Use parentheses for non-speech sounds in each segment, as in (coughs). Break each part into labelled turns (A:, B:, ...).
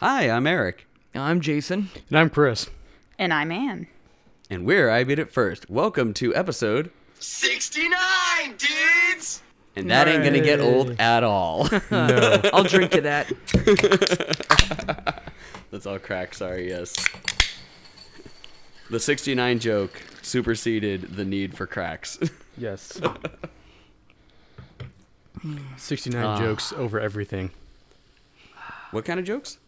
A: Hi, I'm Eric,
B: I'm Jason.
C: And I'm Chris.
D: And I'm Ann.
A: and we're I Beat It First. Welcome to episode,
E: 69, dudes!
A: and that ain't gonna get old at all. (laughs)
C: No.
B: I'll drink to that.
A: That's all crack, sorry, yes. The 69 joke superseded the need for cracks. (laughs)
C: (laughs) yes. 69 jokes over everything.
A: what kind of jokes?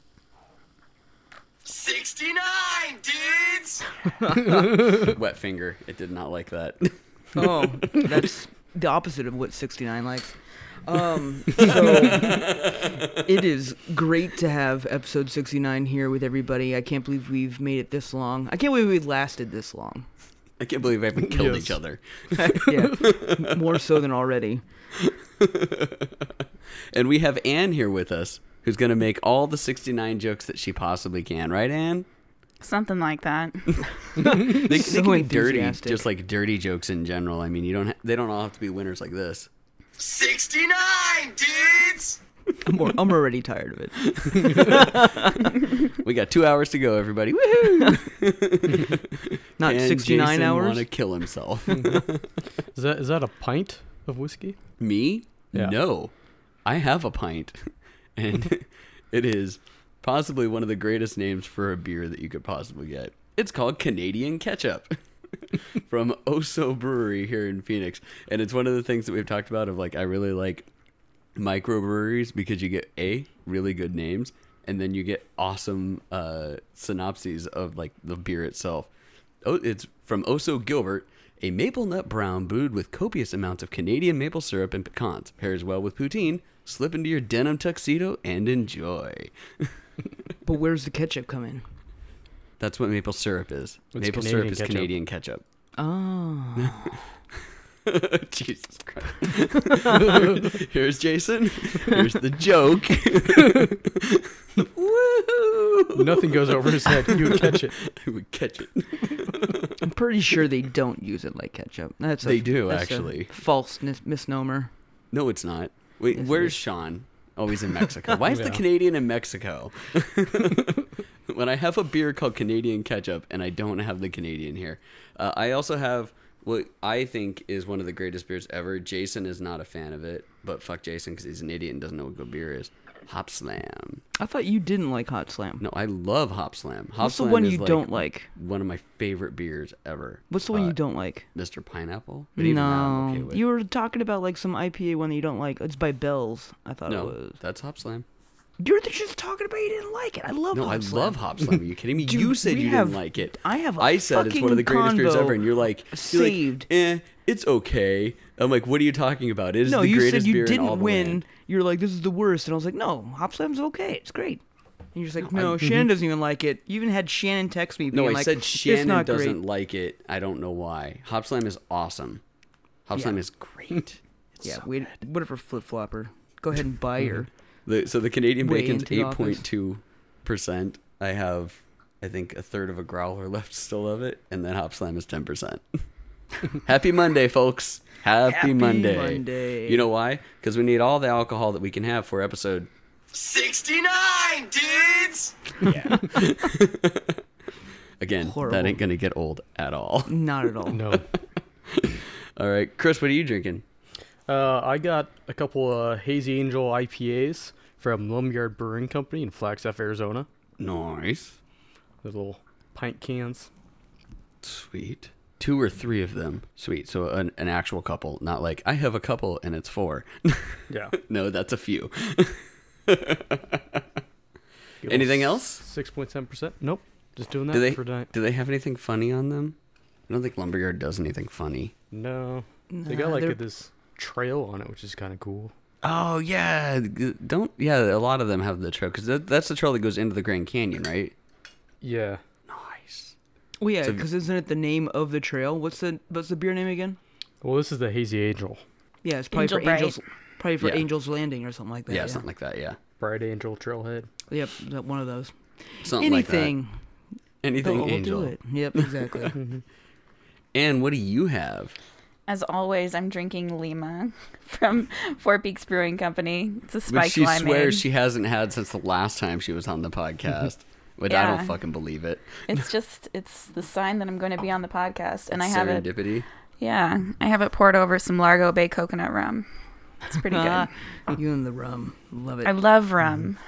E: 69, dudes!
A: Wet finger. It did not like that. (laughs)
B: Oh, that's the opposite of what 69 likes.
A: (laughs)
B: Um, so it is great to have episode 69 here with everybody. I can't believe we've made it this long. I can't believe we've lasted this
A: (laughs)
B: long.
A: I can't believe I haven't killed
C: Yes.
A: each other. (laughs)
B: yeah, more so than already.
A: And we have Anne here with us, who's gonna make all the 69 jokes that she possibly can, right, Anne?
D: Something like
A: (laughs)
D: that.
A: They, they
B: So
A: can be dirty,
B: enthusiastic.
A: just like dirty jokes in general. I mean, you don't. Ha- they don't all have to be winners like this.
E: 69, dudes!
B: I'm, al- I'm already tired of it.
A: We got two hours to go, everybody. Woohoo!
B: Not
A: And
B: 69
A: Jason
B: hours.
A: Want to kill himself?
C: Is that is that a pint of whiskey?
A: Me?
C: Yeah.
A: No. I have a pint, (laughs) and it is possibly one of the greatest names for a beer that you could possibly get. It's called Canadian Ketchup (laughs) from Oso Brewery here in Phoenix, and it's one of the things that we've talked about. Of like, I really like microbreweries because you get a really good names and then you get awesome uh, synopses of like the beer itself. Oh, it's from Oso Gilbert, a maple nut brown brewed with copious amounts of Canadian maple syrup and pecans. Pairs well with poutine. Slip into your denim tuxedo and enjoy.
B: But where's the ketchup come in?
A: That's what maple syrup is.
C: It's
A: maple
C: Canadian
A: syrup is
C: ketchup.
A: Canadian ketchup.
B: Oh,
A: (laughs) Jesus Christ. (laughs) Here's Jason. Here's the joke. (laughs) Woohoo!
C: (laughs) Nothing goes over
A: (laughs)
C: his head. You would catch it.
A: I would catch it.
B: I'm pretty sure they don't use it like ketchup. That's a-
A: They do,
B: that's a
A: actually.
B: false mis- misnomer.
A: No, it's not. Wait,
B: Yes, it
A: where's
B: is.
A: Sean? Always in Mexico. Why is the
C: Yeah.
A: Canadian in Mexico? (laughs) when I have a beer called Canadian ketchup and I don't have the Canadian here, uh, I also have what I think is one of the greatest beers ever. Jason is not a fan of it, but fuck Jason because he's an idiot and doesn't know what good beer is. Hop Slam.
B: I thought you didn't like hot slam.
A: No, I love Hop Slam. Hop
B: What's the
A: Slam
B: one
A: is
B: you don't like?
A: One of my favorite beers ever.
B: What's the one you don't like?
A: Mr. Pineapple? But even uh, that I'm
B: No,
A: okay with.
B: you were talking about like some IPA one that you don't like. It's by Bell's. I thought it
A: no,
B: was.
A: that's Hop Slam.
B: You're just talking about you didn't like it. I love.
A: No,
B: Hop
A: I
B: Slam.
A: love Hop Slam. Are you kidding me?
B: (laughs) Dude,
A: you said
B: we
A: you
B: have-
A: didn't like it.
B: I have a
A: I said it's one of the greatest
B: fucking
A: beers
B: convo
A: ever, and you're like you're like,
B: saved.
A: eh, it's okay. I'm like, what are you talking about? It is
B: No,
A: the
B: you
A: greatest
B: said you
A: beer in all
B: didn't
A: the
B: win.
A: land.
B: You're like this is the worst, and I was like, no, Hop Slam's okay. It's great. And you're just like, no, Shannon doesn't even like it. You even had Shannon text me.
A: No,
B: being
A: I
B: like,
A: said
B: it's
A: Shannon
B: not
A: doesn't
B: Great.
A: like it. I don't know why. Hop Slam is awesome. Hop Slam is great. It's
B: Yeah,
A: so
B: wait, whatever, flip flopper. Go ahead and buy
A: Mm-hmm.
B: your.
A: The, so the Canadian
B: Way
A: bacon's
B: into the
A: eight
B: office.
A: point two percent. I have, I think, a third of a growler (laughs) left still of it, and then Hop Slam is ten percent. (laughs) Happy Monday, folks! Happy,
B: Happy
A: Monday.
B: Monday.
A: You know why? Because we need all the alcohol that we can have for episode.
E: 69, dudes!
A: Again, that
B: Horrible.
A: ain't gonna get old at
B: (laughs)
A: all.
B: Not at all.
C: No.
A: all right, Chris, what are you drinking?
C: Uh, I got a couple of Hazy Angel IPAs from Lumyard Brewing Company in Flagstaff, Arizona.
A: Nice,
C: Those little pint cans.
A: sweet. Two or three of them. Sweet. So an, an actual couple, not like I have a couple and it's four. (laughs)
C: Yeah.
A: no, that's a few. Anything else?
C: Six point seven percent. Nope. Just doing that
A: Do they
C: for tonight.
A: do they have anything funny on them? I don't think Lumberyard does anything funny.
C: No. they got
B: Nah,
C: like
B: they're-
C: this trail on it, which is kind of cool.
A: Oh yeah, g- don't yeah. A lot of them have the trail because that, that's the trail that goes into the Grand Canyon, right?
C: Yeah.
A: Nice.
B: Well, yeah,
A: So-
B: because isn't it the name of the trail? What's the what's the beer name again?
C: Well, this is the Hazy Angel,
B: Yeah, it's probably
D: Angel
B: for
D: Bright.
B: Angels, probably for
A: Yeah.
B: Angels Landing or something like that.
A: Yeah, something like that. Yeah,
C: Bright Angel Trailhead.
B: Yep, that one of those.
A: something
B: Anything,
A: like that. Anything
B: will
A: angel. (laughs)
B: do it. Yep, exactly.
A: And what do you have?
D: As always, I'm drinking Lima from Four Peaks Brewing Company. It's a
A: Which
D: spiked
A: she
D: limeade.
A: swears she hasn't had since the last time she was on the podcast.
D: (laughs)
A: But I
D: Yeah.
A: don't fucking believe it.
D: It's just it's the sign that I'm going to be on the podcast, and I have it.
A: Serendipity.
D: Yeah, I have it poured over some Largo Bay coconut rum. It's
A: (laughs)
D: pretty good.
B: You and the rum. Love it.
D: I love rum.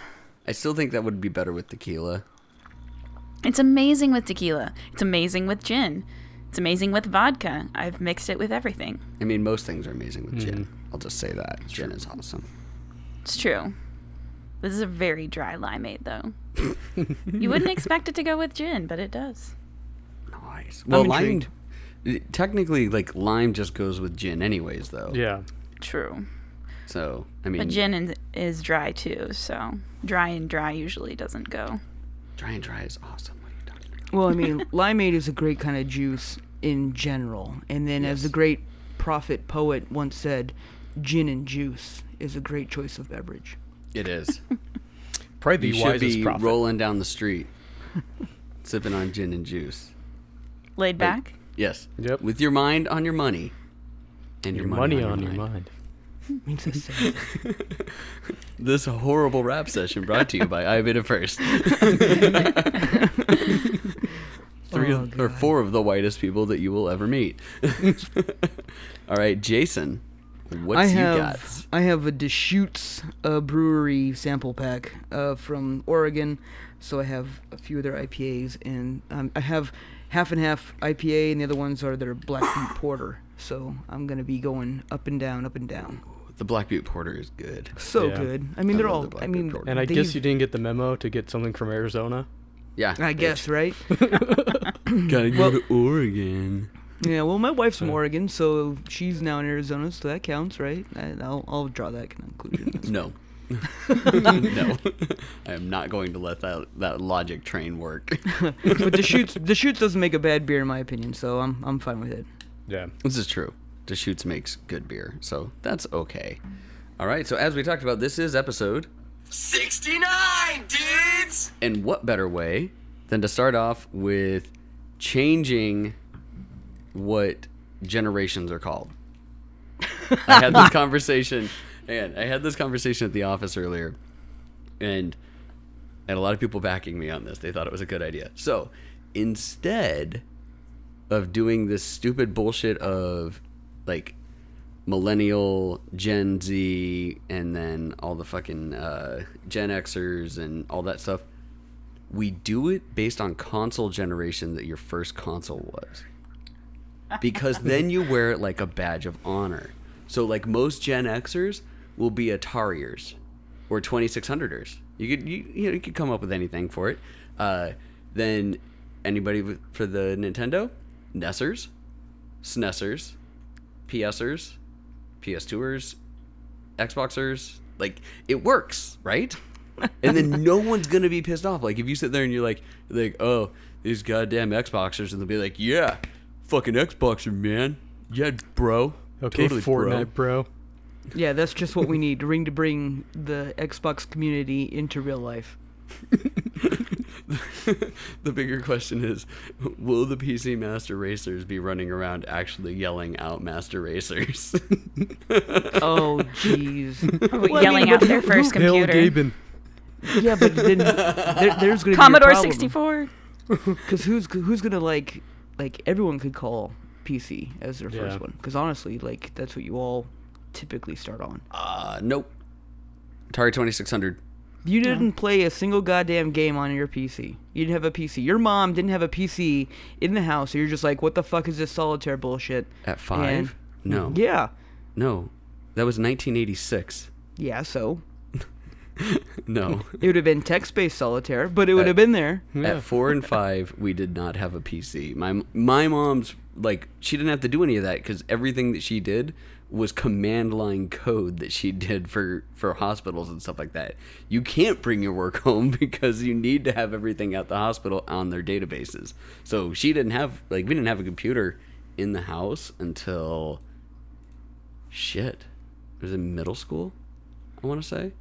A: I still think that would be better with tequila. Mm.
D: It's amazing with tequila. It's amazing with gin. It's amazing with vodka. I've mixed it with everything.
A: I mean, most things are amazing with gin. I'll just say that gin is awesome.
D: It's true. This is a very dry limeade,
A: (laughs)
D: though. you wouldn't expect it to go with gin, but it does.
A: Nice. Well, lime.
B: intrigued.
A: Technically, like lime just goes with gin, anyways, though.
C: Yeah.
D: True.
A: So I mean,
D: But gin in- is dry too, so dry and dry usually doesn't go.
A: dry and dry is awesome. What are you talking about?
B: Well, I mean, limeade is a great kind of juice in general. And then, as the great prophet poet once said, gin and juice is a great choice of beverage.
A: It is.
D: (laughs)
C: Probably
A: you
C: the
A: should
C: wisest
A: be
C: prophet.
A: rolling down the street, sipping on gin and juice.
D: Laid
A: (laughs)
D: back?
A: Yes.
C: Yep.
A: With your mind on your money, and your,
C: your money, on
A: your
C: your mind.
B: Means I said
A: This horrible rap session brought to you
B: (laughs)
A: by I Beta First. Three
B: Oh,
A: of, or four of the whitest people that you will ever
B: (laughs)
A: meet. All right, Jason, what's
B: I
A: you
B: have
A: got?
B: I have a Deschutes uh, brewery sample pack uh, from Oregon, so I have a few of their IPAs, and um, I have half and half IPA, and the other ones are their Black
A: (coughs)
B: Butte Porter. So I'm gonna be going up and down, up and down.
A: The Black Butte Porter is good.
B: So
C: Yeah.
B: good. I mean, they're
A: love
B: all.
A: the Black
B: I
A: Butte
B: mean,
A: Porter.
C: And I guess
B: they've-
C: you didn't get the memo to get something from Arizona.
A: Yeah.
B: (laughs) I
A: bitch. (laughs)
B: guess right.
A: Gotta go to Oregon.
B: yeah. Well, my wife's
A: Uh.
B: from Oregon, so she's now in Arizona, so that counts, right? I, I'll I'll draw
A: (laughs)
B: that conclusion. (laughs)
A: No. no. (laughs) I am not going to let that, that logic train work. (laughs)
B: but Deschutes Deschutes doesn't make a bad beer in my opinion, so I'm I'm fine with it.
C: Yeah.
A: This is true. Deschutes makes good beer, so that's okay. All right, so as we talked about, this is episode
E: 69 dudes!
A: And what better way than to start off with changing what generations are called? I had this conversation, and I had this conversation at the office earlier, and I had a lot of people backing me on this. They thought it was a good idea. So instead of doing this stupid bullshit of like millennial, Gen Z, and then all the fucking uh, Gen Xers and all that stuff, we do it based on console generation that your first console was. Because then you wear it like a badge of honor. So like most Gen Xers will be Atariers or 2600ers. You could you, you know you could come up with anything for it. Uh, then anybody with, for the Nintendo, Nessers, SNESers, PSers, PS2ers, Xboxers. Like it works,
C: (laughs)
A: right? and then no one's gonna be pissed off. Like if you sit there and you're like, like, oh, these goddamn Xboxers, and they'll be like, yeah, fucking Xboxer, man, yeah, bro.
C: Okay,
A: bro."
C: Fortnite, bro.
B: Yeah, that's just what we need to ring to bring the Xbox community into real life.
A: the bigger question is will the pc master racers be running around actually yelling out master racers (laughs)
B: Oh, jeez.
D: Yelling out their first
C: Hail
D: computer.
C: Gaben.
B: Yeah, but then there, there's going to be
D: Commodore
B: a problem.
D: 64.
B: Because who's g- who's going to like like everyone could call PC as their
C: Yeah.
B: first one. Because honestly, like that's what you all typically start on.
A: uh nope atari 2600
B: You didn't play a single goddamn game on your PC. You didn't have a PC. Your mom didn't have a PC in the house, so you're just like, what the fuck is this solitaire bullshit?
A: at five no
B: Yeah.
A: no that was 1986
B: Yeah, so
A: (laughs) no
B: it would have been text-based solitaire, but it would
A: Uh,
B: have been there.
A: at four and five we did not have a pc my my mom's like she didn't have to do any of that because everything that she did was command line code that she (laughs) did for for hospitals and stuff like that you can't bring your work (laughs) home because you need to have everything at the hospital on their databases so she didn't have like we didn't have a computer in the house until shit it was in middle school i want to say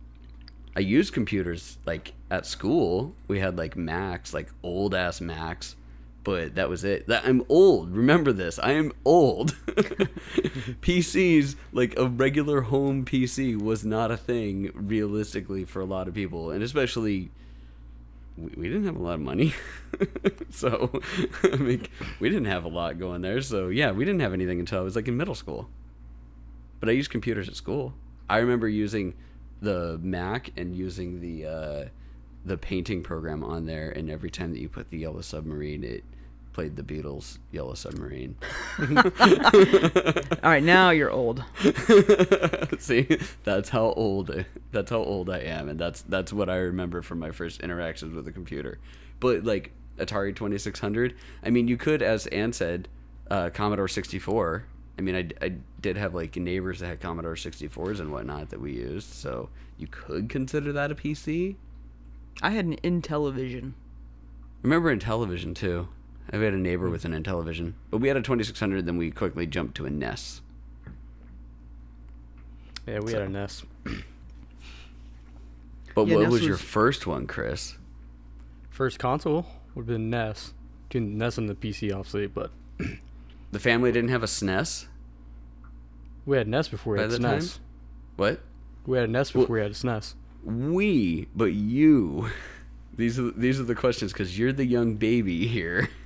A: I used computers like at school. We had like Macs, like old ass Macs but that was it. That I'm old. Remember this. I am old. (laughs) PCs, like a regular home PC, was not a thing realistically for a lot of people, and especially we, we didn't have a lot of money. (laughs) so, (laughs) I mean, we didn't have a lot going there. So, yeah, we didn't have anything until I was like in middle school. But I used computers at school. I remember using the Mac and using the uh, the painting program on there. And every time that you put the Yellow Submarine, it played the Beatles' Yellow Submarine.
B: All right, now you're old.
A: (laughs) See, that's how old that's how old I am, and that's that's what I remember from my first interactions with a computer. But like Atari Twenty Six Hundred, I mean, you could, as Ann said, uh, Commodore Sixty Four. I mean, I, d- I did have like neighbors that had Commodore 64s and whatnot that we used, so you could consider that a PC.
B: I had an Intellivision.
A: Remember in television too. I had a neighbor with an Intellivision, but we had a 2600. Then we quickly jumped to a E NES.
C: Yeah, we had a E NES.
A: But
B: Yeah,
A: what
B: NES
A: was your
B: was-
A: first one, Chris?
C: First console would have been E NES. Between NES and the PC, obviously, but
A: The family didn't have a E SNES.
C: we had NES before we
A: By
C: had
A: the
C: SNES.
A: What?
C: We had NES before we had
A: (laughs)
C: E SNES.
A: We, but you. (laughs) These are these are the questions because you're the young baby here. (laughs)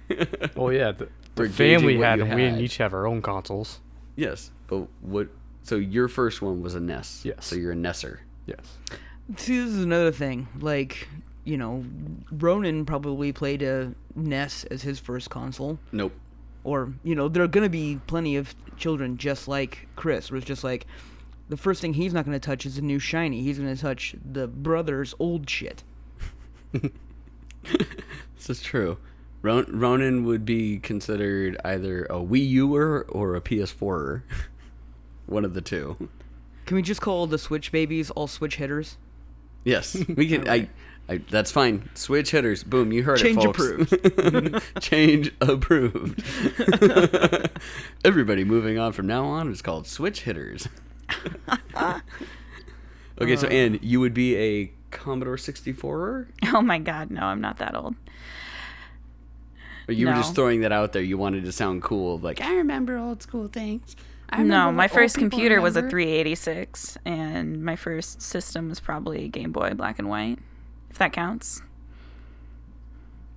C: Oh yeah, the,
A: We're
C: the
A: gauging
C: family
A: what
C: had
A: you
C: them. We didn't
A: had.
C: each have our own consoles.
A: yes, but what? So your first one was a NES.
C: Yes.
A: So you're a Nesser.
C: Yes.
B: See, this is another thing. Like, you know, Ronan probably played a NES as his first console.
A: Nope.
B: Or, you know, there are going to be plenty of children just like Chris, where it's just like, the first thing he's not going to touch is the new shiny. He's going to touch the brother's old shit.
A: This is true. Ron- Ronan would be considered either a Wii Uer or a PS4er. (laughs) one of the two.
B: Can we just call the Switch babies all Switch hitters?
D: (laughs)
A: Yes, we can. I, I, that's fine. Switch hitters. Boom. You heard it.
B: Change
A: folks. approved. (laughs) Change approved. (laughs) Everybody moving on from now on is called switch hitters. (laughs) okay,
D: Uh.
A: so Anne, you would be a Commodore 64er?
D: Oh my god, no, I'm not that old.
A: Or you were just
D: No.
A: throwing that out there. You wanted to sound cool, like I remember old school things. I remember
D: No,
A: what
D: my
A: old
D: first
A: people
D: computer was a
A: remember."
D: 386, and my first system was probably Game Boy Black and White, if that counts.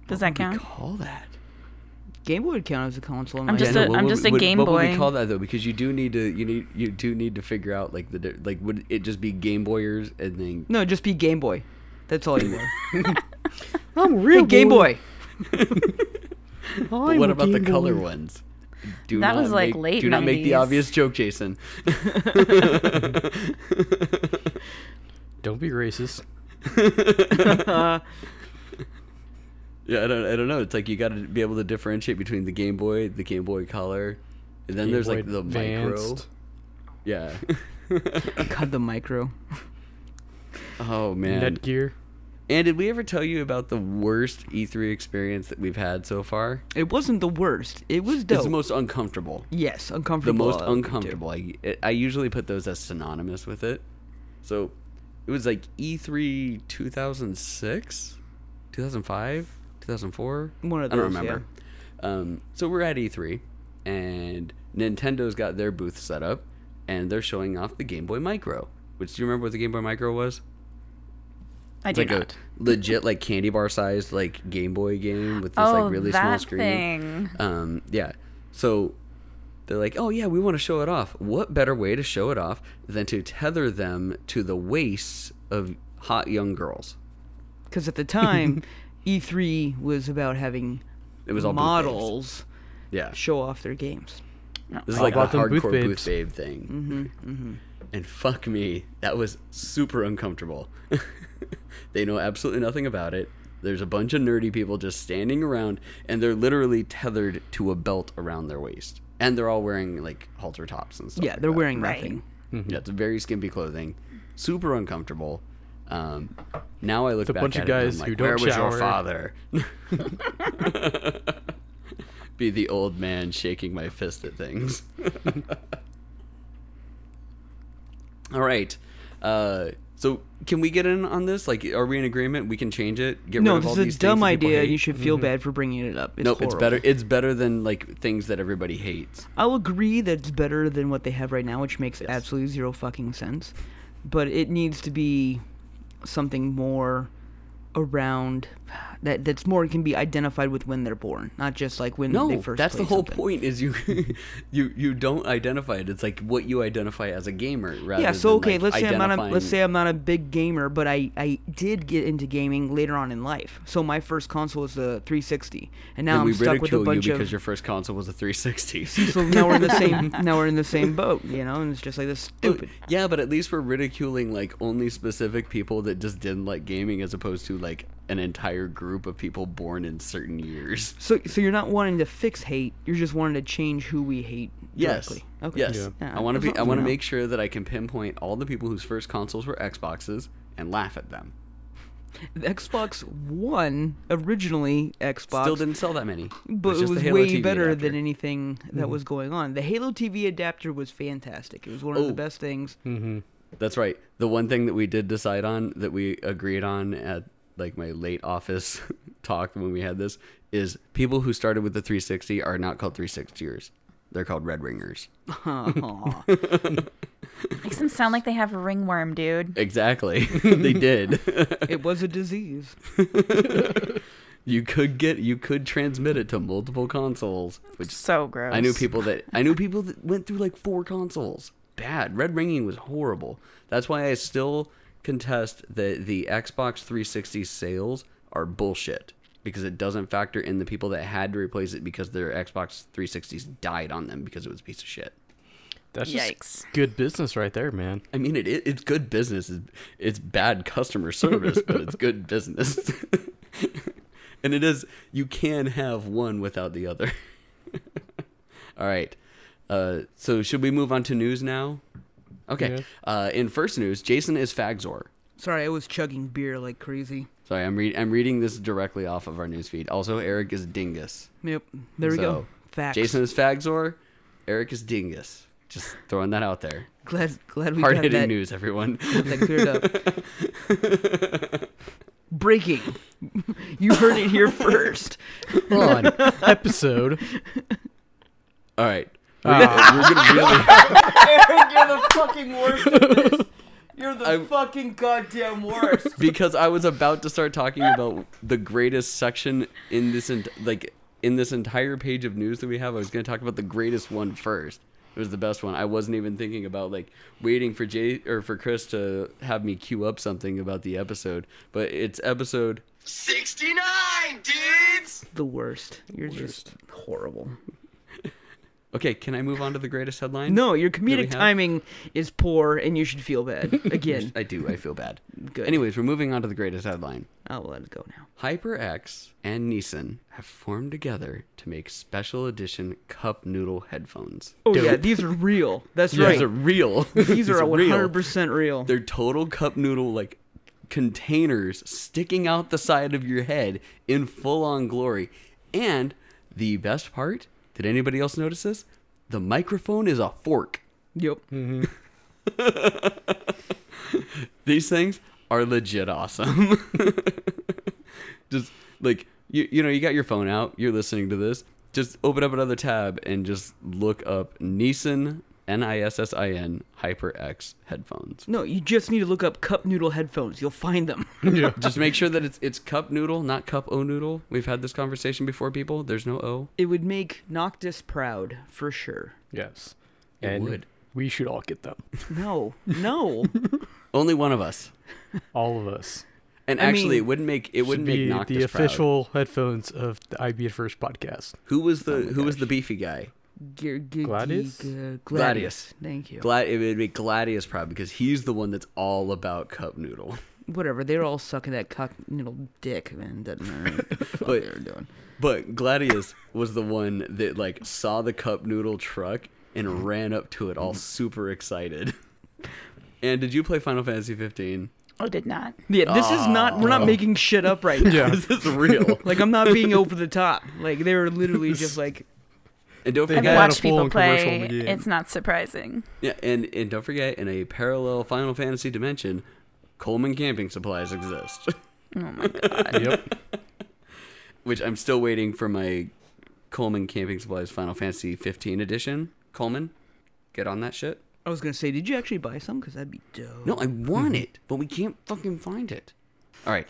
D: Does that
A: What would
D: count?
A: we Call that.
B: Game Boy would count as a console. in
D: I'm
B: my
D: just
B: head.
D: a-
A: what
D: I'm
A: would-
D: just a
A: would-
D: Game
A: what would we
D: Boy.
A: call that though? Because you do need to you need you do need to figure out like the di- like would it just be Game Boyers and then
B: No, just be Game Boy. That's all you were.
C: I'm real
B: Hey, Game Boy.
A: But what about the color ones? Do
D: That was, like,
A: make-
D: late
A: Do not make the
D: 90s.
A: obvious joke, Jason.
C: Don't be racist.
A: Yeah, I don't. I don't know. It's like you got to be able to differentiate between the Game Boy, the Game Boy Color, and then
C: Game
A: there's
C: Boy
A: like the micro.
C: Advanced,
A: Yeah. (laughs)
B: God, the micro.
A: oh man.
C: Netgear.
A: and did we ever tell you about the worst E3 experience that we've had so far?
B: It wasn't the worst. It was dope.
A: It's the most uncomfortable.
B: yes,
A: the
B: uncomfortable.
A: most
B: uh,
A: uncomfortable. I, I usually put those as synonymous with it. So it was like E E3 2006, 2005, 2004.
B: One of
A: I don't
B: those,
A: remember. Um, so we're at E3, and Nintendo's got their booth set up, and they're showing off the Game Boy Micro. Which do you remember what the Game Boy Micro was?
D: I
A: It's
D: do
A: like
D: not.
A: a legit like candy bar sized like Game Boy game with this
D: oh,
A: like really
D: that
A: small screen.
D: thing.
A: Um, yeah. So they're like, oh, yeah, we want to show it off. What better way to show it off than to tether them to the waists of hot young girls?
B: Because at
A: (laughs)
B: the time, E3 was about having
A: It was all booth babes.
B: models
A: Yeah.
B: show off their games.
A: This is
C: All
A: like a
C: about them
A: hardcore
C: booth
A: booth,
C: babes.
A: babe thing.
B: Mm-hmm,
A: And fuck me, that was super uncomfortable. (laughs) they know absolutely nothing about it. There's a bunch of nerdy people just standing around, and they're literally tethered to a belt around their waist. And they're all wearing like halter tops and stuff.
B: Yeah,
A: like
B: they're
A: that.
B: wearing
D: Right.
B: nothing.
A: Yeah, it's very skimpy clothing, super uncomfortable. Um, now I look
C: a
A: back
C: bunch
A: at
C: of
A: it and
C: guys
A: I'm
C: who
A: like,
C: don't
A: where was your
C: shower."
A: father? (laughs) Be the old man shaking my fist at things. (laughs) All right, uh, So can we get in on this? Like, are we in agreement? We can change it. Get
B: no,
A: rid of all
B: this
A: these
B: is a dumb
A: things that people
B: idea.
A: hate? Mm-hmm.
B: You should feel bad for bringing it up. It's
A: nope, it's
B: horrible.
A: better. It's better than like things that everybody hates.
B: I'll agree that it's better than what they have right now, which makes absolutely zero fucking sense. But it needs to be something more around that that's more can be identified with when they're born, not just like when
A: No,
B: they first.
A: that's the
B: play
A: whole
B: something.
A: point. Is you, (laughs) you, you don't identify it. It's like what you identify as a gamer. Rather
B: Yeah, so
A: than,
B: okay,
A: like,
B: let's say I'm not a let's
A: identifying-
B: say I'm not a big gamer, but I I did get into gaming later on in life. So my first console was the 360, and now
A: Then we
B: I'm stuck with a
A: ridicule
B: bunch
A: you
B: of
A: because your first console was a
B: (laughs)
A: 360.
B: so now we're in the same now we're in the same boat, you know, and it's just like this
A: (laughs) But-
B: stupid.
A: Yeah, but at least we're ridiculing like only specific people that just didn't like gaming, as opposed to like an entire group of people born in certain years.
B: So so you're not wanting to fix hate, you're just wanting to change who we hate
A: Yes.
B: directly.
A: Yes.
B: Yeah,
A: I want to
B: as
A: be.
B: long
A: I
B: as we
A: want to
B: know.
A: make sure that I can pinpoint all the people whose first consoles were Xboxes and laugh at them.
B: The Xbox One originally Xbox
A: Still didn't sell that many,
B: but
A: It's
B: it
A: just the
B: was
A: Halo
B: way
A: TV
B: better
A: adapter.
B: than anything that was going on. The Halo TV adapter was fantastic. It was one of
A: Oh.
B: the best things.
A: That's right. The one thing that we did decide on that we agreed on at like my late office (laughs) talk when we had this is people who started with the 360 are not called 360ers. They're called Red Ringers.
B: (laughs) Aw.
D: Makes them sound like they have ringworm, dude.
A: Exactly. (laughs) they did.
B: it was a disease.
A: You could get you could transmit it to multiple consoles, which
D: So gross.
A: I knew people that I knew people that went through like four consoles. Bad. Red ringing was horrible. That's why I still contest that the Xbox 360 sales are bullshit because it doesn't factor in the people that had to replace it because their Xbox 360s died on them because it was a piece of shit.
C: That's just
D: Yikes.
C: good business right there, man.
A: I mean, it, it it's good business. It's- It's bad customer service, but it's
C: (laughs)
A: good business. (laughs) and it is you can have one without the other. (laughs) All right. Uh, so should we move on to news now? Okay.
C: Yeah.
A: Uh, in first news, Jason is Fagzor.
B: Sorry, I was chugging beer like crazy.
A: Sorry, I'm read I'm reading this directly off of our news feed. Also, Eric is Dingus.
B: Yep. There we
A: So,
B: go. Facts.
A: Jason is Fagzor. Eric is Dingus. Just throwing that out there.
B: glad glad we
A: Hard
B: got
A: hitting
B: that,
A: news, everyone. (laughs)
B: that cleared up. Breaking. You heard
A: (laughs)
B: it here first.
C: On (laughs) episode. (laughs)
A: All right.
C: Ah,
A: We're gonna really.
B: Eric, you're the fucking worst at this. You're the
A: I'm-
B: fucking goddamn worst.
A: because I was about to start talking about the greatest section in this ent- like in this entire page of news that we have. I was going to talk about the greatest one first. It was the best one. I wasn't even thinking about like waiting for Jay or for Chris to have me queue up something about the episode, but it's episode
E: 69 dudes!
B: The worst. You're just horrible.
A: Okay, can I move on to the greatest headline?
B: No, your
A: we
B: comedic
A: have-
B: timing is poor and you should
A: (laughs)
B: feel bad. Again.
A: I do. I feel bad.
B: Good.
A: Anyways, we're moving on to the greatest headline.
B: I'll let it go now.
A: HyperX and Nissan have formed together to make special edition cup noodle headphones.
B: Oh yeah, these are real. That's right.
A: These are real.
B: (laughs) these are
A: real.
B: 100% real.
A: They're total cup noodle like containers sticking out the side of your head in full on glory. And the best part, did anybody else notice this? The microphone is a fork.
B: Yep.
A: Hmm. These things are legit awesome. (laughs) just like you you know, you got your phone out, you're listening to this. Just open up another tab and just look up Nissan N I S S I N HyperX headphones.
B: No, you just need to look up cup noodle headphones. You'll find them.
A: Just make sure that it's it's cup noodle, not cup o noodle. We've had this conversation before, people. There's no o.
B: it would make Noctis proud for sure.
C: yes.
A: It
C: and
A: would.
C: we should all get them.
B: No, no.
A: Only one of us.
C: All of us.
A: And
B: I
A: actually,
B: mean,
A: it wouldn't make it
C: Should
A: wouldn't
C: be
A: make Noctis
C: the
A: proud.
C: official headphones of the IB at
A: (laughs)
C: First podcast.
A: Who was the Who was the beefy guy?
B: G- g-
C: Gladius?
B: g- uh,
A: Gladius.
B: Gladius. Thank you.
A: Glad it would make Gladius proud because he's the one that's all about cup noodle. (laughs)
B: Whatever. They're all sucking that cock noodle dick, man. Doesn't matter (laughs) what the fuck
A: But-
B: they're doing.
A: But Gladius was the one that like saw the cup noodle truck and ran up to it all super excited. (laughs) And did you play Final Fantasy 15?
D: Oh, did not.
B: Yeah, this is not. We're not making shit up right now.
C: Yeah.
A: (laughs) This is real.
B: Like I'm not being over the top. Like they were literally just like,
A: and don't
C: I've
D: I've
A: forget,
C: got a
D: watched people
C: full commercial
D: play.
C: game.
D: It's not surprising.
A: Yeah, and and don't forget, in a parallel Final Fantasy dimension, Coleman Camping Supplies exist, (laughs)
D: Oh my god.
C: (laughs) Yep.
A: which I'm still waiting for my Coleman Camping Supplies Final Fantasy 15 edition. Coleman, get on that shit.
B: I was gonna say, did you actually buy some? Because that'd be dope.
A: No, I want it, but we can't fucking find it. All right.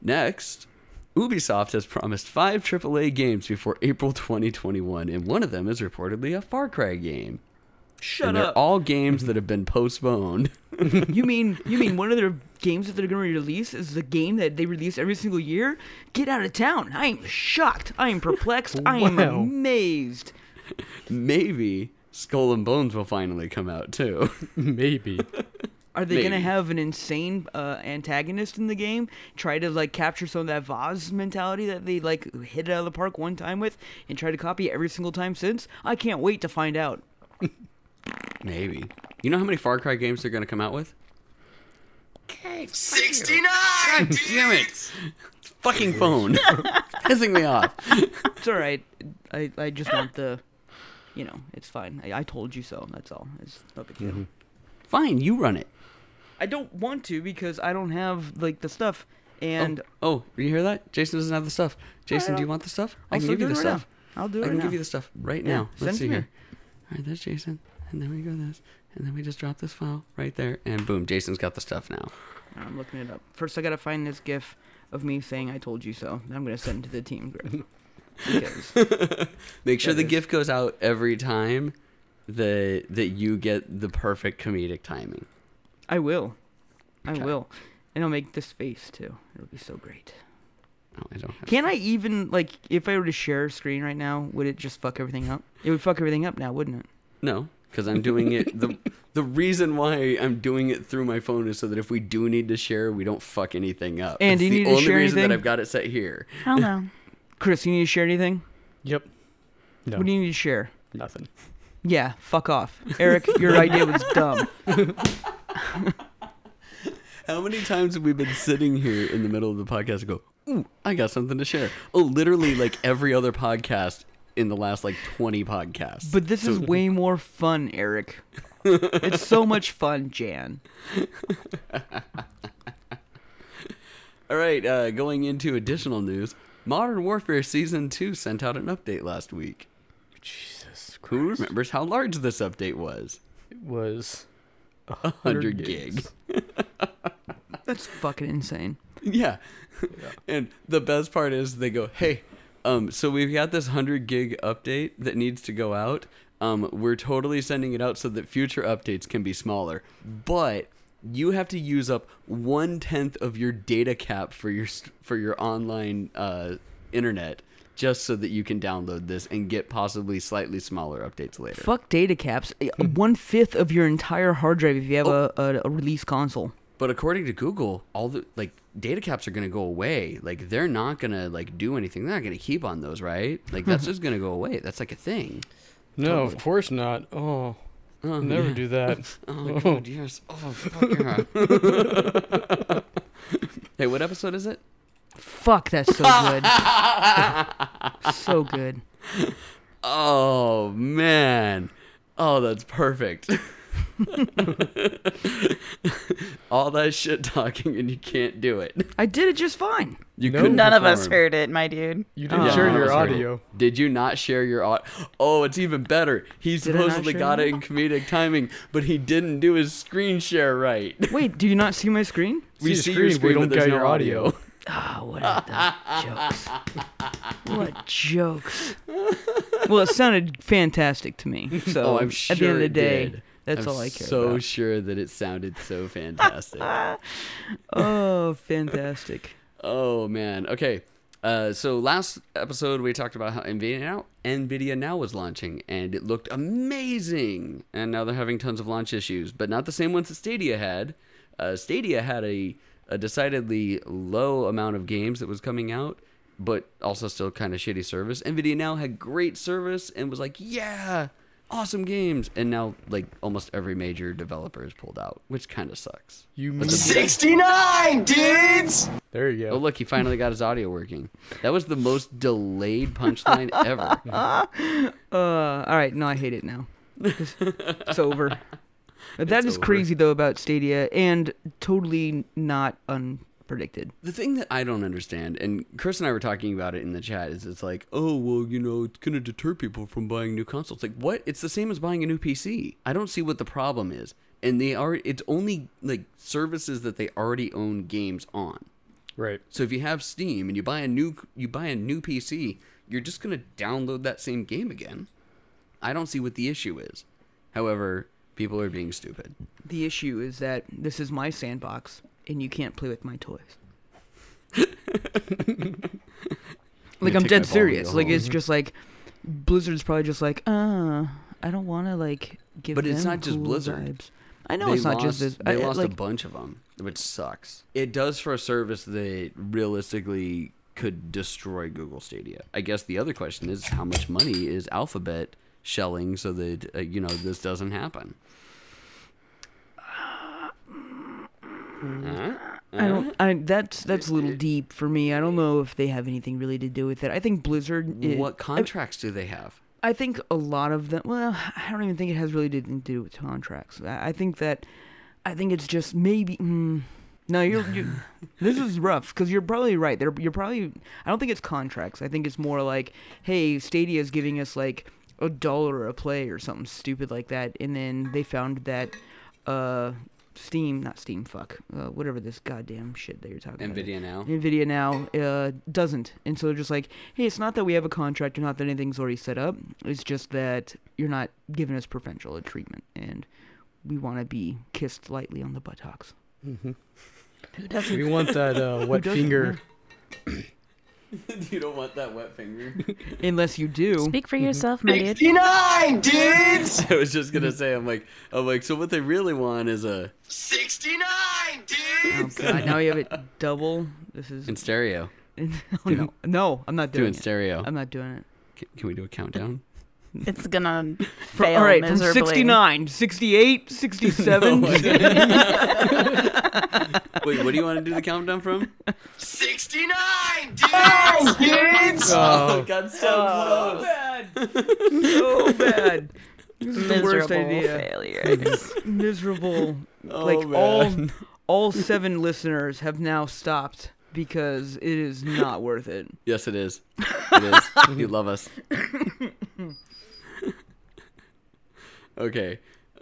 A: Next, Ubisoft has promised five AAA games before April 2021, and one of them is reportedly a Far Cry game.
B: Shut
A: and they're
B: up.
A: all games that have been postponed.
B: you mean you mean one of their games that they're gonna release is the game that they release every single year? Get out of town! I am shocked. I am perplexed. I am
C: Wow.
B: amazed.
A: Maybe Skull and Bones will finally come out too. (laughs)
C: Maybe.
B: Are they gonna
A: Maybe.
B: have an insane uh, antagonist in the game? Try to like capture some of that Vaz mentality that they like hit it out of the park one time with, and try to copy it every single time since. I can't wait to find out.
A: Maybe. You know how many Far Cry games they're going to come out with?
E: 69 dudes!
A: Damn it! Fucking
B: (laughs)
A: phone. Pissing me off.
B: It's all right. I I just want the, you know, it's fine. I, I told you so. That's all. It's no big deal.
A: Fine, you run it.
B: I don't want to because I don't have like the stuff. And Oh,
A: Oh, you hear that? Jason doesn't have the stuff. Jason, do you want the stuff? I can
B: Also
A: give you
B: do
A: the
B: it right
A: stuff.
B: now. I'll
A: I
B: do it right
A: can give
B: now.
A: you the stuff right
B: Yeah,
A: now. Let's
B: send it
A: see
B: to me.
A: here. All right, there's Jason, and then we go this, and then we just drop this file right there, and boom, Jason's got the stuff
B: (laughs)
A: now.
B: I'm looking it up. First, I gotta find this GIF of me saying "I told you so." and I'm gonna send it to the team (laughs) group. Because
A: Make sure
B: That
A: the
B: is-
A: gift goes out every time that that you get the perfect comedic timing.
B: (laughs) I will, I
A: Okay.
B: will, and I'll make this face too. It'll be so great.
A: Oh, I don't. Have
B: Can I even like if I were to share a screen right now, would it just fuck everything up? It would fuck everything up now, wouldn't it?
A: No, because I'm doing it.
B: (laughs)
A: the The reason why I'm doing it through my phone is so that if we do need to share, we don't fuck anything up. it's
B: And do you
A: the
B: need to
A: only
B: share
A: reason that
B: anything?
A: I've got it set here.
D: Hell
B: (laughs)
D: no.
B: Chris, you need to share anything?
C: Yep. No.
B: What do you need to share?
C: Nothing.
B: Yeah, fuck off, Eric. Your idea (laughs) was dumb.
A: How many times have we been sitting here in the middle of the podcast and go, "Ooh, I got something to share." Oh, literally like every other podcast in the last like 20 podcasts.
B: But this is way more fun, Eric. it's so much fun, Jan.
A: All right, uh, going into additional news, Modern Warfare Season 2 sent out an update last week.
C: Jesus Christ.
A: Who remembers how large this update was?
C: It was
A: 100 gig.
B: That's fucking insane.
A: (laughs) Yeah. And the best part is they go, "Hey, um so we've got this 100 gig update that needs to go out. Um we're totally sending it out so that future updates can be smaller. But you have to use up one tenth of your data cap for your st- for your online uh, internet just so that you can download this and get possibly slightly smaller updates later.
B: Fuck data caps.
A: Hmm.
B: One fifth of your entire hard drive if you have a,
A: Oh.
B: a, a release console.
A: But according to Google, all the like data caps are going to go away. Like they're not going to like do anything. They're not going to keep on those, right? Like (laughs) that's just going to go away. That's like a thing.
C: No, of course not. Oh,
A: Oh,
C: never
A: yeah.
C: do
A: (laughs)
C: that.
A: Oh,
C: Oh.
A: God, yes. Oh, fuck yeah. (laughs) hey, what episode is it?
B: Fuck, that's so
A: (laughs)
B: good. so good.
A: Oh man. Oh, that's perfect. (laughs) all that shit talking and you can't do it.
B: I did it just fine.
A: You
C: No.
A: couldn't
D: None of us
A: perform.
D: heard it, my dude.
C: You didn't
B: Yeah,
C: share
A: none of
C: your
A: us heard it.
C: audio.
A: Did you not share your audio? Oh, it's even better. He
B: I not
A: supposedly
B: share
A: got it in comedic timing, but he didn't do his screen share
C: (laughs)
A: right.
B: Wait, do you not see my screen?
A: We
C: See
A: see
C: the
A: your
C: screen, we
A: screen,
C: don't
A: but there's
C: get
A: no
C: your
A: audio.
C: audio.
B: Ah, what the jokes. What jokes. Well, it sounded fantastic to me. So
A: Oh, I'm
B: at the
A: sure
B: end of the
A: it
B: day,
A: did.
B: that's
A: I'm
B: all I care
A: so
B: about.
A: sure that it sounded so
B: (laughs)
A: fantastic.
B: Oh, fantastic.
A: oh man. Okay. Uh, so last episode we talked about how Nvidia now Nvidia now was launching and it looked amazing, and now they're having tons of launch issues, but not the same ones that Stadia had. Uh, Stadia had a, a decidedly low amount of games that was coming out, but also still kind of shitty service. Nvidia now had great service and was like, yeah, awesome games, and now like almost every major developer is pulled out, which kind of sucks.
C: You
A: But
C: mean-
A: the
E: 69 dudes!
C: There you
A: Oh,
C: go.
A: look, he finally got his audio working. That was the most delayed punchline ever. (laughs)
B: Uh, all right, no, I hate it now. It's over. That is
A: over.
B: crazy though about Stadia and totally not unpredicted.
A: The thing that I don't understand, and Chris and I were talking about it in the chat, is it's like, oh, well, you know, it's going to deter people from buying new consoles. Like, what? It's the same as buying a new PC. I don't see what the problem is. And they are, it's only like services that they already own games on.
C: Right.
A: So if you have Steam and you buy a new you buy a new PC, you're just going to download that same game again. I don't see what the issue is. However, people are being stupid.
B: The issue is that this is my sandbox and you can't play with my
A: (laughs)
B: toys. like
A: gonna
B: I'm
A: take my ball and
B: dead serious.
A: go
B: Like it's
A: home.
B: just like Blizzard's probably just like, uh, I don't want to like give.
A: But it's
B: them
A: not just
B: cool
A: Blizzard.
B: vibes." I know
A: They
B: it's not
A: lost-
B: just this.
A: They
B: I,
A: lost
B: like,
A: a bunch of them, which sucks. It does for a service that realistically could destroy Google Stadia. I guess the other question is how much money is Alphabet shelling so that uh, you know this doesn't happen. Huh?
B: Uh, I don't. I that's that's a little deep for me. I don't know if they have anything really to do with it. I think Blizzard. i-
A: What contracts do they have?
B: I think a lot of them. Well, I don't even think it has really to to do with contracts. I I think that, I think it's just maybe. Mm, no, you're. You, this is rough because you're probably right. They're, you're probably. I don't think it's contracts. I think it's more like, hey, Stadia is giving us like a dollar a play or something stupid like that, and then they found that, uh, Steam, not Steam, fuck, uh, whatever this goddamn shit that you're talking about.
A: Nvidia now.
B: Nvidia now uh, doesn't, and so they're just like, hey, it's not that we have a contract, or not that anything's already set up. It's just that you're not giving us preferential treatment, and we want to be kissed lightly on the buttocks.
D: Who doesn't?
C: We want that uh, wet
B: doesn't
C: finger.
A: (laughs) you don't want that wet finger. (laughs)
B: Unless you do,
D: Speak for yourself, my dude. (laughs)
E: 69 dudes!
A: I was just gonna say, I'm like, I'm like, so what they really want is a
E: 69
B: oh
E: dudes!
B: god, now you have it double. This is
A: in stereo.
B: (laughs) oh, no, no, I'm not
A: Do it in
B: doing it.
A: stereo.
B: I'm not doing it.
A: Can, can we do a countdown?
D: It's gonna fail
B: All right, from
D: miserably.
B: 69, 68, 67.
A: (laughs)
D: (laughs)
A: Wait, what do you want to do the countdown from?
E: 69 dudes!
A: (laughs)
E: dudes!
A: Oh, it got so
B: Oh.
A: close.
B: (laughs) so bad.
D: Oh, Miserable
B: worst idea. (laughs)
D: failures.
B: miserable.
A: Oh,
B: like
A: man. (laughs)
B: all all seven listeners have now stopped because it is not worth it.
A: Yes, it
B: (laughs)
A: is. It is. you love us. okay.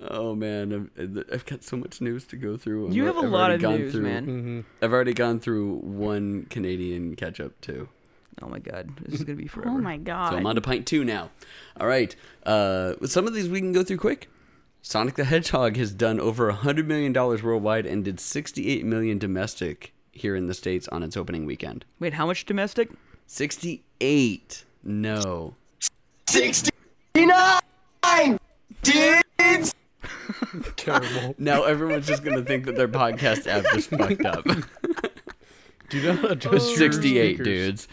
A: Oh man, I've, I've got so much news to go through. I've
B: You have a
A: al- I've
B: lot
A: already
B: of
A: gone
B: news,
A: through-
B: man.
A: I've already gone through one Canadian catch up too.
B: Oh my god, this is gonna be forever.
D: oh my god.
A: So I'm on to pint two now. All right. Uh, some of these we can go through quick. Sonic the Hedgehog has done over $100 million worldwide and did $68 million domestic here in the States on its opening weekend.
B: Wait, how much domestic?
A: 68. No.
E: 69 dudes!
C: Terrible.
A: Now everyone's just going to think that their podcast app just fucked up. (laughs)
C: Do not
A: Oh.
C: adjust your
A: 68,
C: speakers.
A: dudes.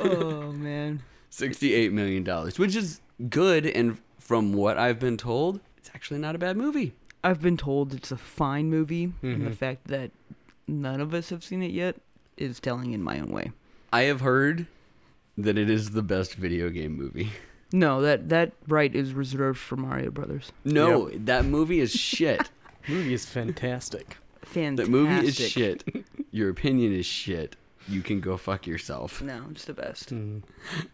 B: Oh man.
A: $68 million, which is good. And from what I've been told, it's actually not a bad movie.
B: (laughs) I've been told it's a fine movie,
A: Mm-hmm.
B: and the fact that none of us have seen it yet is telling in my own way.
A: I have heard that it is the best video game movie.
B: No, that that right is reserved for Mario Brothers.
A: No, that movie is (laughs) shit.
C: Movie is fantastic.
B: Fantastic.
A: that movie is shit. (laughs) Your opinion is shit. You can go fuck yourself.
B: No, it's the best. It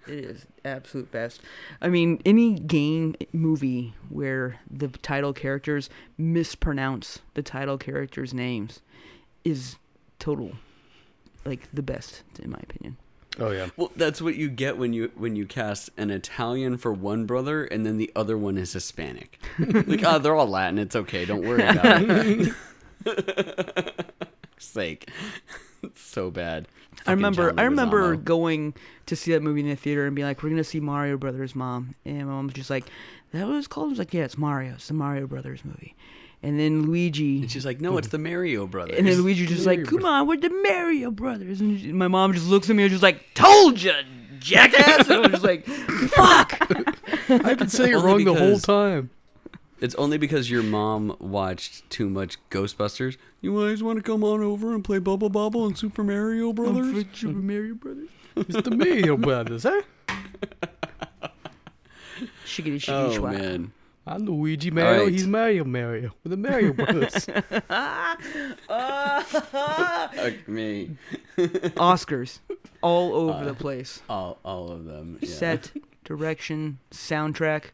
B: is absolute best. I mean, any game movie where the title characters mispronounce the title characters' names is total, like the best in my opinion.
C: Oh yeah.
A: Well, that's what you get when you when you cast an Italian for one brother and then the other one is Hispanic. (laughs) like, oh, they're all Latin. It's okay. Don't worry about it. (laughs) Sake. (laughs) It's so bad.
B: I
A: Fucking
B: remember,
A: John
B: I remember
A: Leguizamo.
B: going to see that movie in the theater and being like, "We're gonna see Mario Brothers, mom," and my mom's just like, "That was called." I was like, "Yeah, it's Mario. It's the Mario Brothers movie." And then Luigi
A: And she's like, no, it's the Mario brothers.
B: And then Luigi's just like, come on, we're the Mario Brothers. And she- my mom just looks at me and just like, told you, jackass. And I'm just (laughs) like, fuck.
C: I've been saying it
A: Only
C: wrong the whole
A: because-
C: time.
A: It's only because your mom watched too much Ghostbusters. You guys want to come on over and play Bubble Bobble and Super Mario Brothers?
B: Super Mario Brothers.
C: It's the eh? Mario Brothers, huh?
B: Shiggity shiggity
A: Oh
B: schwa.
A: man,
C: I'm Luigi Mario.
A: right.
C: He's Mario Mario with the Mario Bros.
B: Ah.
A: Fuck Uh, me.
B: Oscars all over the place.
A: All, all of them. Uh, Yeah.
B: Set, direction, soundtrack.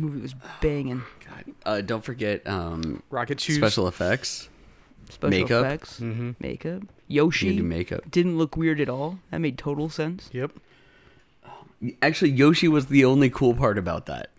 B: Movie was banging.
A: God. Uh, don't forget um,
C: (laughs) Rocket shoes.
A: special effects.
B: Special
A: Makeup.
B: effects,
C: Mhm.
B: makeup.
A: You
B: Yoshi
A: do makeup.
B: didn't look weird at all. That made total sense.
C: Yep.
A: Actually, Yoshi was the only cool part about that.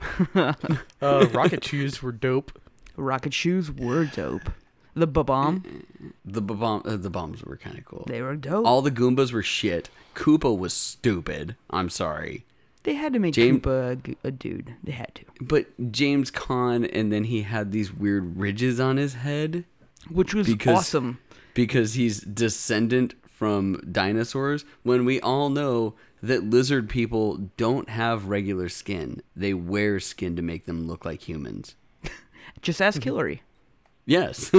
C: Uh, rocket shoes were dope.
B: Rocket shoes were dope. The babam,
A: The bomb, uh, the bombs were kind of cool.
B: they were dope.
A: All the Goombas were shit. Koopa was stupid. I'm sorry.
B: they had to make
A: Jam-
B: Koopa a g- a, dude. They had to,
A: But James Caan, and then he had these weird ridges on his head
B: which was
A: Because-
B: awesome.
A: because he's descendant from dinosaurs. When we all know that lizard people don't have regular skin, they wear skin to make them look like humans.
B: Just
A: Mhm.
B: ask Hillary.
A: Yes. (laughs)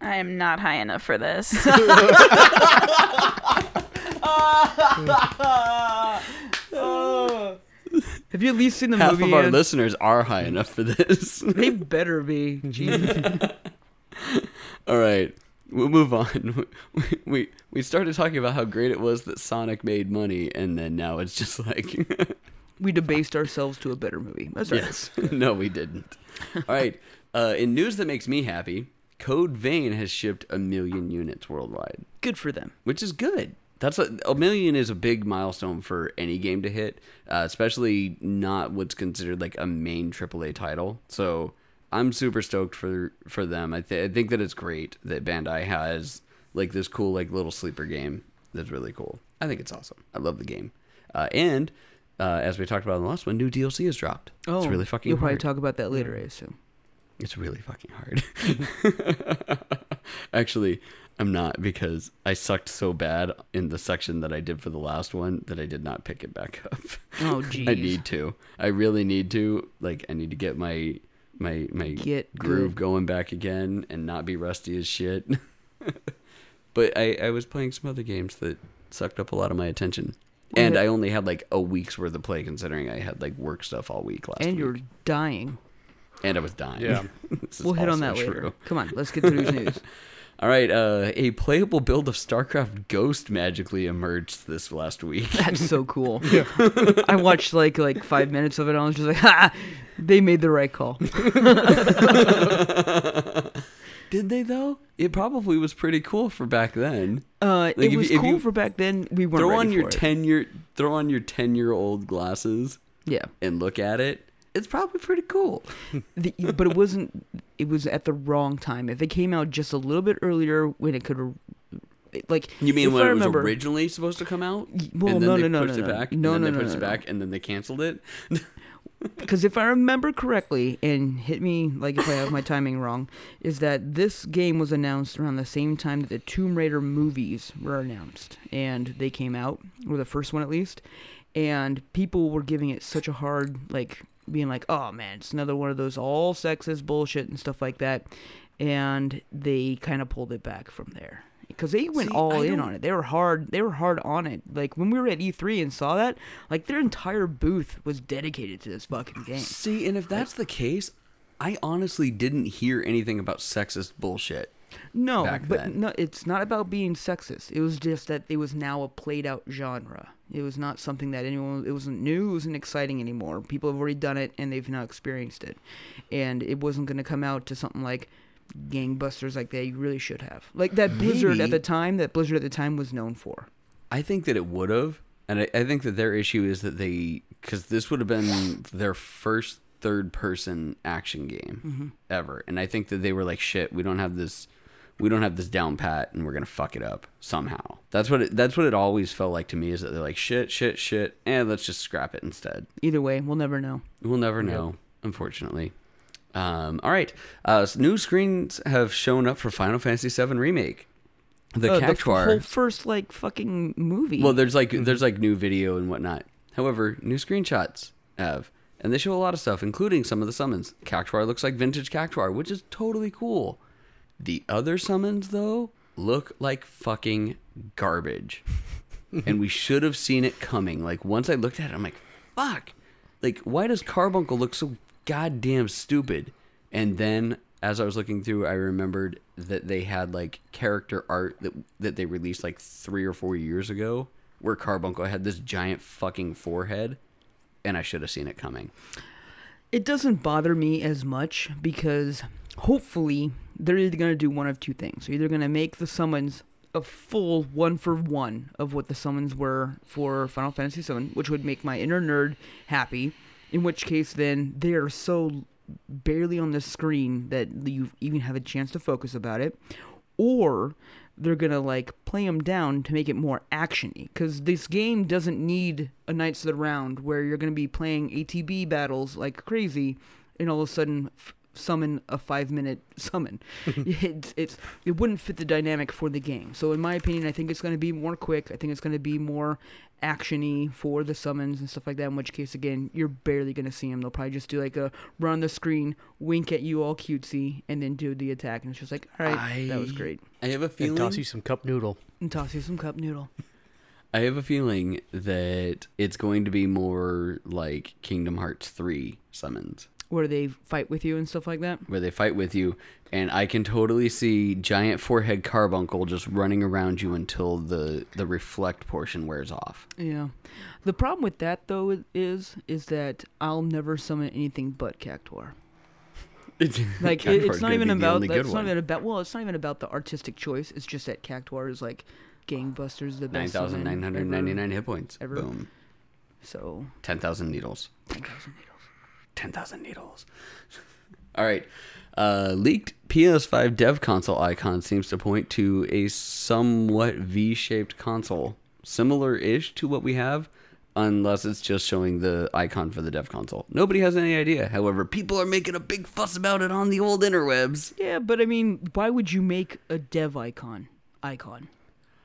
D: I am not high enough for
B: (laughs)
D: this.
B: Have you at least seen the
A: Half
B: movie?
A: of our
B: Ann?
A: listeners are high enough for this.
B: They better be. (laughs) Jesus.
A: (laughs) All right, we'll move on. (laughs) We, we we started talking about how great it was that Sonic made money, and then now it's just like, (laughs)
B: we debased ourselves to a better movie. That's right.
A: yes, no, we didn't. All right, uh, in news that makes me happy, Code Vein has shipped a million units worldwide,
B: Good for them.
A: which is good. That's a, a million is a big milestone for any game to hit, uh, especially not what's considered like a main AAA title. So I'm super stoked for for them. I, th- I think that it's great that Bandai has like this cool like little sleeper game that's really cool. I think it's awesome. I love the game. Uh, and uh, as we talked about in the last one, new DLC has dropped.
B: Oh,
A: it's really fucking
B: You'll probably
A: hard.
B: talk about that later, I assume.
A: It's really fucking hard. (laughs) Actually, I'm not because I sucked so bad in the section that I did for the last one that I did not pick it back (laughs) up.
B: Oh,
A: I
B: jeez.
A: need to. I really need to. Like I need to get my my my
B: Get
A: groove
B: good.
A: going back again and not be rusty as shit. (laughs) but I I was playing some other games that sucked up a lot of my attention. And I only had like a week's worth of play considering I had like work stuff all week last
B: And you're
A: week.
B: dying.
A: And I was dying.
C: Yeah.
A: (laughs) This is
B: We'll hit on
A: also
B: that later.
A: true.
B: Come on, let's get to news (laughs) news.
A: All right, uh, a playable build of StarCraft Ghost magically emerged this last
B: (laughs)
A: week.
B: That's so cool. I watched like like five minutes of it. and I was just like, (laughs) ha! They made the right call.
A: Did they though? It probably was pretty cool for back then.
B: Uh,
A: if
B: it
A: you-
B: was
A: if
B: cool
A: you
B: for back then. We weren't
A: Throw
B: ready
A: on your
B: for it.
A: ten year throw on your ten year old glasses
B: Yeah,
A: and look at it. It's probably pretty cool. (laughs)
B: The- but it wasn't. It was at the wrong time. If it came out just a little bit earlier, when it could have, like
A: You mean
B: if
A: when
B: I
A: it was
B: remember,
A: originally supposed to come out?
B: Y- well,
A: and then
B: no,
A: they
B: no, no,
A: pushed
B: no,
A: it
B: no.
A: back,
B: No,
A: and
B: no,
A: then
B: no,
A: they pushed
B: no,
A: it
B: no.
A: back, and then they canceled
B: (laughs)
A: it.
B: Because if I remember correctly, and hit me like if I have my timing wrong, is that this game was announced around the same time that the Tomb Raider movies were announced, and they came out, or the first one at least, and people were giving it such a hard like being like, oh man, it's another one of those all sexist bullshit and stuff like that, and they kind of pulled it back from there. Because they went
A: See,
B: all
A: I
B: in
A: don't-
B: on it. They were hard. They were hard on it. Like when we were at E3 and saw that, like their entire booth was dedicated to this (sighs) fucking game.
A: See, and if that's the case, I honestly didn't hear anything about sexist bullshit.
B: No,
A: back
B: but
A: then.
B: no, it's not about being sexist. It was just that it was now a played out genre. It was not something that anyone. It wasn't new. It wasn't exciting anymore. People have already done it and they've now experienced it, and it wasn't going to come out to something like gangbusters like they really should have. Like that Blizzard at
A: Maybe-
B: the time. That Blizzard at the time was known for.
A: I think that it would have, and I, I think that their issue is that they because this would have been their first third-person action game ever, and I think that they were like, "Shit, we don't have this, we don't have this down pat, and we're gonna fuck it up somehow." That's what it, that's what it always felt like to me is that they're like, "Shit, shit, shit," and let's just scrap it instead.
B: Either way, we'll never know.
A: We'll never know, unfortunately. Um, all right, uh, s- new screens have shown up for Final Fantasy VII remake. The
B: Uh, the f-
A: Cactuar.
B: whole first like fucking movie.
A: Well, there's like there's like new video and whatnot. However, new screenshots have, and they show a lot of stuff, including some of the summons. Cactuar looks like vintage Cactuar, which is totally cool. The other summons though look like fucking garbage, and we should have seen it coming. Like once I looked at it, I'm like, fuck. like why does carbuncle look so goddamn stupid and then as i was looking through i remembered that they had like character art that that they released like 3 or 4 years ago where carbuncle had this giant fucking forehead and i should have seen it coming
B: It doesn't bother me as much because hopefully they're either going to do one of two things. They're either going to make the summons a full one for one of what the summons were for Final Fantasy VII, which would make my inner nerd happy. In which case, then they are so barely on the screen that you even have a chance to focus about it, or they're gonna like play them down to make it more actiony because this game doesn't need a Knights of the Round where you're gonna be playing ATB battles like crazy, and all of a sudden f- summon a five minute (laughs) summon. it's, it's it wouldn't fit the dynamic for the game. So in my opinion, I think it's gonna be more quick. I think it's gonna be more actiony for the summons and stuff like that. In which case, again, you're barely gonna see them. They'll probably just do like a run the screen, wink at you all cutesy, and then do the attack. And it's just like, all right, that was
A: I-
B: great
A: i have a
C: And
A: feeling
C: toss you some cup noodle.
B: and toss you some cup noodle.
A: I have a feeling that it's going to be more like Kingdom Hearts 3 summons,
B: Where they fight with you and stuff like that.
A: where they fight with you, and I can totally see giant forehead carbuncle just running around you until the, the reflect portion wears off.
B: Yeah. The problem with that though is is that I'll never summon anything
A: (laughs)
B: but Cactuar.
A: It's,
B: Like it, it's not even about the, it's not even about well, it's not even about the artistic choice. It's just that Cactuar is like gangbusters the best summon ever.
A: 9,999 hit points.
B: ever.
A: Boom.
B: So
A: 10,000 needles. 10,000 needles. (laughs) All right. Uh, leaked PS5 dev console icon seems to point to a somewhat V shaped console, similar ish to what we have, unless it's just showing the icon for the dev console. Nobody has any idea. However, people are making a big fuss about it on the old interwebs.
B: yeah, but I mean, why would you make a dev icon icon?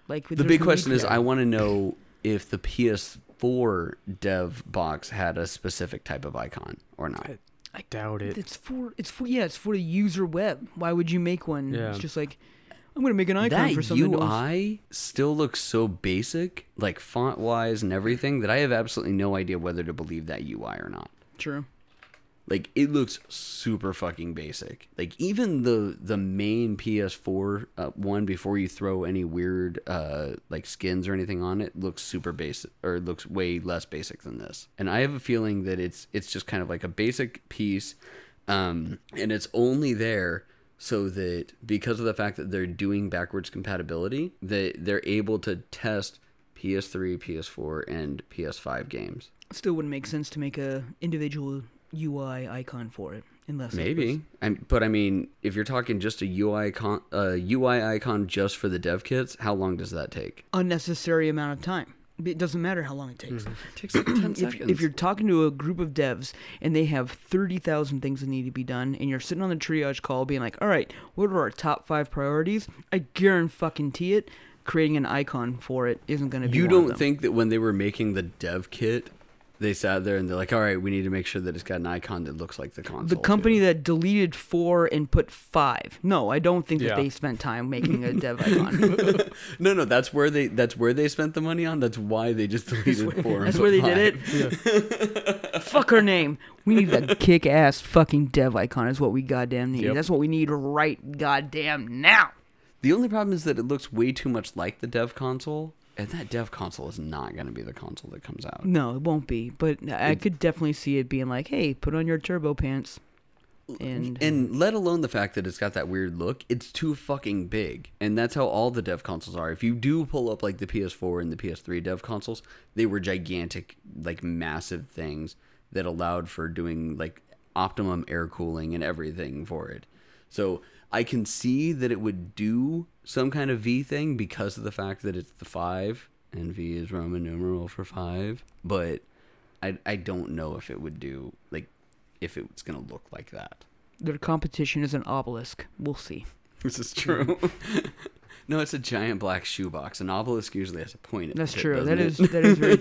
B: Like
A: The big question is I want to know if the PS4 dev box had a specific type of icon or not.
C: I doubt it.
B: It's for it's for yeah, it's for the user web. Why would you make one?
C: Yeah.
B: It's just like I'm gonna make an icon
A: that
B: for something. to-
A: UI still looks so basic, like font wise and everything, that I have absolutely no idea whether to believe that UI or not.
B: True.
A: Like it looks super fucking basic. Like even the the main PS4 uh, one before you throw any weird uh like skins or anything on it looks super basic or looks way less basic than this. And I have a feeling that it's it's just kind of like a basic piece um and it's only there so that because of the fact that they're doing backwards compatibility, that they're able to test PS3, PS4 and PS5 games.
B: Still wouldn't make sense to make a individual UI icon for it unless it was-
A: Maybe, i but I mean, if you're talking just a UI icon, uh, UI icon just for the dev kits, how long does that take?
B: unnecessary amount of time. It doesn't matter how long it takes.
A: It takes like Mm-hmm. (clears throat) ten
B: If, if you're talking to a group of devs and they have 30,000 things that need to be done, and you're sitting on the triage call being like, all right, what are our top five priorities? I guarantee it, creating an icon for it isn't going to be
A: you
B: one of
A: don't
B: them.
A: think that when they were making the dev kit, they sat there and they're like, "All right, we need to make sure that it's got an icon that looks like the console."
B: the
A: too."
B: company that deleted four and put five. No, I don't think
C: Yeah.
B: that they spent time making a dev icon.
A: No, no, that's where they that's where they spent the money on. That's why they just deleted four. and
B: (laughs) That's
A: put
B: where they
A: five.
B: did it. (laughs) Fuck her name. We need a kick ass fucking dev icon, is what we goddamn need.
A: Yep.
B: That's what we need right goddamn now.
A: The only problem is that it looks way too much like the dev console, and that dev console is not going to be the console that comes out.
B: No, it won't be, but I could definitely see it being like, hey, put on your turbo pants. And,
A: And let alone the fact that it's got that weird look, it's too fucking big. And that's how all the dev consoles are. If you do pull up like the PS4 and the PS3 dev consoles, they were gigantic, like massive things that allowed for doing like optimum air cooling and everything for it. So I can see that it would do some kind of V thing because of the fact that it's the five and V is Roman numeral for five. But I, I don't know if it would do like if it's going to look like that.
B: their competition is an obelisk. We'll see.
A: (laughs) This is true.
B: Mm-hmm.
A: (laughs) no, it's a giant black shoebox. An obelisk usually has a point.
B: That's
A: at it,
B: true.
A: doesn't
B: That
A: it? Mm-hmm.
B: is that is very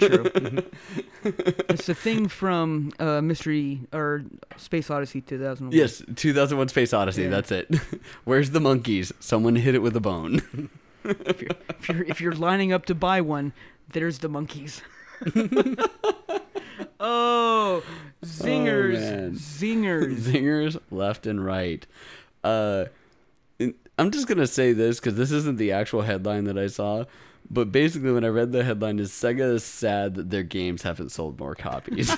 A: (laughs)
B: true. it's the thing from uh, Mystery or Space Odyssey 2001.
A: Yes, 2001 Space Odyssey.
B: Yeah.
A: That's it. (laughs) Where's the monkeys? Someone hit it with a bone. (laughs)
B: If you're, if you're if you're lining up to buy one, there's the monkeys. (laughs) Oh, zingers,
A: Oh, man.
B: zingers.
A: zingers left and right. Uh, and I'm just gonna say this because this isn't the actual headline that I saw, but basically when I read the headline, is Sega is sad that their games haven't sold more
B: (laughs)
A: copies.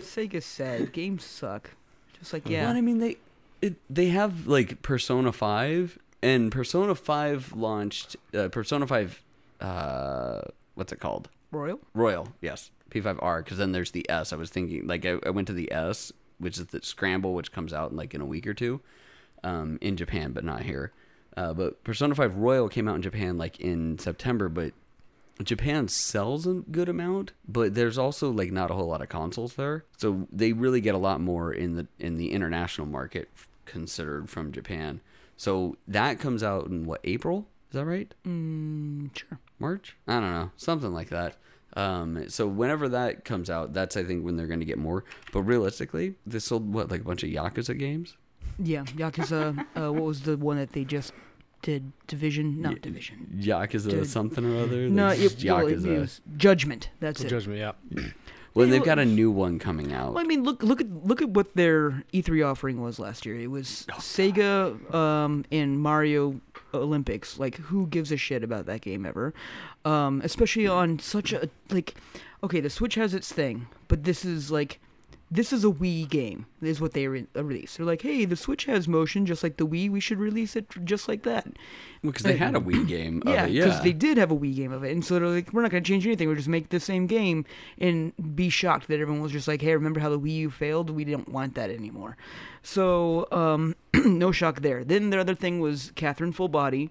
B: Sega said games suck. Just like yeah,
A: Well, I mean, they it, they have like Persona Five, and Persona Five launched uh, Persona Five. Uh, what's it called?
B: Royal.
A: Royal, yes, P5R. Because then there's the S. I was thinking like I, I went to the S, which is the Scramble, which comes out in like in a week or two, um, in Japan, but not here. Uh, but Persona Five Royal came out in Japan like in September, but Japan sells a good amount, but there's also like not a whole lot of consoles there, so they really get a lot more in the in the international market f- considered from Japan. So that comes out in what April? Is that right?
B: Mm, sure.
A: March? I don't know, something like that. Um, so whenever that comes out, that's I think when they're going to get more. But realistically, this sold what like a bunch of Yakuza games.
B: Yeah, Yakuza. uh, what was the one that they just did? Division, not division.
A: Yakuza
B: Dude.
A: something or other.
B: No,
A: It's
B: it,
A: just
B: well, it
A: Yakuza.
B: was Judgment. That's it.
C: Judgment, yeah.
A: well, and they've got a new one coming out.
B: Well, I mean, look, look at look at what their E3 offering was last year. It was Sega um, and Mario Olympics. Like, who gives a shit about that game ever? Um, especially on such a like. Okay, the Switch has its thing, but this is like, this is a Wii game. Is what they re- released. They're like, hey, the Switch has motion, just like the Wii. We should release it just like that.
A: Because they had a Wii game.
B: Yeah,
A: of it,
B: because
A: yeah.
B: they did have a Wii game of it, and so they're like, we're not going to change anything. We're just make the same game, and be shocked that everyone was just like, hey, remember how the Wii U failed? We didn't want that anymore. So um, (clears throat) no shock there. Then the other thing was Catherine Full Body,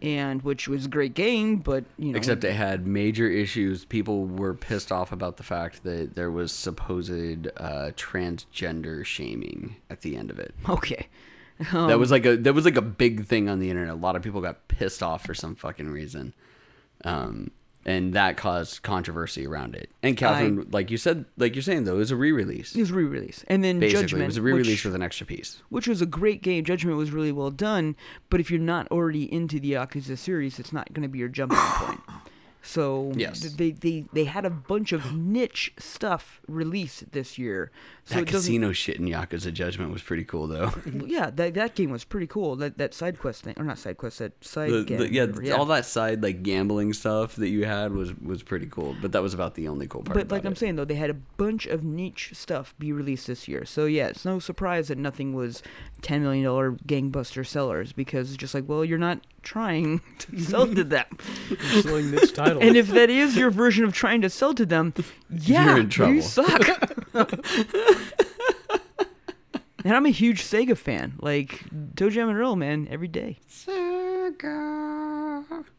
B: and which was a great game, but you know,
A: Except it had major issues. People were pissed off about the fact that there was supposed uh, transgender shaming at the end of it.
B: okay, Um,
A: that was like a that was like a big thing on the internet. A lot of people got pissed off for some fucking reason, um, and that caused controversy around it. And Catherine, like you said, like you're saying though, it was a re-release.
B: it was re-release, and then
A: Basically,
B: Judgment
A: it was a re-release
B: which-
A: with an extra piece.
B: which was a great game. Judgment was really well done, but if you're not already into the Yakuza series, it's not going to be your
A: (sighs)
B: jumping point. So
A: Yes.
B: th- they, they they had a bunch of niche stuff released this year. So
A: that
B: it doesn't-
A: casino shit in Yakuza Judgment was pretty cool
B: (laughs)
A: though. (laughs)
B: yeah, that, that game was pretty cool. That that side quest thing, or not side quest, that side
A: The-
B: game.
A: the- yeah,
B: whatever,
A: all that side like gambling stuff that you had was was pretty cool. But that was about the only cool part.
B: But
A: about
B: like I'm
A: it.
B: saying though, they had a bunch of niche stuff be released this year. So yeah, it's no surprise that nothing was ten million dollar gangbuster sellers because it's just like, well, you're not trying (laughs) to sell to them.
C: You're selling (laughs) niche titles.
B: And if that is your version of trying to sell to them, yeah,
A: (laughs) You're in trouble. (laughs)
B: you suck. (laughs) and I'm a huge Sega fan. Like Toe Jam and Earl, man, every day.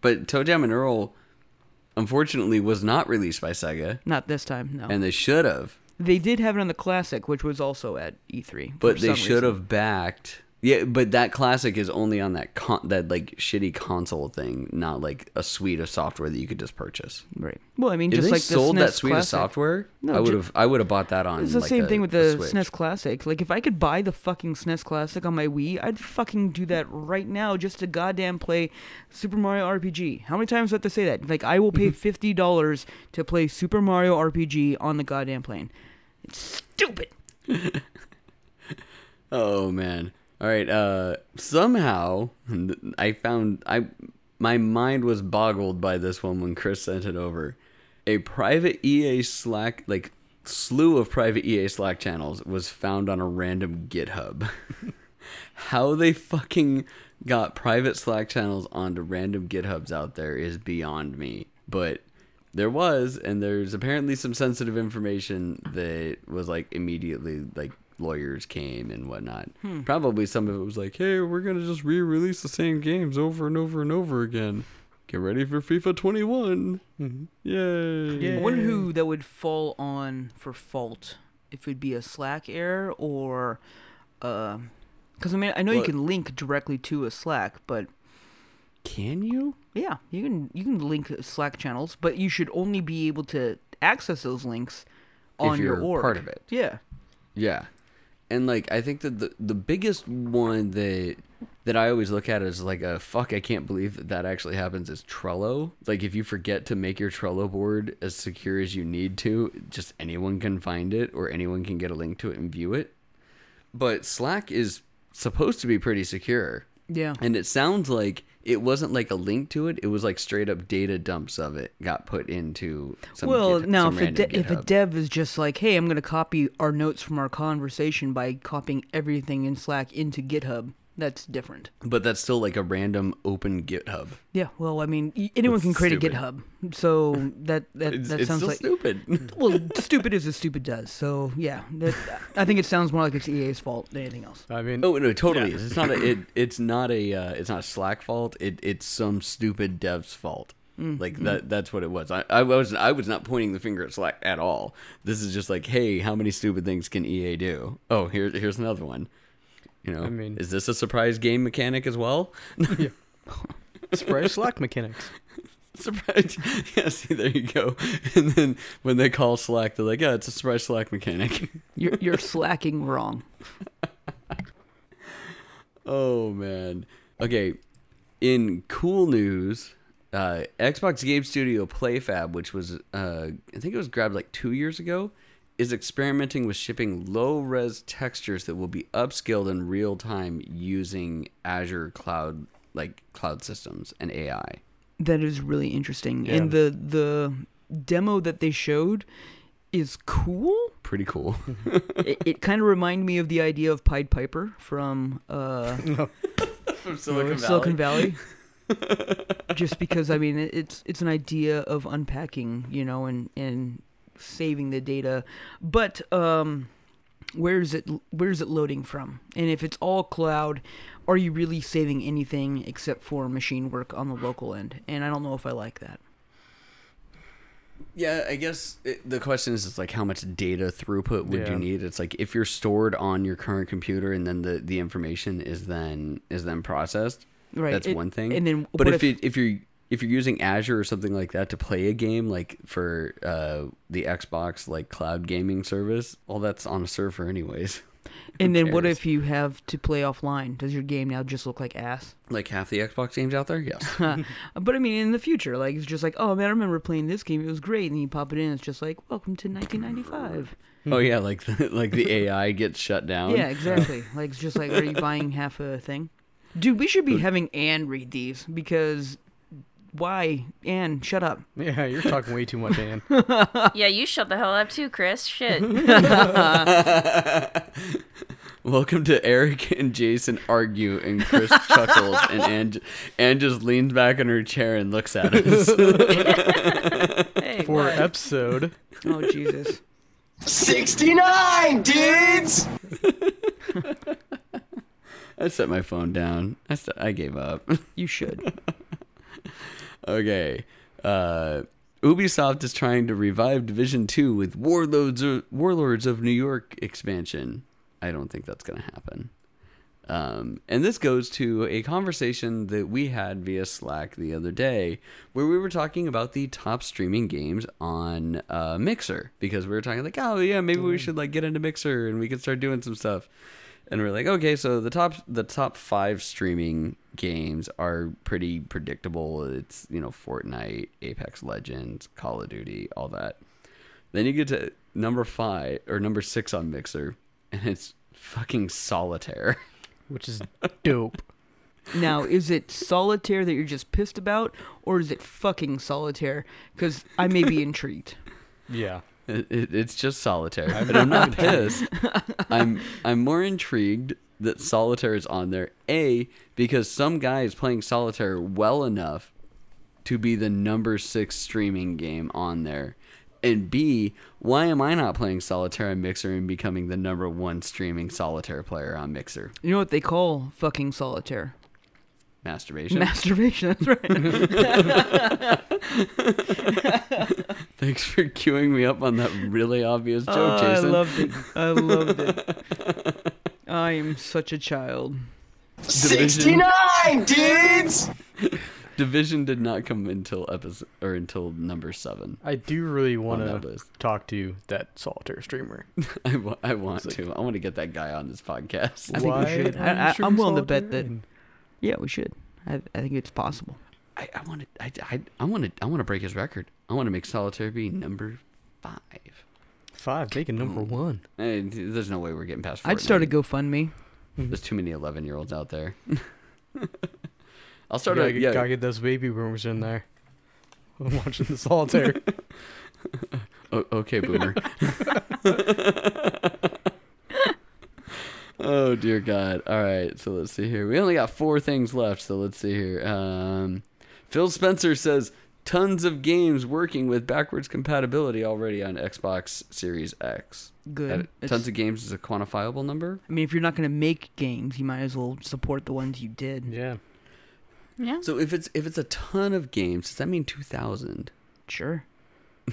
A: But Toe Jam and Earl, unfortunately, was not released by Sega,
B: Not this time, no.
A: and they should have.
B: they did have it on the classic, which was also at E3.
A: but
B: for
A: they
B: some
A: should
B: reason.
A: have backed yeah but that classic is only on that con- that like shitty console thing not like a suite of software that you could just purchase
B: Right. Well, I mean,
A: if
B: just
A: they
B: like
A: sold
B: the SNES
A: that suite
B: classic.
A: of software
B: No,
A: i
B: ju-
A: would have i would have bought that on
B: It's the
A: Mm, like,
B: same
A: a-
B: thing with
A: a
B: the E
A: Switch.
B: SNES Classic. Like, if I could buy the fucking SNES Classic on my Wii, I'd fucking do that right now just to goddamn play Super Mario RPG. How many times do I have to say that? Like, I will pay
A: Mm-hmm.
B: fifty dollars to play Super Mario RPG on the goddamn plane. It's stupid.
A: oh man all right uh somehow (laughs) i found i my mind was boggled by this one when chris sent it over a private ea slack like slew of private ea slack channels was found on a random github (laughs) how they fucking got private Slack channels onto random GitHubs out there is beyond me. But there was, and there's apparently some sensitive information that was like immediately like lawyers came and whatnot. Probably some of it was like, hey, we're gonna just re-release the same games over and over and over again. Get ready for FIFA 21. Yay.
B: I wonder who that would fall on for fault. If it'd be a Slack error or, because I mean, I know you
A: Well-
B: can link directly to a Slack, but
A: Can you?
B: Yeah, you can you can link Slack channels, but you should only be able to access those links on
A: if you're
B: your org.
A: part of it.
B: Yeah.
A: Yeah. and like I think that the the biggest one that that I always look at is like a fuck I can't believe that that actually happens is Trello. Like if you forget to make your Trello board as secure as you need to, just anyone can find it or anyone can get a link to it and view it. But Slack is supposed to be pretty secure.
B: Yeah.
A: And it sounds like it wasn't like a link to it. It was like straight up data dumps of it got put into some
B: well,
A: Git-
B: now
A: some
B: if a,
A: random
B: de- if a
A: GitHub.
B: dev is just like, hey, I'm going to copy our notes from our conversation by copying everything in Slack into GitHub, that's different.
A: but that's still like a random open GitHub.
B: Yeah, well, I mean, y- anyone
A: That's
B: can create
A: stupid.
B: a GitHub, so that that,
A: It's,
B: that
A: it's
B: sounds
A: still
B: like (laughs)
A: stupid. (laughs)
B: well, stupid is as stupid does. So yeah, that, I think it sounds more like it's EA's fault than anything else.
C: I mean,
A: Oh no, it totally is. It's not a. It, it's not a. Uh, it's not Slack fault. It, it's some stupid dev's fault.
B: Mm,
A: Like that. That's what it was. I, I was. I was not pointing the finger at Slack at all. This is just like, hey, how many stupid things can EA do? Oh, here's here's another one. You know,
C: I mean-
A: is this a surprise game mechanic as well? (laughs)
C: surprise Slack mechanics.
A: surprise. (laughs) yeah, see, there you go. (laughs) And then when they call Slack, they're like, yeah, it's a surprise Slack mechanic. (laughs)
B: You're you're slacking wrong.
A: Oh man. Okay. In cool news, uh, Xbox Game Studio PlayFab, which was uh, I think it was grabbed like two years ago, is experimenting with shipping low res textures that will be upscaled in real time using Azure cloud like cloud systems and AI.
B: That is really interesting.
C: Yeah.
B: And the the demo that they showed is cool.
A: Pretty cool.
B: it it kind of reminded me of the idea of Pied Piper from uh,
A: From
B: Silicon Valley. Just because I mean it- it's it's an idea of unpacking, you know, and and saving the data, but um, where is it where is it loading from? And if it's all cloud, are you really saving anything except for machine work on the local end? And I don't know if I like that.
A: Yeah, I guess it, the question is, is like how much data throughput would
C: Yeah.
A: you need? It's like if you're stored on your current computer and then the, the information is then is then processed.
B: Right,
A: That's
B: it-
A: one thing.
B: and then
A: but
B: what
A: if,
B: if-
A: you if you're if you're using Azure or something like that to play a game, like for uh, the Xbox like cloud gaming service, all that's on a server anyways.
B: And then what
A: cares?
B: if you have to play offline? Does your game now just look like ass?
A: Like half the Xbox games out there, yes.
B: Uh, but I mean, in the future, like it's just like, oh man, I remember playing this game; it was great. And you pop it in, it's just like, welcome to 1995.
A: (laughs) oh yeah, like (laughs) the, like the AI gets shut down.
B: Yeah, exactly. (laughs) like it's just like, are you buying half a thing? Dude, we should be having Anne read these because why? Anne, shut up.
C: Yeah, you're talking way too much, (laughs) Anne.
D: (laughs) yeah, you shut the hell up too, Chris. Shit.
B: (laughs)
A: (laughs) Welcome to Eric and Jason argue, and Chris chuckles, and Anne, Anne just leans back in her chair and looks at us.
D: Hey,
C: For
D: what?
C: episode,
B: Oh Jesus.
E: 69 dudes!
A: I set my phone down. I, st- I gave up. (laughs)
B: You should.
A: okay. Uh, Ubisoft is trying to revive Division 2 with Warlords of, Warlords of New York expansion. I don't think that's going to happen. Um, and this goes to a conversation that we had via Slack the other day, where we were talking about the top streaming games on uh, Mixer because we were talking like, oh yeah, maybe we should like get into Mixer and we could start doing some stuff. And we're like, okay, so the top the top five streaming games are pretty predictable. It's you know Fortnite, Apex Legends, Call of Duty, all that. Then you get to number five or number six on Mixer, and it's fucking solitaire. (laughs)
C: which is dope.
B: Now, is it solitaire that you're just pissed about, or is it fucking solitaire? Because I may be intrigued.
C: (laughs) Yeah.
A: It, it, it's just solitaire, but I'm not pissed. (laughs) I'm I'm more intrigued that solitaire is on there. A because some guy is playing solitaire well enough to be the number six streaming game on there, and B why am I not playing solitaire on Mixer and becoming the number one streaming solitaire player on Mixer?
B: You know what they call fucking solitaire?
A: Masturbation.
B: Masturbation. That's right.
A: (laughs) Thanks for queuing me up on that really obvious joke,
B: Oh, I
A: Jason.
B: loved it. I loved it. (laughs) I am such a child.
A: Division.
E: 69 dudes!
A: Division did not come until episode or until number seven.
C: I do really want
A: that
C: to
A: list.
C: talk to that solitaire streamer.
A: I wa- I want to. I want to get that guy on this podcast.
B: I think we
C: Why
B: should. I-
C: are you
B: I-
C: streaming
B: I'm willing to bet
C: solitaire?
B: that- Yeah, we should. I, I think it's possible.
A: I want to. I I I want to. I want to break his record. I want to make solitaire be number five.
C: Five, making number
B: Hmm.
C: one.
A: Eh, there's no way we're getting past.
B: I'd start a
A: Fortnite.
B: GoFundMe.
A: There's too many 11 year olds out there. (laughs) I'll start
C: gotta,
A: a
C: get-
A: yeah,
C: gotta get those baby boomers in there. (laughs) I'm watching
B: (laughs)
C: the solitaire.
A: O- okay, (laughs) boomer. oh dear God! All right, so let's see here. We only got four things left, so let's see here. Um, Phil Spencer says tons of games working with backwards compatibility already on Xbox Series X.
B: Good.
A: That-
B: It's-
A: tons of games is a quantifiable number.
B: I mean, if you're not going to make games, you might as well support the ones you did.
C: yeah.
D: Yeah.
A: So if it's if it's a ton of games, does that mean two thousand?
B: Sure.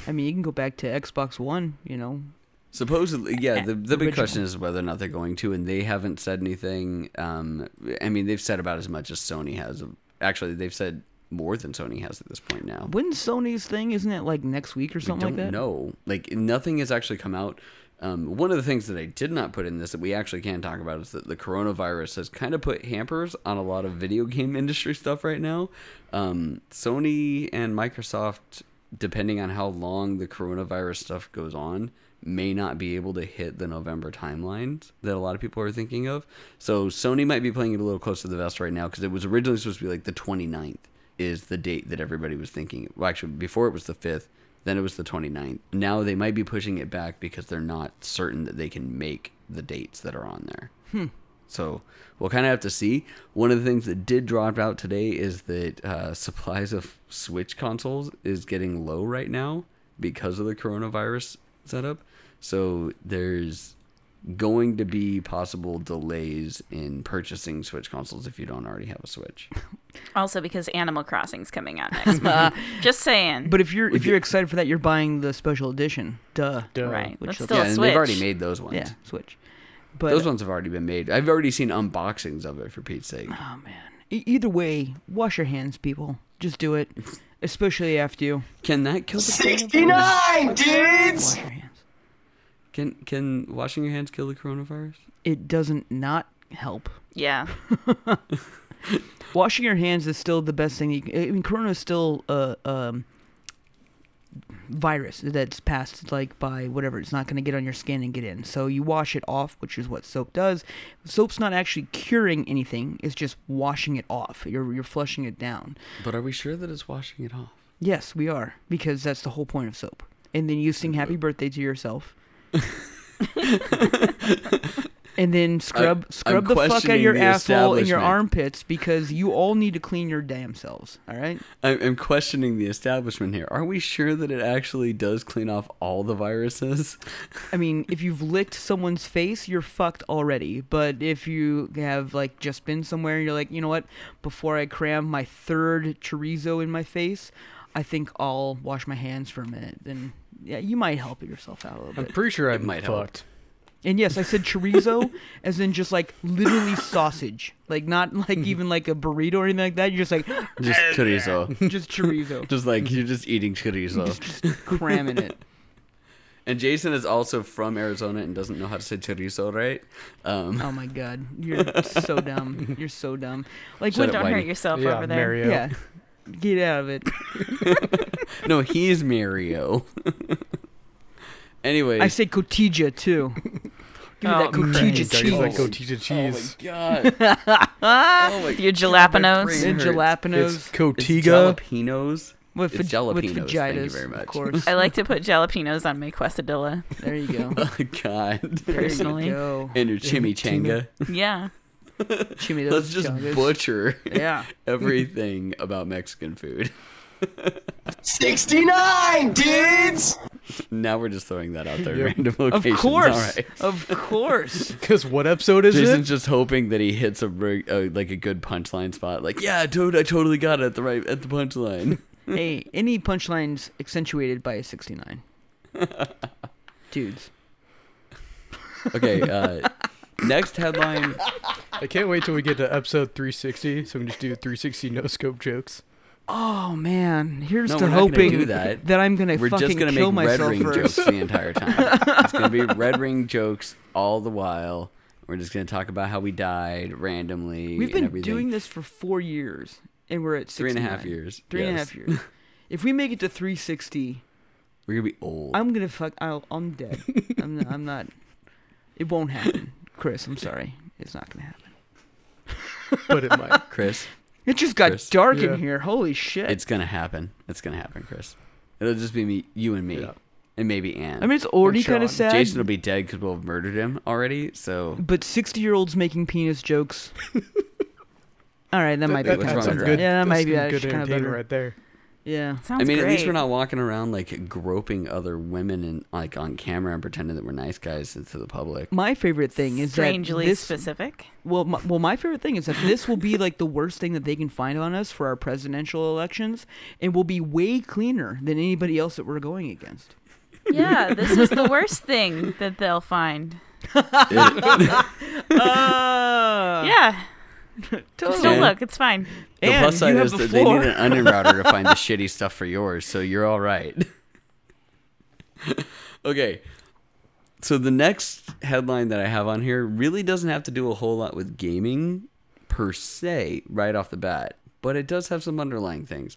B: I mean, you can go back to Xbox One, you know.
A: Supposedly, yeah. The, the big
B: Original.
A: question is whether or not they're going to, and they haven't said anything. Um, I mean, they've said about as much as Sony has. Actually, they've said more than Sony has at this point now.
B: When Sony's thing, isn't it like next week or
A: We don't
B: something like that?
A: know. Like nothing has actually come out. Um, one of the things that I did not put in this that we actually can talk about is that the coronavirus has kind of put hampers on a lot of video game (laughs) industry stuff right now. Um, Sony and Microsoft, depending on how long the coronavirus stuff goes on, may not be able to hit the November timelines that a lot of people are thinking of. So Sony might be playing it a little close to the vest right now because it was originally supposed to be like the 29th is the date that everybody was thinking. Well, actually, before it was the 5th, then it was the 29th. Now they might be pushing it back because they're not certain that they can make the dates that are on there. So we'll kind of have to see. One of the things that did drop out today is that uh, supplies of Switch consoles is getting low right now because of the coronavirus setup. So there's going to be possible delays in purchasing Switch consoles if you don't already have a Switch.
D: Also because Animal Crossing's coming
B: (laughs)
D: out next month. Just saying.
B: But if you're if you're excited for that, you're buying the special edition. Duh.
C: Duh.
D: right.
B: uh, which
D: That's
B: they'll-
D: still
A: yeah,
D: a
A: and
D: switch.
A: they've already made those ones.
B: Yeah, Switch. But
A: Those ones have already been made. I've already seen unboxings of it for Pete's sake.
B: oh man. E- either way, wash your hands, people. Just
A: (laughs)
B: do it, especially after you
A: Can that kill the coronavirus?
E: 69 dudes!
B: wash your hands.
A: Can can washing your hands kill the coronavirus?
B: It doesn't not help.
D: yeah.
B: Washing your hands is still the best thing. You can, I mean, Corona is still a um, virus that's passed like by whatever. It's not going to get on your skin and get in. So you wash it off, which is what soap does. Soap's not actually curing anything. It's just washing it off. You're you're flushing it down.
A: But are we sure that it's washing it off?
B: Yes, we are because that's the whole point of soap. And then you sing "Happy Birthday" to yourself.
A: (laughs)
B: and then scrub
A: I'm
B: scrub the fuck out of
A: questioning
B: your
A: the
B: asshole and your
A: establishment.
B: armpits because you all need to clean your damn selves. All right.
A: I'm, I'm questioning the establishment here. Are we sure that it actually does clean off all the viruses? (laughs)
B: I mean, if you've licked someone's face, you're fucked already. But if you have like just been somewhere and you're like, you know what? Before I cram my third chorizo in my face, I think I'll wash my hands for a minute. Then yeah, you might help yourself out a little
C: I'm
B: bit.
C: pretty sure I
A: might
C: might
A: help.
C: fucked.
B: And yes, I said
A: (laughs)
B: chorizo as in just like literally sausage. Like not like even like a burrito or anything like that. You're just like
A: Just chorizo.
B: just
A: (laughs)
B: chorizo.
A: just like you're just eating
B: (laughs)
A: chorizo.
B: just cramming it.
A: And Jason is also from Arizona and doesn't know how to say chorizo, right? Um,
B: Oh my god. You're so dumb. You're so dumb. Like
A: Shut
B: when
A: up,
D: Don't
A: Whitey.
D: hurt yourself
C: Yeah,
D: over there.
C: Mario.
B: Yeah. Get out of it.
A: no, he's Mario. (laughs) Anyway,
B: I say cotija too. Give me that
D: Oh,
B: cotija
C: Gotta get
D: Christ. (laughs)
C: that
B: cheese.
A: oh
C: cotija cheese.
A: my god. oh my
D: With your
A: brain.
B: (laughs)
D: jalapenos.
B: And
A: hurts.
C: It's
B: jalapenos.
A: It's
C: Cotiga.
A: jalapenos. (laughs)
B: with,
A: it's
B: va- with
A: jalapenos, thank you
B: vaginas,
A: very
B: Of
A: much.
B: course.
D: I like to put jalapenos on my quesadilla
B: there
A: (laughs)
B: you go.
A: Oh, god.
B: There you
D: personally.
B: go.
A: And your chimichanga.
D: yeah.
B: Chimmy,
A: Let's just butcher
B: Yeah.
A: everything about Mexican food. (laughs)
E: 69 dudes!
A: Now we're just throwing that out there,
C: Yep.
A: random
B: Of
A: locations. All
B: course.
A: right.
B: Of course.
C: Because what episode is
A: Jason's
C: it?
A: just hoping that he hits a, rig- uh, like a good punchline spot. Like, yeah, dude, I totally got it at the right at the
B: (laughs)
A: punchline.
B: hey, any punchlines accentuated by
A: (laughs)
B: a 69? Dudes.
A: Okay. Uh, next headline.
C: I can't wait till we get to episode 360, so we can just do 360 no scope jokes.
B: Oh man, here's
A: No,
B: to
A: we're not gonna
B: hoping
A: do that.
B: I'm gonna
A: We're
B: fucking
A: just gonna
B: kill
A: make red
B: myself
A: ring jokes
B: first.
A: the entire time. it's gonna
B: (laughs)
A: be red ring jokes all the while. We're just gonna talk about how we died randomly.
B: We've
A: and
B: been
A: everything.
B: doing this for four years, and we're at
A: Three and a half
B: 69.
A: years,
B: Three and a
A: yes.
B: half years. If we make it to 360,
A: We're gonna be old.
B: I'm gonna fuck. I'll, I'm dead. I'm, I'm not. It won't happen, Chris. I'm sorry. It's not gonna happen.
C: but it
B: (laughs)
C: might.
A: Chris,
B: It just got
A: Chris.
B: dark
C: Yeah.
B: in here. Holy shit!
A: it's gonna happen. It's gonna happen, Chris. It'll just be me, you and me,
C: Yeah.
A: and maybe Anne.
B: I mean, it's already
C: Sean.
B: kind of sad.
A: Jason will be dead because we'll have murdered him already. So
B: But 60 year olds making penis jokes. All right, that might be
A: that-
B: what's
A: that's
B: wrong
A: some
B: with
A: good-
B: that. Yeah, that
C: that's
B: might be
C: some
B: actually
C: good
B: kind of
C: entertainment
B: better.
C: right there.
B: Yeah.
D: Sounds
A: I mean,
D: great.
A: at least we're not walking around like groping other women and like on camera and pretending that we're nice guys to the
B: (laughs)
A: public.
B: My favorite thing is
D: strangely
B: that this.
D: specific.
B: Well, my, well, my favorite thing is that this will be like the worst thing that they can find on us for our presidential elections, and will be way cleaner than anybody else that we're going against.
D: Yeah, this is the worst thing that they'll find.
B: Uh,
D: yeah, just don't
A: And-
D: look. It's fine.
A: The
B: And
A: plus side
B: you have
A: is
B: the
A: that they need
B: floor.
A: an onion router to
B: (laughs)
A: find the shitty stuff for yours, so you're all right. (laughs) okay. So the next headline that I have on here really doesn't have to do a whole lot with gaming per se right off the bat, but it does have some underlying things.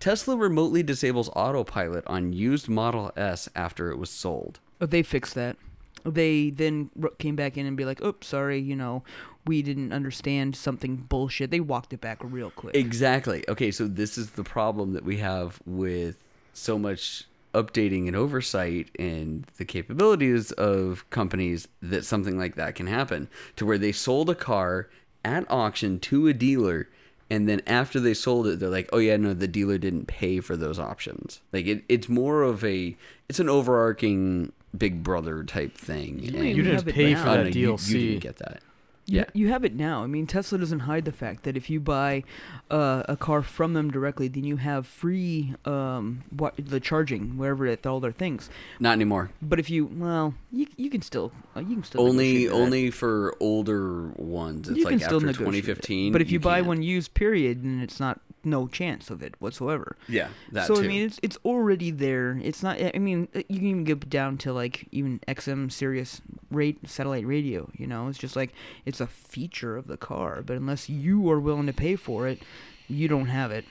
A: Tesla remotely disables autopilot on used Model S after it was sold.
B: Oh, they fixed that. They then r- came back in and be like, "Oops, sorry, you know, we didn't understand something bullshit." They walked it back real quick.
A: Exactly. Okay, so this is the problem that we have with so much updating and oversight and the capabilities of companies that something like that can happen to where they sold a car at auction to a dealer and then after they sold it they're like oh yeah no the dealer didn't pay for those options like it, it's more of a it's an overarching big brother type thing and-
C: You
B: We
C: didn't
B: have it
C: pay
B: now.
C: for
A: Oh,
C: that
A: no, you-
C: DLC.
A: you didn't get that
B: You-
A: yeah
B: You have it now. I mean, Tesla doesn't hide the fact that if you buy uh, a car from them directly, then you have free um, wa- the charging wherever at all their things.
A: not anymore
B: But if you well, you, you can still uh, you can still
A: only
B: negotiate that.
A: only for older ones. It's
B: you
A: like
B: can still
A: after
B: negotiate it.
A: 2015.
B: But if you, buy
A: can't.
B: one used, period, then it's not no chance of it whatsoever.
A: yeah, that
B: so
A: too.
B: I mean, it's it's already there. It's not. I mean, uh, you can even get down to like even XM Sirius rate satellite radio. You know, it's just like it's a feature of the car, but unless you are willing to pay for it, you don't have it.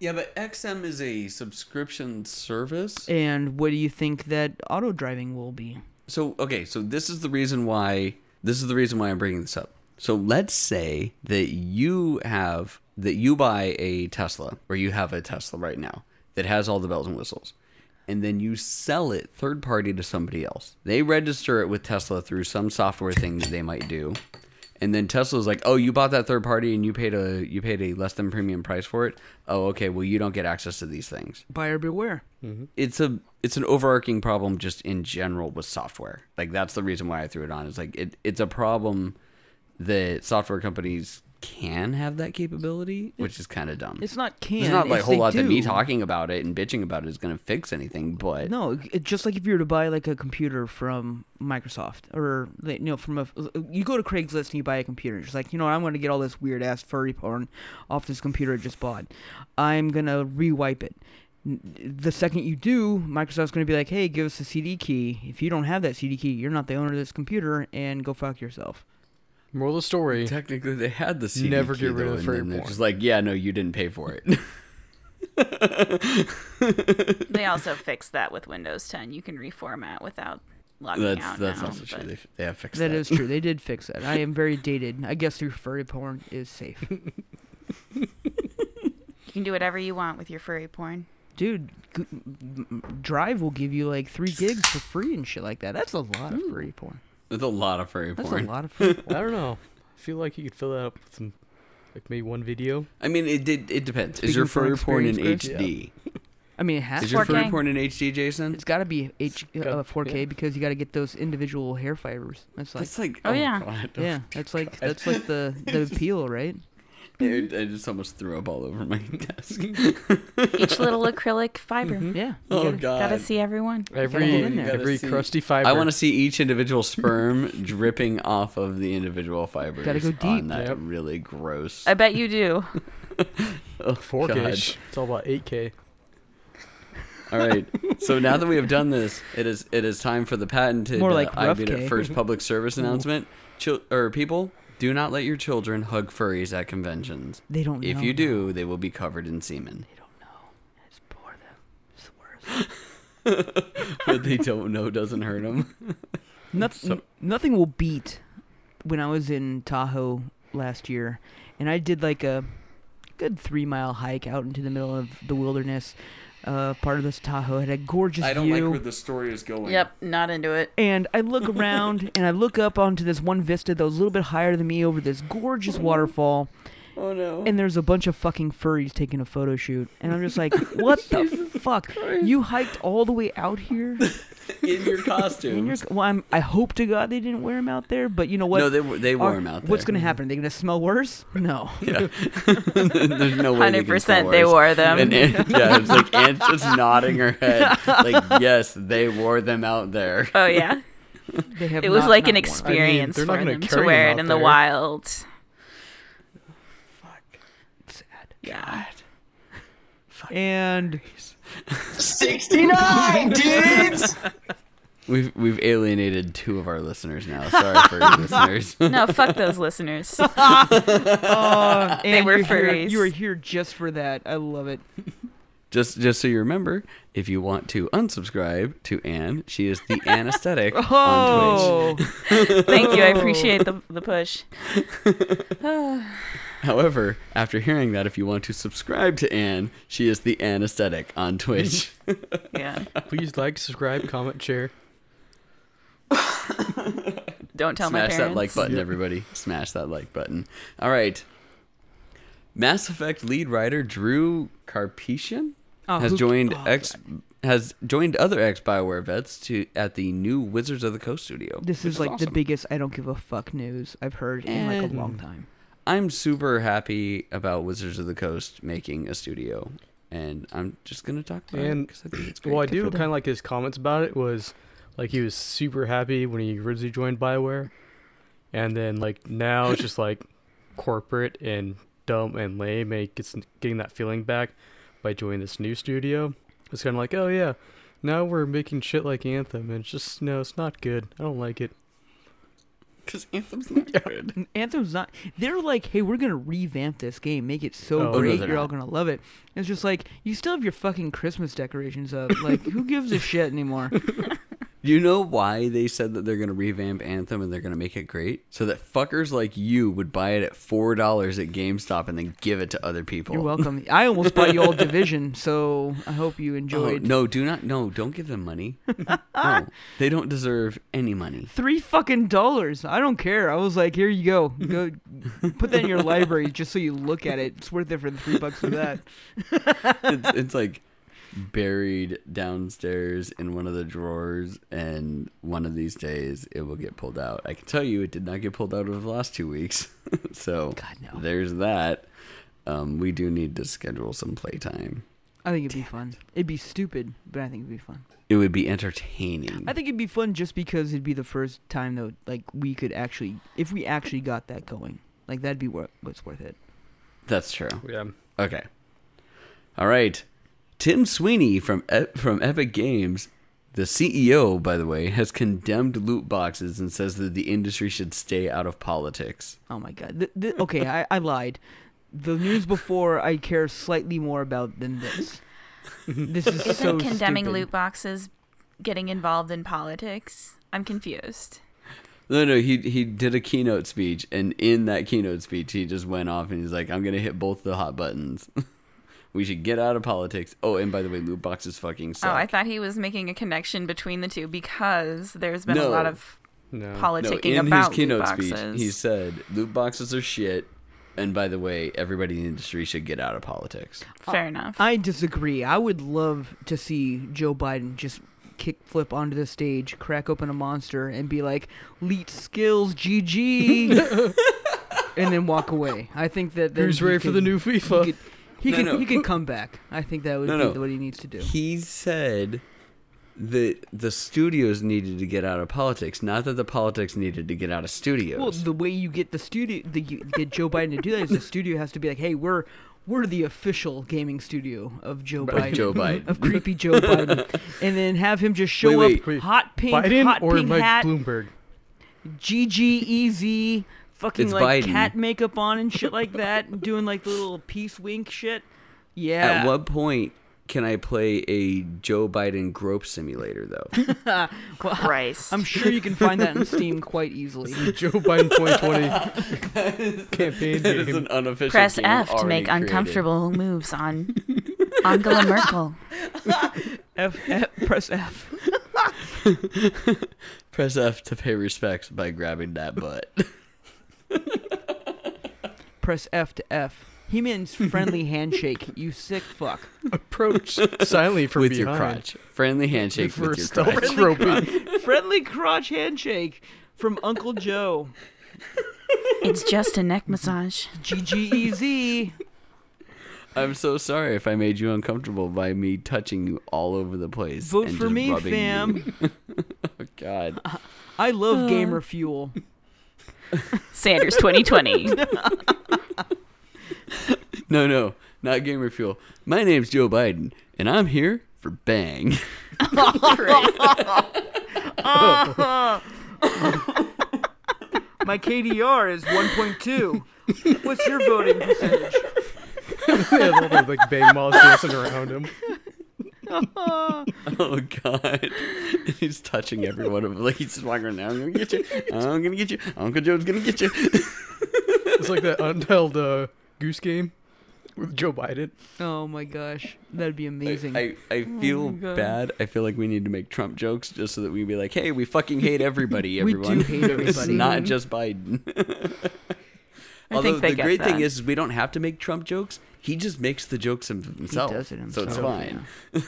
A: yeah, but XM is a subscription service.
B: And what do you think that auto driving will be?
A: So okay, so this is the reason why this is the reason why I'm bringing this up. So let's say that you have that you buy a Tesla or you have a Tesla right now that has all the bells and whistles. And then you sell it third party to somebody else. They register it with Tesla through some software thing that they might do. And then Tesla's like, "Oh, you bought that third party and you paid a you paid a less than premium price for it. Oh, okay. Well, you don't get access to these things."
B: Buyer beware.
A: it's a it's an overarching problem just in general with software. Like that's the reason why I threw it on. It's like it it's a problem that software companies can have that capability, which is kind of dumb.
B: It's not can.
A: There's not like a
B: it's
A: whole
B: they
A: lot that me
B: do.
A: talking about it and bitching about it is going to fix anything, but
B: No, it, just like if you were to buy like a computer from Microsoft or like, you know from a you go to Craigslist and you buy a computer. It's just like you know I'm gonna get all this weird ass furry porn off this computer I just bought. I'm gonna rewipe it. N- The second you do, Microsoft's gonna be like, "Hey, give us the CD key. If you don't have that CD key, you're not the owner of this computer, and go fuck yourself."
C: Moral of the story.
A: technically they had the CD
C: Never
A: key,
C: get rid
A: though,
C: of
A: and
C: furry
A: then they're
C: porn.
A: Just like, yeah, no, you didn't pay
B: (laughs)
A: for it. (laughs)
D: They also fixed that with Windows 10. You can reformat without logging
A: that's
D: out.
A: that's
D: now,
A: also true.
D: but-
A: They, they have fixed
B: That is true. They did fix that. I am very dated. I guess your furry porn is safe,
D: You can do whatever you want with your furry porn.
B: dude. G- Drive will give you like three gigs
A: (laughs)
B: for free and shit like that. That's a lot of furry porn.
A: That's a lot of furry
B: That's
A: Hmm. porn.
B: a lot
A: (laughs)
B: of fun.
C: (laughs) I don't know. I feel like you could fill that up with some, like maybe one video.
A: I mean, it did. It depends.
B: Speaking
A: is your
B: from
A: furry porn in
B: experience,
C: Chris?
A: HD?
B: I mean, it has
A: Is
B: to.
A: your
D: 4K.
A: furry porn in HD, Jason?
B: It's got to be H,
C: Got-
B: uh, 4K
C: yeah.
B: because you got to get those individual hair fibers. That's like,
A: That's like
D: Oh, yeah.
A: God.
B: yeah, that's like that's like the the appeal, right?
A: (laughs) It- I just almost threw up all over my (laughs) desk.
D: Each little acrylic fiber.
B: Yeah.
A: Oh
B: You gotta-
A: god.
D: Gotta see everyone.
C: Every
B: in there.
C: every
A: Gotta see-
C: crusty fiber.
A: I
C: (laughs)
A: want to see each individual sperm (laughs) dripping off of the individual fibers.
B: Gotta go
A: On
B: deep.
A: that
C: Yep.
A: really gross.
D: I bet you do.
A: Oh,
C: 4K.
A: God.
C: It's all about 8K.
A: All
B: (laughs)
A: right. So now that we have done this, it is it is time for the patented
B: More like
A: uh, I
B: rough
A: Beat It
B: K.
A: first public service announcement. Chil- or people, do not let your children hug furries at conventions.
B: They don't
A: If
B: know.
A: you do, they will be covered in
B: (laughs)
A: semen.
B: They don't know. It's poor them. It's the worst.
A: But they don't know doesn't hurt them.
B: Nothing, nothing will beat when I was in Tahoe last year and I did like a good three mile hike out into the middle of the wilderness. Uh, part of this Tahoe had a gorgeous view.
A: the story is going.
D: Yep, not into it.
B: and I look around and I look up onto this one vista that was a little bit higher than me over this gorgeous waterfall.
A: Oh no.
B: And there's a bunch of fucking furries taking a photo shoot. And I'm just like, what
A: (laughs)
B: the fuck? You hiked all the way out here? (laughs)
A: In your costume.
B: In your, well, I'm, I hope to God they didn't wear them out there, but you know what?
A: No, they w- they wore
B: Are-
A: them out there.
B: What's going to happen? Are they going to smell worse?
A: (laughs)
B: No.
A: Yeah. There's no way. they can
D: 100%
A: tell
D: they
A: ours.
D: wore them.
A: And Ann- yeah, it's like Anne's just nodding her head,
D: (laughs)
A: like yes, they wore them out there.
D: Oh, yeah.
B: They have
D: It was
B: not-
D: like
B: not
D: an
B: worn.
D: experience
C: they're not
D: for
C: gonna
D: them to
C: carry
D: wear
C: them
D: it in
C: out
D: the
C: there.
D: wild.
B: Sad.
D: Yeah.
B: And
E: 69 dudes!
A: We've we've alienated two of our listeners now. Sorry for
D: (laughs)
A: your listeners.
D: No, fuck (laughs) those listeners.
B: (laughs)
D: (laughs)
B: uh, and
D: were
B: you're here-
D: furries.
B: you were here just for that. I love it.
A: just just so you remember, if you want to unsubscribe to Anne, she is the anesthetic (laughs)
D: (laughs)
A: on Twitch.
B: Oh,
A: (laughs)
D: Thank you. I appreciate the, the push.
A: However, after hearing that, if you want to subscribe to Anne, she is the anesthetic on Twitch.
D: Yeah.
C: Please like, subscribe, comment, share.
D: Don't tell my
A: Smash
D: parents.
A: that like button, everybody. Smash that like button. All right. Mass Effect lead writer Drew Carpetian
B: Oh,
A: has
B: who-
A: joined
B: oh,
A: X has joined other ex Bioware vets to at the new Wizards of the Coast studio.
B: This
A: which
B: is like the
A: awesome.
B: biggest I don't give a fuck news I've heard in like a
A: And-
B: long time.
A: I'm super happy about Wizards of the Coast making a studio, and I'm just gonna talk about it
C: And-
A: because I think it's great.
C: Well, I
A: Good (laughs)
C: do
A: for them.
C: kind of like his comments about it was like he was super happy when he originally joined Bioware, and then like now it's just like corporate and dumb and lame. And he gets getting that feeling back by joining this new studio. It's kind of like, oh yeah, now we're making shit like Anthem, and it's just no, it's not good. I don't like it.
A: Because Anthem's
C: (laughs)
A: not good.
B: And Anthem's not. They're like, hey, we're gonna revamp this game, make it
C: Oh,
B: so
C: no,
B: great,
A: they're
B: you're all
A: not.
B: gonna love it. It's just like you still have your fucking Christmas decorations up. Like, who gives a shit
A: (laughs)
B: anymore?
A: You know why they said that they're going to revamp Anthem and they're going to make it great? So that fuckers like you would buy it at $4 at GameStop and then give it to other people.
B: You're welcome. I almost bought you all Division, so I hope you
A: Oh,
B: enjoyed.
A: no, do not. No, don't give them money. no, they don't deserve any money.
B: Three fucking dollars. I don't care. I was like, here you go. Go put that in your library just so you look at it. It's worth it for the three bucks for that.
A: It's, it's like buried downstairs in one of the drawers, and one of these days it will get pulled out. I can tell you it did not get pulled out over the last two weeks. (laughs) so
B: no.
A: there's that. Um, we do need to schedule some playtime.
B: I think it'd be fun. It'd be stupid, but I think it'd be fun.
A: It would be entertaining.
B: I think it'd be fun just because it'd be the first time though, like we could actually, if we actually got that going, like that'd be wor- what's worth it.
A: That's true.
C: Yeah,
A: Okay. All right. Tim Sweeney from E- from Epic Games, the CEO, by the way, has condemned loot boxes and says that the industry should stay out of politics.
B: Oh my god. Th th okay, I, I lied. The news before I care slightly more about than this. This is
D: Isn't
B: so
D: condemning
B: stupid.
D: loot boxes getting involved in politics? I'm confused.
A: No, no, he he did a keynote speech, and in that keynote speech, he just went off and he's like, "I'm gonna hit both the hot buttons. (laughs) we should get out of politics." Oh, and by the way, loot boxes fucking suck.
D: Oh, I thought he was making a connection between the two because there's been a
A: No.
D: lot of
C: no.
D: politicking
A: in
D: about
A: his keynote
D: loot boxes.
A: speech, he said, "Loot boxes are shit." And by the way, everybody in the industry should get out of politics.
D: Fair (laughs) enough.
B: I disagree. I would love to see Joe Biden just kick flip onto the
A: (laughs)
B: stage, crack open a monster, and be like, "Leet skills, GG," and then walk away. I think that then
C: Who's
B: he
C: ready for the
B: can-
C: new
B: He
C: FIFA?
B: could, he,
A: No,
B: could,
A: no.
B: he could come back. I think that would
A: No,
B: be
A: no.
B: what he needs to do.
A: He said that the studios needed to get out of politics, not that the politics needed to get out of studios.
B: Well, the way you get the studio, the, you get Joe Biden to do that is the studio has to be like, "Hey, we're we're the official gaming studio of Joe Biden,
A: Joe Biden.
B: of creepy Joe Biden," and then have him just show
A: Wait,
B: up,
C: wait.
B: hot pink,
C: (laughs) Biden
B: hot
C: or
B: pink
C: Mike
B: hat,
C: Bloomberg?
B: GGEZ, E fucking
A: It's
B: like
A: Biden.
B: cat makeup on and shit like that, doing like the little peace wink shit. Yeah,
A: At what point can I play a Joe Biden grope simulator (laughs) though?
D: Christ.
B: I'm sure you can find that on Steam quite easily.
A: (laughs)
C: Joe Biden 2020 campaign
A: It is
C: game.
A: an unofficial
D: Press
A: game
D: F to
A: already
D: make
A: created. (laughs)
D: uncomfortable moves on Angela Merkel.
B: F, F press F.
A: Press F to pay respects by grabbing that (laughs) butt.
B: Press F to F. He means friendly handshake. You sick fuck.
C: Approach silently from
A: with your
C: behind.
A: crotch. Friendly handshake
C: For
A: with your
C: stealth
A: crotch.
C: roping.
B: friendly crotch handshake from Uncle Joe.
D: It's just a neck massage.
B: E GGEZ.
A: I'm so sorry if I made you uncomfortable by me touching you all over the place.
B: Vote
A: and
B: for
A: just
B: me,
A: rubbing
B: fam.
A: you. (laughs) oh, God.
B: I love gamer fuel.
A: (laughs)
D: Sanders 2020.
A: No, no, not Gamer Fuel. My name's Joe Biden, and I'm here for Bang. (laughs)
B: (laughs) My KDR is 1.2. What's your voting percentage?
C: (laughs) They had all those like bang malls dancing around him.
A: Oh God! (laughs) He's touching every one of them. Like he's just walking around. I'm gonna get you. I'm gonna get you. Uncle Joe's gonna get you. (laughs)
C: It's like that unheld uh, goose game with Joe Biden.
B: (laughs) Oh my gosh, that'd be amazing. Oh
A: I, I feel bad. I feel like we need to make Trump jokes just so that we be like, hey, we fucking
B: (laughs)
A: hate everybody.
B: We do
A: Everyone. (laughs)
B: hate
A: It's
B: everybody.
A: not just
B: (laughs)
A: Biden. Although
D: they
A: the
D: get
A: great thing
D: that.
A: is, is we don't have to make Trump jokes. He just makes the jokes him- himself.
B: does it
A: So it's
B: himself,
A: fine. (laughs)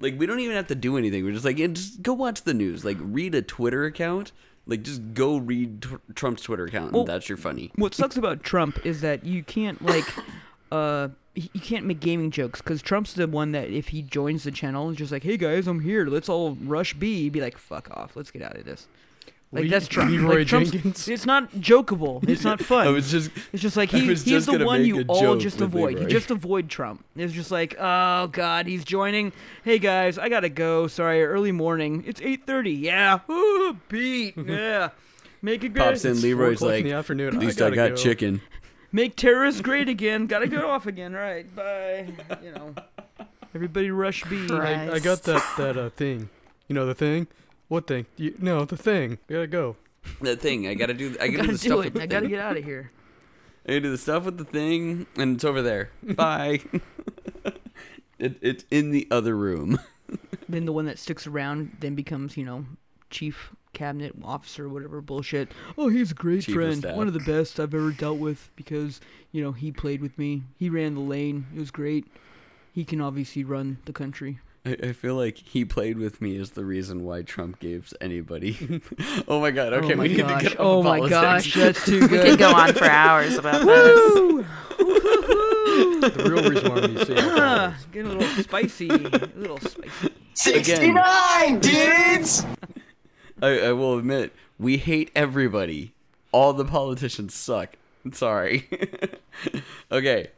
A: like we don't even have to do anything. We're just like, yeah, just go watch the news. Like read a Twitter account. Like just go read tw- Trump's Twitter account. And
B: Well-
A: that's your
B: (laughs)
A: funny.
B: what sucks about Trump is that you can't like uh y- you can't make gaming jokes because Trump's the one that if he joins the channel and just like, hey guys, I'm here, let's all rush B, be like, fuck off, let's get out of this. Like
C: Le-
B: that's Trump.
C: Leroy
B: like, Trump's-
C: Jenkins.
B: It's not jokeable. It's not
A: (laughs)
B: fun.
A: I was just
B: it's just like
A: I
B: he,
A: was
B: he's
A: just
B: the
A: gonna
B: one
A: make
B: you
A: a
B: all
A: joke
B: just
A: with
B: avoid. You
A: Leroy.
B: just avoid Trump. It's just like, oh god, he's joining. Hey guys, I gotta go. Sorry, early morning. It's eight thirty. Yeah, Ooh,
A: (laughs)
B: Pete. Yeah, make it great.
A: pops in. Leroy's
C: o'clock in
A: like,
C: the afternoon.
A: at
C: I
A: least I,
C: gotta
A: got
C: go."
A: chicken.
B: make terrorists great again. Gotta get off again. Right. Bye.
A: (laughs)
B: You know. Everybody rush B.
D: Right.
C: I got that that uh, thing. You know the thing? What thing? You, no, the thing. I gotta go.
A: That thing I gotta do. I gotta,
B: Gotta
A: do the stuff
B: do
A: with
B: it.
A: the
B: (laughs) I gotta
A: thing.
B: get out of here.
A: I do the stuff with the thing, and it's over
B: (laughs)
A: there. Bye. (laughs) it, it's in the other room. (laughs)
B: Then the one that sticks around then becomes, you know, chief cabinet officer, whatever bullshit. Oh, he's a great
A: Chief of
B: friend.
A: staff. (laughs)
B: One of the best I've ever dealt with because, you know, he played with me. He ran the lane. It was great. He can obviously run the country.
A: I, I feel like he played with me is the reason why Trump gives
B: (laughs)
A: anybody. oh my god. Okay,
B: oh my
A: we need
B: gosh.
A: to get.
B: oh
A: off
B: my
A: politics.
B: gosh, that's too
D: We could
B: good.
D: go on for hours about this.
B: Woo!
C: The real reason why I'm
B: (laughs)
C: saying
B: It's getting Ah, a little spicy. A little spicy.
E: 69 dudes!
A: (laughs) I, I will admit we hate everybody. All the politicians suck. Sorry. (laughs) okay.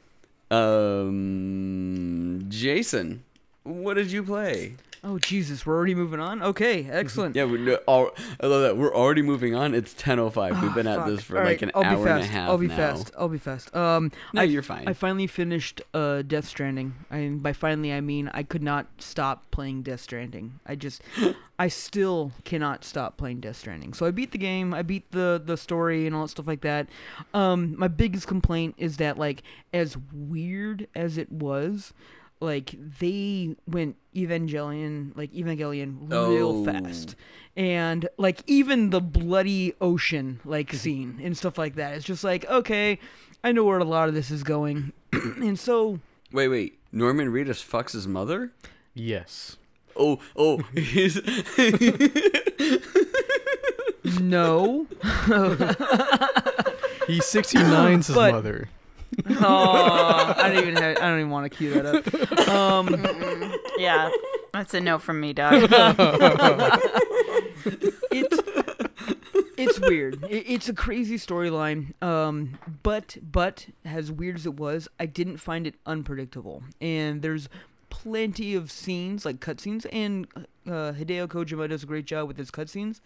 A: Um, Jason, what did you play?
B: Oh Jesus, we're already moving on. Okay, excellent.
A: Yeah, we're, all, I love that. We're already moving on. It's 10.05. We've been at
B: Ah, Fuck.
A: this for
B: All
A: like
B: right,
A: an
B: I'll
A: hour
B: be
A: and
B: fast.
A: a half
B: I'll be
A: now.
B: fast. I'll be fast. Um,
A: No,
B: I,
A: you're fine.
B: I finally finished uh, Death Stranding. And by finally, I mean I could not stop playing Death Stranding.
A: (laughs)
B: I just, I still cannot stop playing Death Stranding. So I beat the game. I beat the the story and all that stuff like that. Um, my biggest complaint is that like as weird as it was. Like they went Evangelion, like Evangelion, real
A: Oh.
B: fast and like even the bloody ocean like scene and stuff like that it's just like okay i know where a lot of this is going (clears throat) and so
A: Wait, wait. Norman Reedus fucks his mother?
C: Yes.
A: Oh,
B: (laughs)
A: oh. He's,
B: no
C: He 69's his
B: But-
C: mother.
B: Oh, I don't even have, I don't even want to cue that up. Um,
D: Yeah, that's a no from me, dog. (laughs)
B: it's it's weird. It, it's a crazy storyline. Um, but but as weird as it was, I didn't find it unpredictable. And there's plenty of scenes like cutscenes, and uh, Hideo Kojima does a great job with his cutscenes.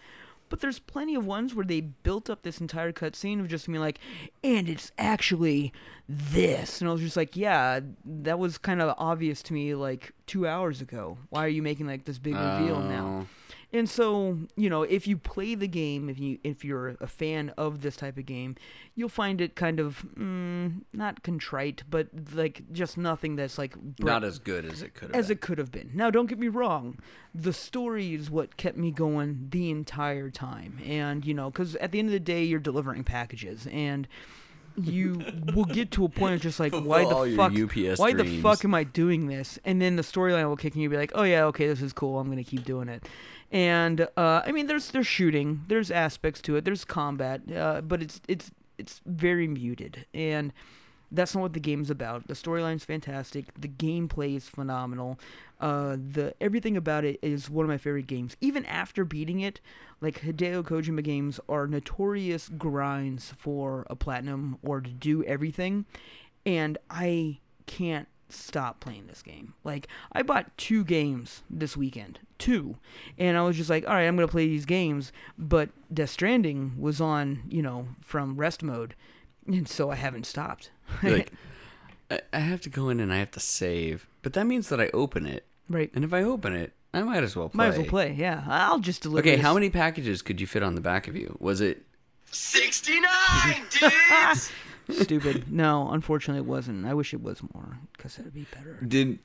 B: But there's plenty of ones where they built up this entire cutscene of just me like, and it's actually this, and I was just like, yeah, that was kind of obvious to me like two hours ago. Why are you making like this big reveal
A: Oh.
B: now? And so, you know, if you play the game, if you if you're a fan of this type of game, you'll find it kind of mm, not contrite, but like just nothing that's like bra-
A: Not as good as it could have
B: as
A: been.
B: it could have been. Now, don't get me wrong, the story is what kept me going the entire time, and you know, because at the end of the day, you're delivering packages and.
A: (laughs)
B: You will get to a point of just like why
A: Fulfill all
B: the
A: your
B: fuck
A: UPS
B: why the
A: dreams.
B: fuck am I doing this? And then the storyline will kick in. You'll be like, oh yeah, okay, this is cool. I'm gonna keep doing it. And uh, I mean, there's there's shooting, there's aspects to it, there's combat, uh, but it's it's it's very muted, and that's not what the game's about. The storyline's fantastic, the gameplay is phenomenal, uh, the everything about it is one of my favorite games. Even after beating it, like Hideo Kojima games are notorious grinds for a platinum or to do everything, and I can't stop playing this game. Like I bought two games this weekend, two, and I was just like, all right, I'm gonna play these games. But Death Stranding was on, you know, from rest mode, and so I haven't stopped.
A: You're like, I, I have to go in and I have to save, but that means that I open it,
B: (laughs) right.
A: and if I open it, I might as well play.
B: Might as well play. Yeah, I'll just deliver.
A: Okay,
B: this.
A: how many packages could you fit on the back of you? Was it?
E: 69 dudes!
B: Stupid. No, unfortunately, it wasn't. I wish it was more, because that'd be better.
A: Did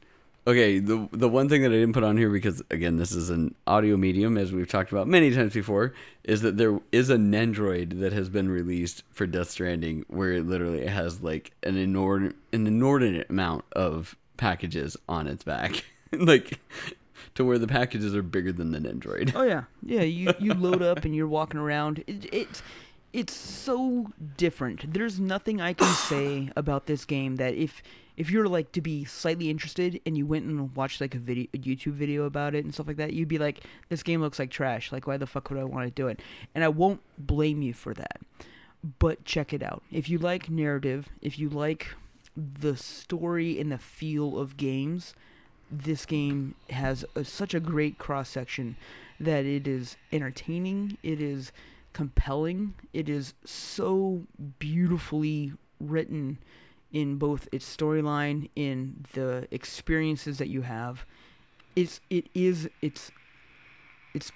A: okay. The the one thing that I didn't put on here because again, this is an audio medium, as we've talked about many times before, is that there is a Nendroid that has been released for Death Stranding, where it literally has like an inordinate an inordinate amount of packages on its back, (laughs) like to where the packages are bigger than the Nendroid.
B: (laughs) Oh yeah, yeah. You you load up and you're walking around. It, it's it's so different. There's nothing I (sighs) can say about this game that if if you're like to be slightly interested and you went and watched like a video a YouTube video about it and stuff like that, you'd be like, this game looks like trash. Like why the fuck would I want to do it? And I won't blame you for that. But check it out. If you like narrative, if you like the story and the feel of games, this game has a, such a great cross section that it is entertaining, it is compelling, it is so beautifully written in both its storyline, in the experiences that you have. It's it is it's it's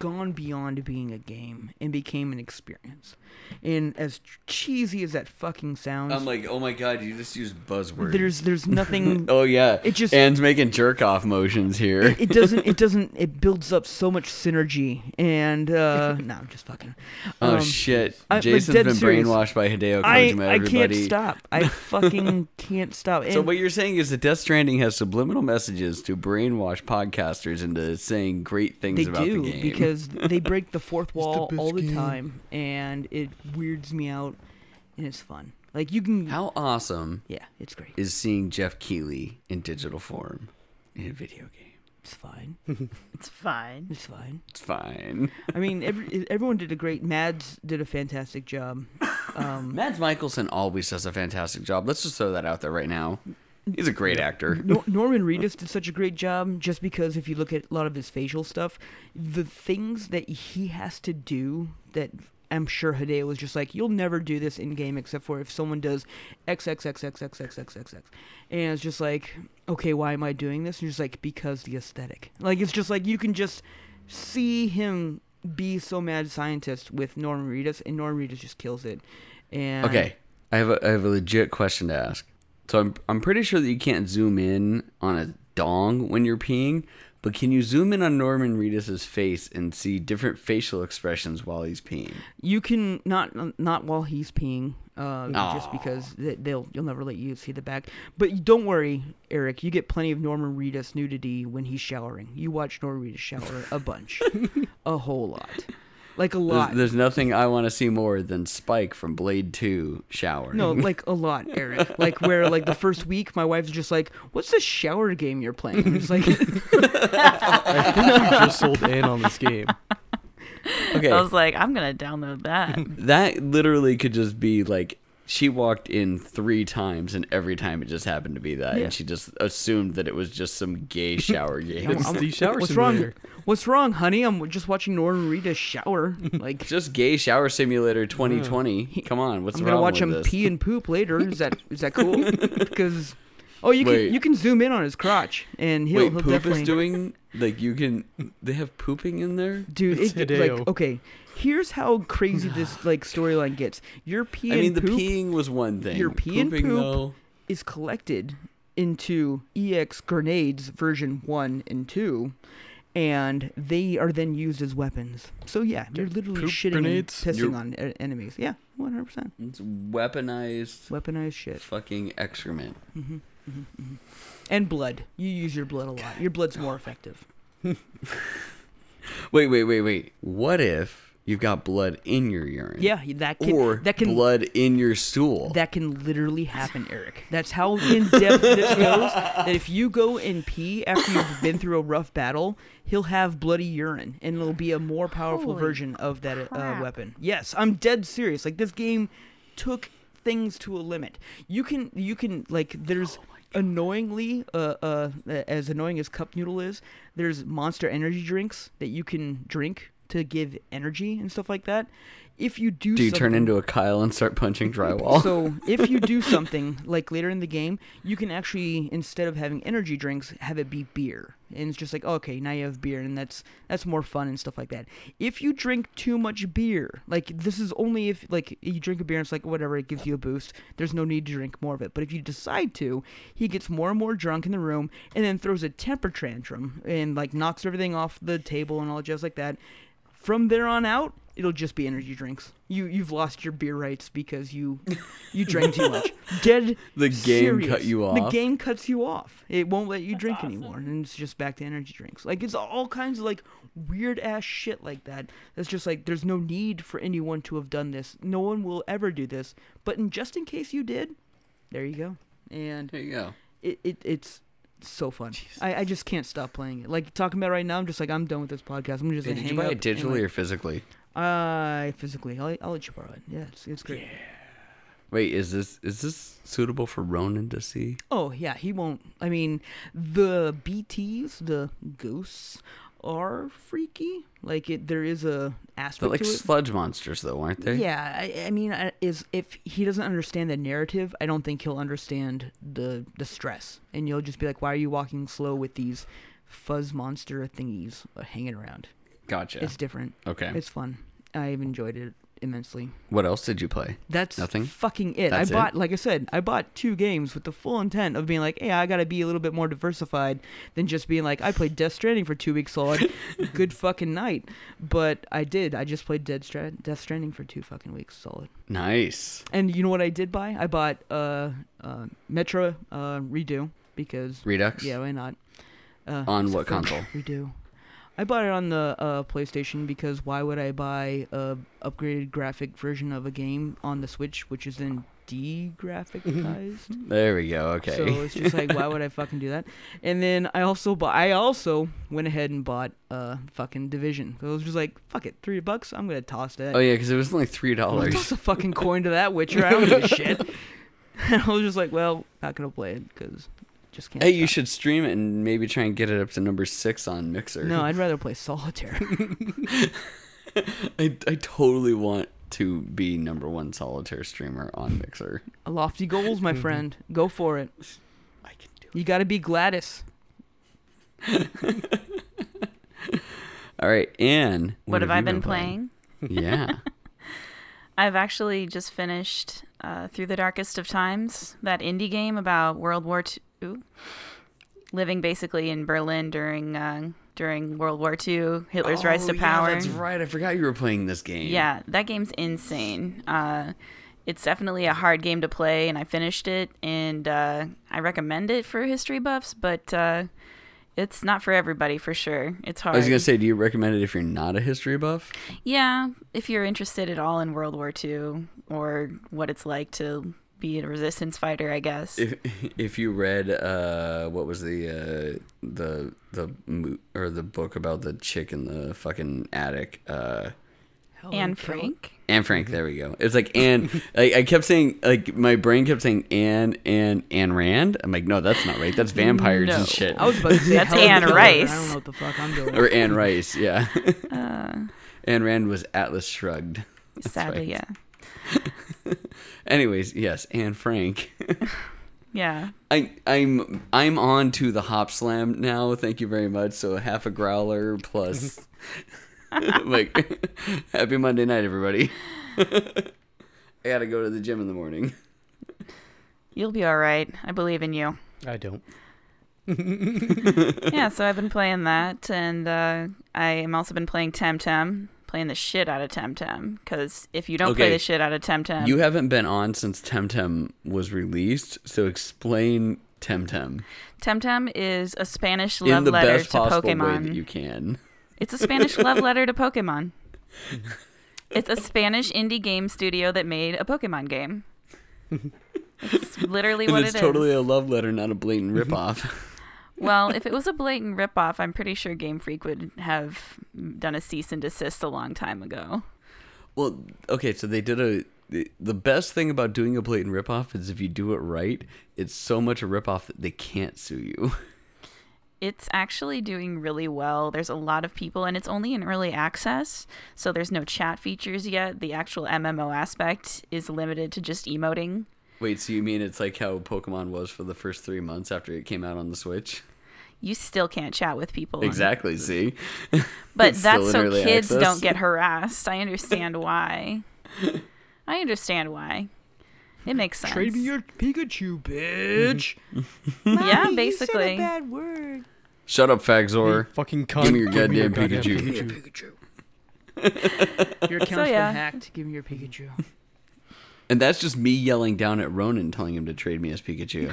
B: gone beyond being a game and became an experience. And as cheesy as that fucking
A: (laughs)
B: sounds,
A: I'm like, oh my god, you just used buzzwords.
B: there's there's nothing
A: (laughs) oh yeah,
B: It just-
A: Anne's making jerk off motions here.
B: it doesn't it doesn't it builds up so much synergy and uh
A: (laughs)
B: no i'm just fucking
A: oh
B: Um,
A: shit,
B: I- like,
A: Jason's
B: dead
A: been
B: serious.
A: brainwashed by Hideo Kojima.
B: i i
A: everybody.
B: can't stop
A: (laughs)
B: i fucking can't stop and
A: So what you're saying is that Death Stranding has subliminal messages to brainwash podcasters into saying great things
B: they
A: about
B: do
A: the game.
B: because they break the fourth wall
C: best
B: all the
C: game.
B: time and it weirds me out and it's fun like you can
A: how awesome
B: yeah it's great
A: is seeing Jeff Keighley in digital form in a video game?
B: it's fine
D: It's fine.
B: it's fine
A: It's fine.
B: i mean every, everyone did a great mads did a fantastic job um
A: Mads Mikkelsen always does a fantastic job. Let's just throw that out there right now. He's a great actor. (laughs)
B: Nor- Norman Reedus did such a great job just because if you look at a lot of his facial stuff, the things that he has to do that I'm sure Hideo was just like, you'll never do this in game except for if someone does XXXXXXXXX. And it's just like, okay, why am I doing this? And just like, because the aesthetic. Like, it's just like, you can just see him be so mad scientist with Norman Reedus, and Norman Reedus just kills it. And
A: Okay, I have a, I have a legit question to ask. So I'm I'm pretty sure that you can't zoom in on a dong when you're peeing, but can you zoom in on Norman Reedus's face and see different facial expressions while he's peeing?
B: You can not not while he's peeing, uh, just because th- they'll you'll never let you see the back. But you- don't worry, Eric. You get plenty of Norman Reedus nudity when he's showering. You watch Norman Reedus shower a bunch, a whole lot. like a
A: There's,
B: lot.
A: there's nothing I want to see more than Spike from Blade Two showering. (laughs)
B: No, like a lot, Eric. Like where like the first week, my wife's just like, "What's the shower game you're playing?" I'm just like,
C: I think you just sold in on
B: (laughs)
C: this game.
A: okay,
D: I was like, I'm gonna download (laughs) that.
A: that literally could just be like she walked in three times, and every time it just happened to be that,
B: Yeah.
A: and she just assumed that it was just some
D: (laughs)
A: gay shower game.
C: It's the shower
B: "What's wrong?
C: simulator.
B: What's wrong, honey? I'm just watching Norman Reedus shower. Like,
A: just gay shower simulator 2020. Come on, what's
B: I'm
A: wrong
B: gonna watch
A: with
B: him
A: this?
B: pee and poop later. Is that is
A: (laughs)
B: that cool? Because oh, you can
A: Wait.
B: you can zoom in on his crotch, and he'll,
A: Wait,
B: he'll
A: poop
B: definitely
A: is doing like you can. They have pooping in there. (laughs)
B: dude.
C: It's
B: It, like
C: Hideo.
B: okay, here's how
A: (sighs)
B: crazy this like storyline gets. Your pee
A: I
B: and
A: mean, the
B: poop
A: peeing was one thing.
B: Your pee and
A: Pooping,
B: poop.
A: though,
B: is collected into EX grenades version one and two. And they are then used as weapons. So yeah, you're literally
C: poop
B: shitting
C: grenades?
B: and pissing
A: You're-
B: on e- enemies. Yeah, 100 percent
A: it's weaponized
B: weaponized shit
A: fucking excrement.
B: and blood. You use your blood a lot. Your blood's more effective.
A: Wait, wait, wait, wait. What if you've got blood in your urine?
B: Yeah, that can
A: or
B: that can
A: blood in your stool.
B: that can literally happen, Eric. That's how in depth this goes. That if you go and pee after you've been through a rough battle, he'll have bloody urine, and it'll be a more powerful
D: Holy
B: version of that uh,
D: crap.
B: weapon. Yes, I'm dead serious. Like this game took things to a limit. You can you can like
D: Oh
B: there's. Annoyingly, uh, uh, as annoying as cup noodle is, there's monster energy drinks that you can drink to give energy and stuff like that. If you do,
A: Do you turn
B: something-
A: into a Kyle and start punching drywall?
B: (laughs) so if you do something like later in the game, you can actually instead of having energy drinks, have it be beer, and it's just like "Oh, okay, now you have beer, and that's that's more fun and stuff like that. If you drink too much beer, like this is only if like you drink a beer, and it's like whatever, it gives you a boost. There's no need to drink more of it. But if you decide to, he gets more and more drunk in the room, and then throws a temper tantrum and like knocks everything off the table and all jazz like that from there on out, it'll just be energy drinks. You you've lost your beer rights because you you drank
A: (laughs)
B: too much. Dead.
A: The game cut
B: serious.
A: you
B: The
A: off.
B: game cuts you off. It won't let you drink anymore, and it's just back to energy drinks. Like it's all kinds of like weird ass shit like that. That's just like there's no need for anyone to have done this. No one will ever do this. But in, just in case you did, there you go. And
A: there you go.
B: it, it it's so fun. I, I just can't stop playing it. Like talking about it right now, I'm just like I'm done with this podcast. I'm just
A: Hey,
B: gonna
A: did
B: hang
A: you buy
B: up
A: it
B: and, like,
A: digitally or physically?
B: I physically, I'll, I'll let you borrow it. Yeah, it's, it's great.
A: Wait, is this is this suitable for Ronan to see?
B: Oh yeah, he won't. I mean, the BTS, the ghosts, are freaky. Like it, there is a
A: They're
B: aspect
A: like
B: to it.
A: sludge monsters, though, aren't they?
B: Yeah, I, I mean, I- is if he doesn't understand the narrative, I don't think he'll understand the the stress, and you'll just be like, "Why are you walking slow with these fuzz monster thingies uh, hanging around?"
A: Gotcha.
B: It's different.
A: okay.
B: It's fun. I've enjoyed it immensely.
A: what else did you play?
B: That's
A: Nothing?
B: fucking it.
A: That's it?
B: I bought, like I said, I bought two games with the full intent of being like, hey, I gotta be a little bit more diversified than just being like, I played Death Stranding for two
A: (laughs)
B: weeks solid. Good fucking night. But I did. I just played Dead Stra- Death Stranding for two fucking weeks solid.
A: Nice.
B: And you know what I did buy? I bought uh, uh, Metro uh, Redo because,
A: Redux.
B: yeah, why not? Uh,
A: On
B: it's a
A: what
B: full
A: console?
B: Redo. I bought it on the uh, PlayStation because why would I buy a upgraded graphic version of a game on the Switch, which is then de-graphicized?
A: There we go. (laughs)
B: So
A: Okay.
B: it's just like, why would I fucking do that? And then I also bought. I also went ahead and bought uh, fucking Division. So I was just like, fuck it, three bucks. I'm gonna toss
A: (laughs)
B: that.
A: oh yeah, because it was only three
B: I'll
A: dollars.
B: toss a fucking coin to that Witcher. I don't
A: (laughs)
B: give a shit. (laughs) And I was just like, well, not gonna play it because just can't.
A: Hey, you
B: stop.
A: should stream it and maybe try and get it up to number six on Mixer.
B: No, I'd rather play solitaire.
A: (laughs) I, I totally want to be number one solitaire streamer on Mixer.
B: Lofty goals, my friend. Go for it.
A: Mm-hmm. I can do
B: You got to be Gladys.
A: All right, and
D: What, have I been playing?
A: (laughs)
D: (laughs)
A: yeah,
D: I've actually just finished uh, Through the Darkest of Times, that indie game about World War II, ooh, living basically in Berlin during uh, during World War II, Hitler's rise to power.
A: Oh, Yeah, that's right. I forgot you were playing this game.
D: Yeah, that game's insane. Uh, it's definitely a hard game to play, and I finished it, and uh, I recommend it for history buffs, but uh, it's not for everybody for sure. It's hard.
A: I was gonna say, do you recommend it if you're not a history buff?
D: Yeah, if you're interested at all in World War II or what it's like to be a resistance fighter, I guess.
A: If (laughs) if you read uh, what was the uh, the the mo- or the book about the chick in the fucking attic, uh,
D: Anne Frank.
A: Anne Frank. There we go. It's like Anne. I, I kept saying like my brain kept saying Anne and Anne Rand. I'm like, no, that's not right. That's vampires
D: No.
A: and shit.
B: I was about to say
D: That's
B: Helen
D: Anne
B: Keller, but
D: Rice.
B: I don't know what the fuck I'm
A: (laughs)
B: doing.
A: or Anne Rice. Yeah. (laughs) Anne Rand was Atlas Shrugged.
D: Sadly,
A: right.
D: yeah.
A: Anyways, yes, Anne Frank.
D: Yeah.
A: I, I'm I'm on to the hop slam now. Thank you very much. So half a growler
D: (laughs)
A: plus, like, (laughs) happy Monday night, everybody. (laughs) I gotta go to the gym in the morning.
D: You'll be all right. I believe in you.
C: I don't.
D: yeah, so I've been playing that, and uh, I am also been playing Temtem, playing the shit out of Temtem. Because if you don't play
A: Okay.
D: the shit out of Temtem,
A: You haven't been on since Temtem was released, so explain Temtem
D: Temtem is a Spanish
A: in
D: love
A: the
D: letter
A: best
D: to
A: possible way that
D: Pokemon.
A: you can.
D: It's a
A: (laughs)
D: Spanish love letter to Pokemon. It's a Spanish indie game studio that made a Pokemon game. It's
A: (laughs)
D: literally
A: And
D: what
A: it's
D: it is.
A: totally a love letter, not a
D: (laughs)
A: blatant ripoff.
D: Well, if it was a blatant ripoff, I'm pretty sure Game Freak would have done a cease and desist a long time ago.
A: Well, okay, so they did a. The the best thing about doing a blatant ripoff is if you do it right, it's so much a ripoff that they can't sue you. (laughs)
D: It's actually doing really well. There's a lot of people, and it's only in early access, so there's no chat features yet. The actual MMO aspect is limited to just emoting.
A: Wait, so you mean it's like how Pokemon was for the first three months after it came out on the Switch?
D: You still can't chat with people.
A: (laughs)
D: on-
A: Exactly, see?
D: But
A: It's still
D: that's
A: in
D: so
A: early
D: kids
A: access. (laughs)
D: don't get harassed. I understand why. I understand why. It makes sense.
B: Trade me your Pikachu, bitch.
D: (laughs) yeah,
B: Hey, You
D: basically.
B: said a bad word.
A: Shut up, Fagzor.
C: Mm-hmm. Fucking cunt.
A: Give me your goddamn Pikachu.
B: Pikachu. Your account's been
D: yeah.
B: hacked. Give me your Pikachu.
A: And that's just me yelling down at Ronan telling him to trade me as (laughs) Pikachu.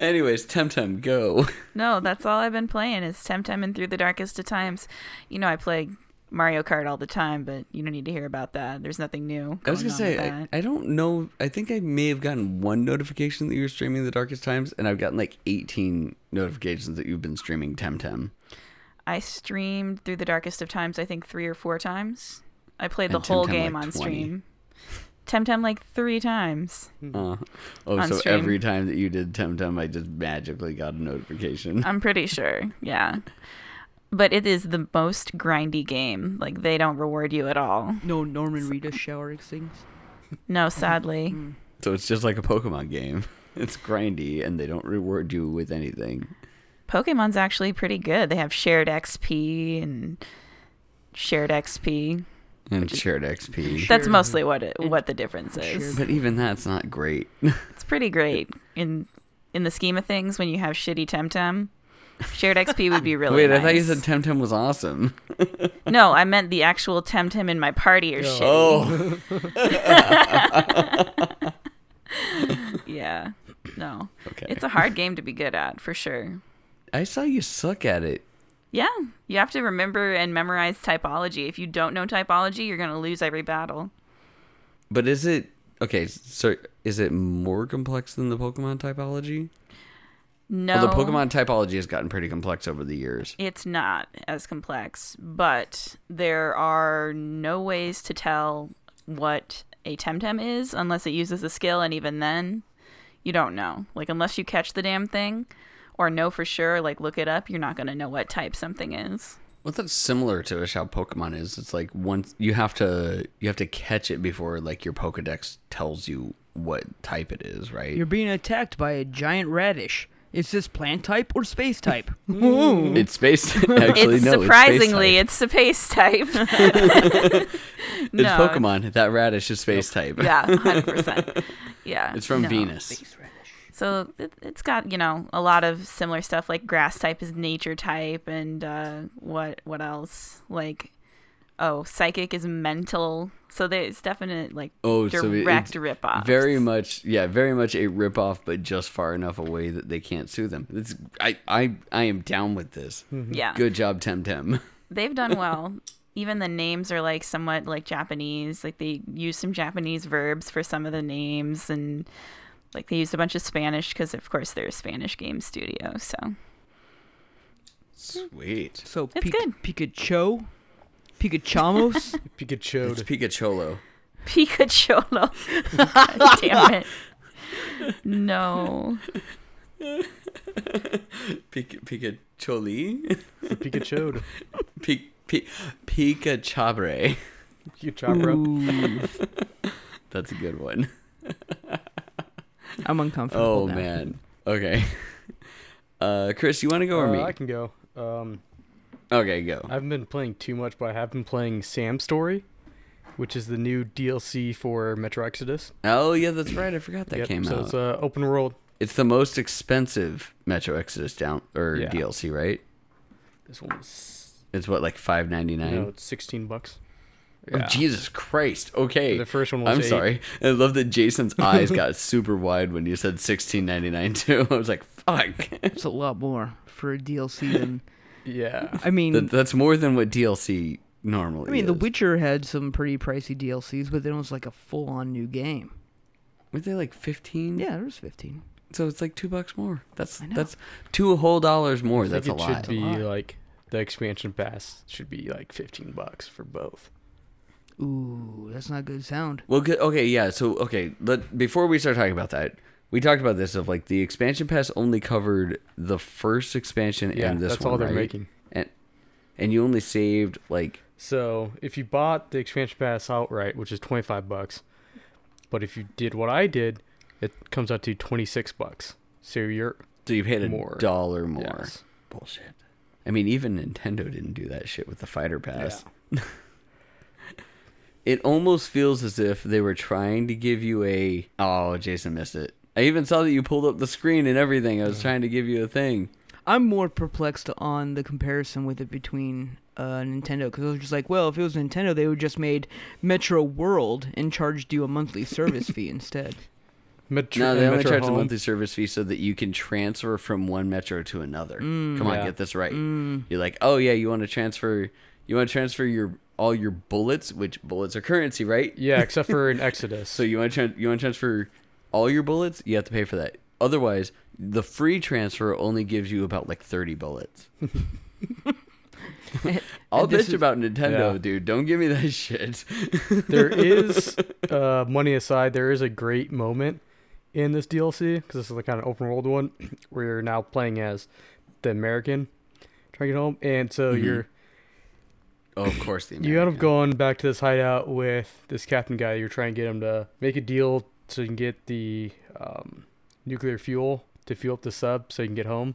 A: Anyways, Temtem, go.
D: No, that's all I've been playing is Temtem and Through the Darkest of Times. You know, I play Mario Kart all the time, but you don't need to hear about that. There's nothing new.
A: I was gonna
D: going on
A: say,
D: with
A: I,
D: that.
A: I don't know. I think I may have gotten one notification that you were streaming The Darkest Times, and I've gotten like 18 notifications that you've been streaming Temtem.
D: I streamed Through the Darkest of Times, I think, three or four times. I played the
A: And
D: whole
A: Temtem,
D: game
A: like,
D: on
A: 20.
D: stream. Temtem like three times.
A: Uh, oh,
D: Hmm. On
A: so
D: stream.
A: every time that you did Temtem, I just magically got a notification.
D: I'm pretty sure. Yeah. But it is the most grindy game. Like they don't reward you at all.
B: No Norman Reedus showering things.
A: (laughs)
D: No, sadly.
A: (laughs) so it's just like a Pokemon game. (laughs) It's grindy, and they don't reward you with anything.
D: Pokemon's actually pretty good. They have shared XP and shared XP.
A: And shared
D: (laughs)
A: XP.
D: That's
B: Shared-
D: mostly what it, what the difference is.
A: But even that's not great.
D: It's pretty great in in the scheme of things when you have shitty Temtem. Shared XP would
A: (laughs)
D: be really
A: Wait,
D: nice.
A: I thought you said Temtem was awesome.
D: No, I meant the actual Temtem in my party or shit.
A: Oh,
D: Yeah. No.
A: okay.
D: It's a hard game to be good at, for sure.
A: (laughs) I saw you suck at it.
D: Yeah, you have to remember and memorize typology. If you don't know typology, you're going to lose every battle.
A: But is it okay? So is it more complex than the Pokemon typology?
D: No,
A: Well, the Pokemon typology has gotten pretty complex over the years.
D: it's not as complex, but there are no ways to tell what a Temtem is unless it uses a skill, and even then, you don't know. Like unless you catch the damn thing, or know for sure, like look it up, you're not going to know what type something is.
A: Well, that's similar to how Pokemon is. It's like once you have to you have to catch it before like your Pokedex tells you what type it is, right?
B: You're being attacked by a giant radish. Is this plant type or space (laughs) type?
A: It's
D: (laughs)
A: space. Actually,
D: it's
A: no.
D: surprisingly,
A: it's,
D: it's space type.
A: space type. It's
D: no,
A: Pokemon. That radish is space type.
D: (laughs) Yeah, 100%. Yeah.
A: (laughs) It's from
D: no.
A: Venus.
D: So it, it's got you know a lot of similar stuff like grass type is nature type and uh, what what else like oh, psychic is mental. So there's definite like
A: Oh, so it-
D: direct
A: it's
D: rip off.
A: Very much, yeah, very much a ripoff, but just far enough away that they can't sue them. It's, I, I, I am down with this.
D: yeah.
A: Good job, Temtem.
D: They've done well. (laughs) Even the names are like somewhat like Japanese. Like they use some Japanese verbs for some of the names, and like they used a bunch of Spanish because, of course, they're a Spanish game studio. So (laughs)
A: Sweet.
B: So
D: It's good.
B: Pikachu, (laughs) Pikachamos.
C: Pikachu.
A: It's Picacholo.
D: Pikachu. (laughs) Damn it. No.
A: Pic- Picacholi? (laughs)
C: Pikachu.
A: Pic- Pic- Picachabre.
C: You chopper up.
B: Ooh,
A: That's a good one.
B: I'm uncomfortable.
A: Oh,
B: now.
A: man. Okay. Uh, Chris, you want to go or
C: Uh,
A: me?
C: I can go. Um,
A: Okay, go.
C: I haven't been playing too much, but I have been playing Sam Story, which is the new DLC for Metro Exodus.
A: Oh, yeah, that's right. I forgot that
C: Yep,
A: came
C: so
A: out.
C: it's uh, open world.
A: It's the most expensive Metro Exodus down or
C: Yeah.
A: DLC, right?
C: This one was
A: It's what like five ninety
C: you
A: nine.
C: know, it's sixteen bucks.
A: Oh, Jesus Christ. Okay.
C: The first one was
A: I'm
C: eight.
A: sorry. I love that
C: (laughs)
A: Jason's eyes got super wide when you said 16.99 too. (laughs) I was like, fuck.
B: It's a lot more for a DLC than.
C: Yeah.
B: I mean,
A: That, that's more than what DLC normally
B: I mean, The
A: is.
B: Witcher had some pretty pricey DLCs, but then it was like a full-on new game.
A: Were they like 15?
B: Yeah, there was 15.
A: So it's like 2 bucks more. That's
B: know.
A: that's two whole dollars more.
C: I
A: That's a
C: think it
A: lot.
C: should be uh,
B: lot.
C: like the expansion pass should be like fifteen bucks for both.
B: Ooh, that's not good sound.
A: Well, good. Okay, yeah. So, okay, let before we start talking about that, we talked about this of like the expansion pass only covered the first expansion
C: Yeah,
A: and this
C: that's
A: one,
C: all they're
A: right?
C: making.
A: And and you only saved like
C: So if you bought the expansion pass outright, which is twenty five bucks, but if you did what I did, it comes out to twenty six bucks. So you're
A: so you paid a
C: More.
A: dollar more.
C: Yes.
A: Bullshit. I mean, even Nintendo didn't do that shit with the fighter pass. (laughs) it almost feels as if they were trying to give you a oh, Jason missed it. I even saw that you pulled up the screen and everything. I was trying to give you a thing.
B: I'm more perplexed on the comparison with it between uh, Nintendo because I was just like, well, if it was Nintendo, they would just made Metro World and charged you a monthly service fee instead.
C: Metro,
A: No, they only
C: Metro
A: charge a
C: Home-
A: monthly service fee so that you can transfer from one metro to another. Come on,
C: Yeah.
A: get this right. You're like, oh yeah, you want to transfer, you want to transfer your all your bullets, which bullets are currency, right?
C: Yeah, except for in Exodus.
A: (laughs) So you want to tran you want to transfer all your bullets, you have to pay for that. Otherwise, the free transfer only gives you about like thirty
C: (laughs)
A: bullets. I'll
B: this
A: bitch
B: is-
A: about Nintendo,
C: Yeah.
A: dude. Don't give me that (laughs) shit.
C: (laughs) there
A: (laughs)
C: is uh, money aside. There is a great moment in this DLC because this is the kind of open world one where you're now playing as the American trying to get home, and so you're
A: oh, of course, the
C: you end up
A: Mm-hmm. American.
C: going back to this hideout with this captain guy. You're trying to get him to make a deal so you can get the um, nuclear fuel to fuel up the sub so you can get home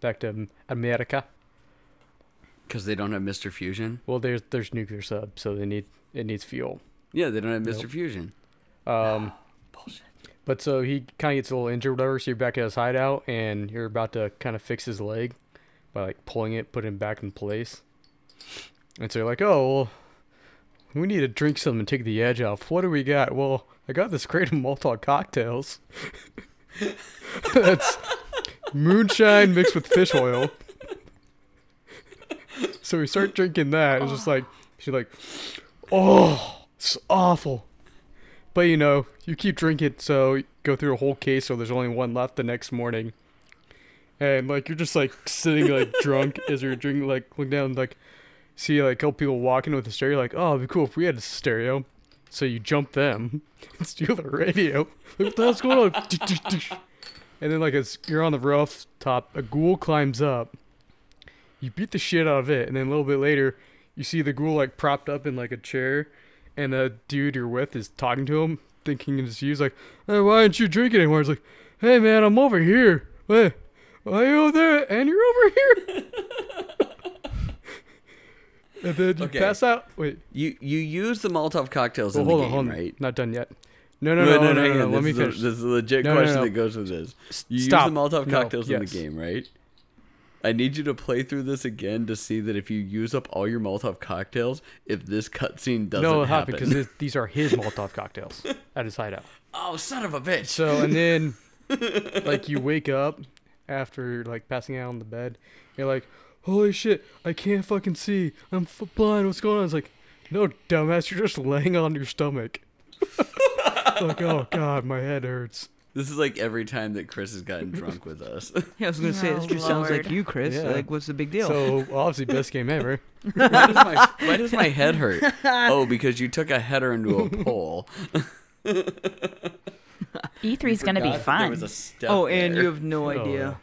C: back to America.
A: because they don't have Mr. Fusion.
C: Well, there's there's nuclear sub, so they need it needs fuel.
A: Yeah, they don't have Mr.
C: Nope.
A: Fusion.
C: Um, But so he kind of gets a little injured, or whatever. So you're back at his hideout, and you're about to kind of fix his leg by like pulling it, putting it back in place. And so you're like, oh, well, we need to drink something to take the edge off. What do we got? Well, I got this crate of Molotov cocktails. (laughs) That's moonshine mixed with fish oil. So we start drinking that. It's just like she's like, oh, it's awful. But you know, you keep drinking, it, so you go through a whole case, so there's only one left the next morning. And like you're just like sitting like drunk as you're drinking, like look down, like see like a couple people walking with a stereo, like oh, it'd be cool if we had a stereo. So you jump them, (laughs) and steal the radio. Like, what the hell's going on? and then like it's you're on the rooftop, a ghoul climbs up. You beat the shit out of it, and then a little bit later, you see the ghoul like propped up in like a chair, and the dude you're with is talking to him, thinking it's you. He's like, hey, why aren't you drinking anymore? He's like, hey man, I'm over here. Hey, why you over there? And you're over here. (laughs) and then you
A: Okay.
C: pass out. Wait,
A: You you use the Molotov cocktails
C: well,
A: in
C: hold
A: the
C: on,
A: game,
C: hold on.
A: right?
C: Not done yet. No, no, no, no, no. no,
A: hang on.
C: Let
A: This
C: me
A: is a-
C: finish.
A: this is a legit
C: No, no,
A: question
C: no.
A: that goes with this. You
C: stop.
A: use the Molotov
C: No,
A: cocktails in
C: yes.
A: the game, right? I need you to play through this again to see that if you use up all your Molotov cocktails, if this cutscene doesn't
C: no, it
A: happen.
C: happened because these are his Molotov cocktails
A: (laughs)
C: at his hideout.
A: oh, son of a bitch!
C: So and then like you wake up after like passing out on the bed, you're like, "Holy shit, I can't fucking see. I'm f- blind. What's going on?" It's like, "No, dumbass, you're just laying on your stomach." (laughs) like, "Oh god, my head hurts."
A: This is like every time that Chris has gotten drunk with
C: (laughs)
A: us.
B: (laughs) Yeah, I was gonna say this
D: Oh,
B: just sounds like
D: Lord.
B: you, Chris.
C: Yeah.
B: Like, what's the big deal?
C: So obviously, best game ever.
A: why, does my, why does my head hurt? (laughs) Oh, because you took a header into a pole.
D: E3 E is going to be
A: Forgot that there
D: fun.
A: was a step (laughs)
B: oh, and
A: there.
B: you have no
C: Oh,
B: idea.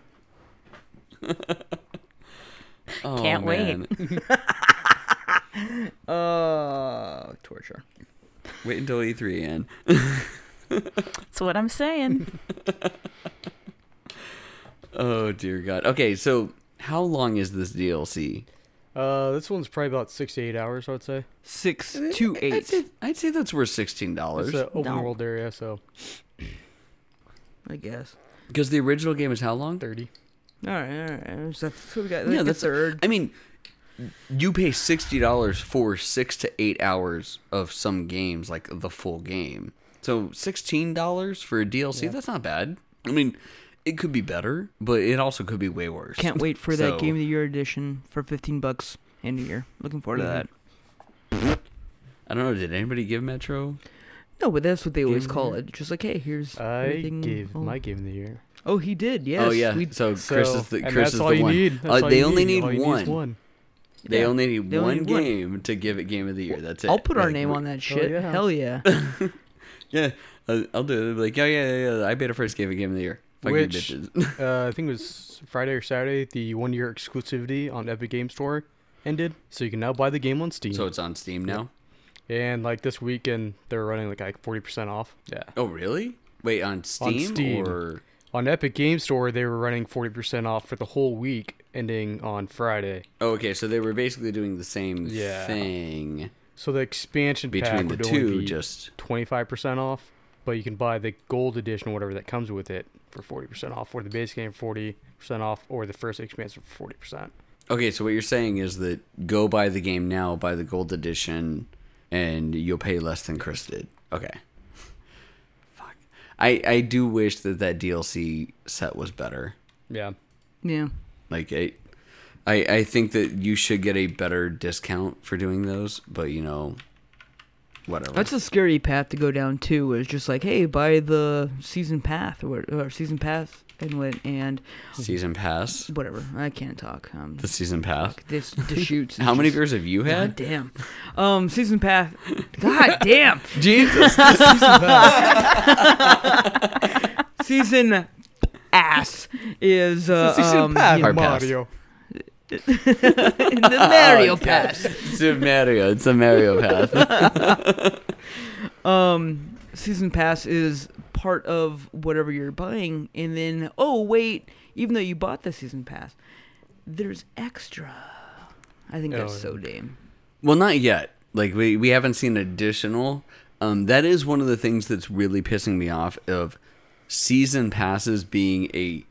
A: Oh,
D: Can't wait.
A: man.
B: Uh, torture.
A: Wait until E3, Ann.
D: That's what I'm saying.
A: Oh dear God. Okay, so how long is this DLC?
C: Uh, this one's probably about six to eight hours, I would say.
B: Six to
A: I'd
B: eight. (laughs)
A: say, I'd say that's worth sixteen dollars
C: It's an open
B: No.
C: world area, so
B: I guess.
A: because the original game is how long?
C: thirty.
B: All right, all right. So that's what we got.
A: yeah,
B: Like,
A: that's
B: the third.
A: I mean, you pay sixty dollars for six to eight hours of some games, like the full game. So sixteen dollars for a DLC, that's not bad. I mean, it could be better, but it also could be way worse.
B: Can't wait for that
A: So-
B: Game of the Year edition for 15 bucks in a year. Looking forward
A: Mm-hmm.
B: to that.
A: I don't know. Did anybody give Metro?
B: No, but that's what they
A: Game
B: always
A: of the
B: call
A: Year?
B: it. Just like, hey, here's
C: I
B: everything-
C: gave
B: oh.
C: my game of the year.
B: Oh, he did. Yes.
A: oh yeah.
B: we-
A: so
C: So,
A: Chris is the
C: and
A: Chris
C: that's
A: is
C: all
A: the
C: you
A: one.
C: need. That's
A: Uh,
C: all
A: they
C: you
A: only
C: need.
A: need
C: All you
A: one.
C: is one.
A: They
B: yeah.
A: only need
B: They only
A: one
B: need one.
A: game to give it Game of the Year. That's it.
B: I'll put our
A: Like,
B: name
A: we- Oh,
B: on that shit.
C: yeah.
B: Hell yeah.
A: (laughs) Yeah, I'll, I'll do it. They'll be Like, "Oh, yeah, yeah, yeah, yeah. I beta first game of game of the year. Fuck you
C: Which-
A: bitches. (laughs)
C: (laughs) uh, I think it was Friday or Saturday, the one year exclusivity on Epic Game Store ended. So you can now buy the game on Steam.
A: so it's on Steam now.
C: and like this weekend, they're running like like 40% off. Yeah.
A: Oh, really? Wait, on Steam,
C: Steam.
A: or
C: On Epic Game Store, they were running 40% off for the whole week ending on Friday.
A: oh, okay. So they were basically doing the same
C: Yeah.
A: thing
C: So the expansion pack
A: between the
C: would only
A: two.
C: be
A: Just
C: 25% off, but you can buy the gold edition, whatever that comes with it, for 40% off, or the base game 40% off, or the first expansion for 40%.
A: okay. So what you're saying is that go buy the game now, buy the gold edition, and you'll pay less than Chris did. Okay. (laughs) Fuck. I I do wish that that DLC set was better.
C: Yeah.
B: yeah.
A: Like I, I, I think that you should get a better discount for doing those, but you know, whatever.
B: That's a scary path to go down too. Is just like, hey, buy the season path or, what- or season pass and what and
A: season pass.
B: whatever. I can't talk. Um,
A: The season pass.
B: this the
A: (laughs)
B: shoots. is
A: How many of
B: just-
A: yours have you
B: God
A: had?
B: damn. Um, season path. God damn.
A: Jesus.
B: Season ass is uh, um, yeah,
A: Hard pass.
C: Mario.
B: in (laughs) the Mario
A: Oh, (laughs)
B: pass.
A: It's a Mario. It's a Mario pass. (laughs)
B: um season pass is part of whatever you're buying and then oh wait even though you bought the season pass there's extra i think that's
C: Oh,
B: so lame
A: well, not yet. Like we we haven't seen additional. Um, that is one of the things that's really pissing me off of season passes being a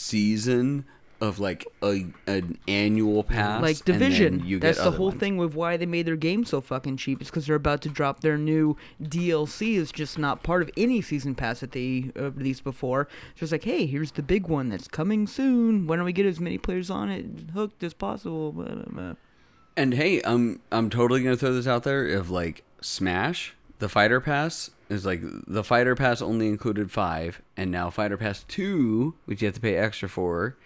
A: season of like a an annual pass
B: like
A: and then
B: division that's the
A: other
B: whole
A: ones.
B: thing with why they made their game so fucking cheap is because they're about to drop their new dlc is just not part of any season pass that they uh, released before it's just like hey here's the big one that's coming soon why don't we get as many players on it hooked as possible blah, blah, blah.
A: And hey, I'm I'm totally gonna throw this out there. If like Smash, the Fighter Pass is like the Fighter Pass only included five, and now Fighter Pass Two, which you have to pay extra for,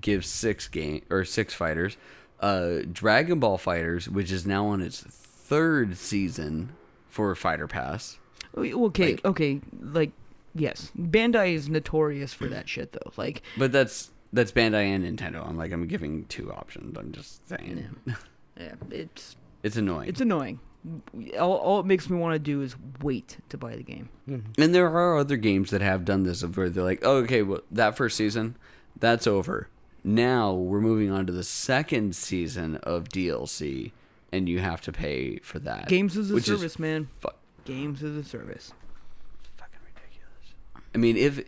A: gives six game or six fighters. Uh, Dragon Ball Fighters, which is now on its third season for Fighter Pass.
B: Oh, Okay,
A: Like-
B: okay, like yes, Bandai is notorious for that shit though. Like,
A: But that's that's Bandai and Nintendo. I'm like I'm giving two options. I'm just saying
B: yeah, it's
A: (laughs) it's annoying.
B: it's annoying. All, all it makes me want to do is wait to buy the game.
A: And there are other games that have done this of where they're like, oh, okay, well, that first season, that's over. Now we're moving on to the second season of DLC, and you have to pay for that.
B: Games as a
A: which
B: service, man.
A: fu-
B: Games as a service.
A: fucking ridiculous. I mean, if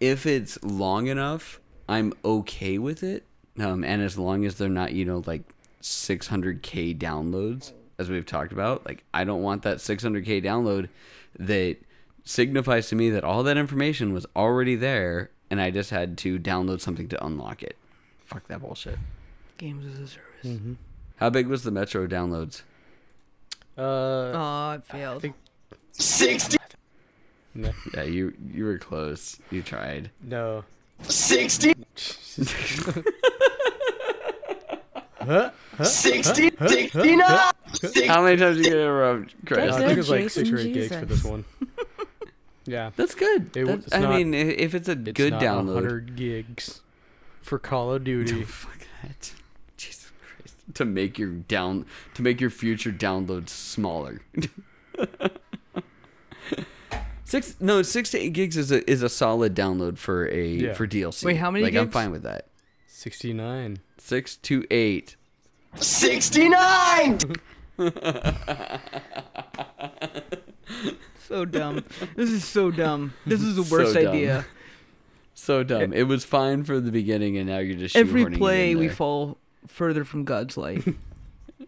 A: if it's long enough, I'm okay with it. Um, and as long as they're not, you know, like 600k downloads, as we've talked about, like I don't want that 600k download that signifies to me that all that information was already there, and I just had to download something to unlock it. Fuck that bullshit.
B: Games as a service.
A: Mm-hmm. How big was the Metro downloads?
C: Uh,
B: Oh, it failed.
C: think-
E: 60,
C: no,
A: Yeah, you you were close. You tried.
C: no.
E: 60,
C: Huh?
E: 60, 69,
A: How many times did you get interrupt, Chris?
C: I
D: That's
C: think it was like
D: Jason
C: six or eight gigs for this
D: Jesus. (laughs)
C: one. Yeah,
A: That's good.
C: It w-
A: That's-
C: it's
A: I
C: not-
A: mean, i- if it's a
C: it's
A: good
C: not
A: download,
C: 100 gigs for Call of
A: (laughs)
C: Duty.
A: fuck that. Jesus Christ. To make your down to make your future downloads smaller. (laughs) six no, six to eight gigs is a is a solid download for a
C: Yeah.
A: for DLC.
B: Wait, how many
A: Like I'm
B: gigs?
A: fine with that.
C: 69.
A: Six to eight.
E: 69.
B: So dumb. This is
A: (laughs)
B: so dumb. This is the worst
A: So dumb.
B: idea.
A: So dumb. It was fine for the beginning, and now you're just
B: Every
A: shoehorning it
B: play
A: in
B: we
A: there.
B: fall further from
A: (laughs)
B: God's light.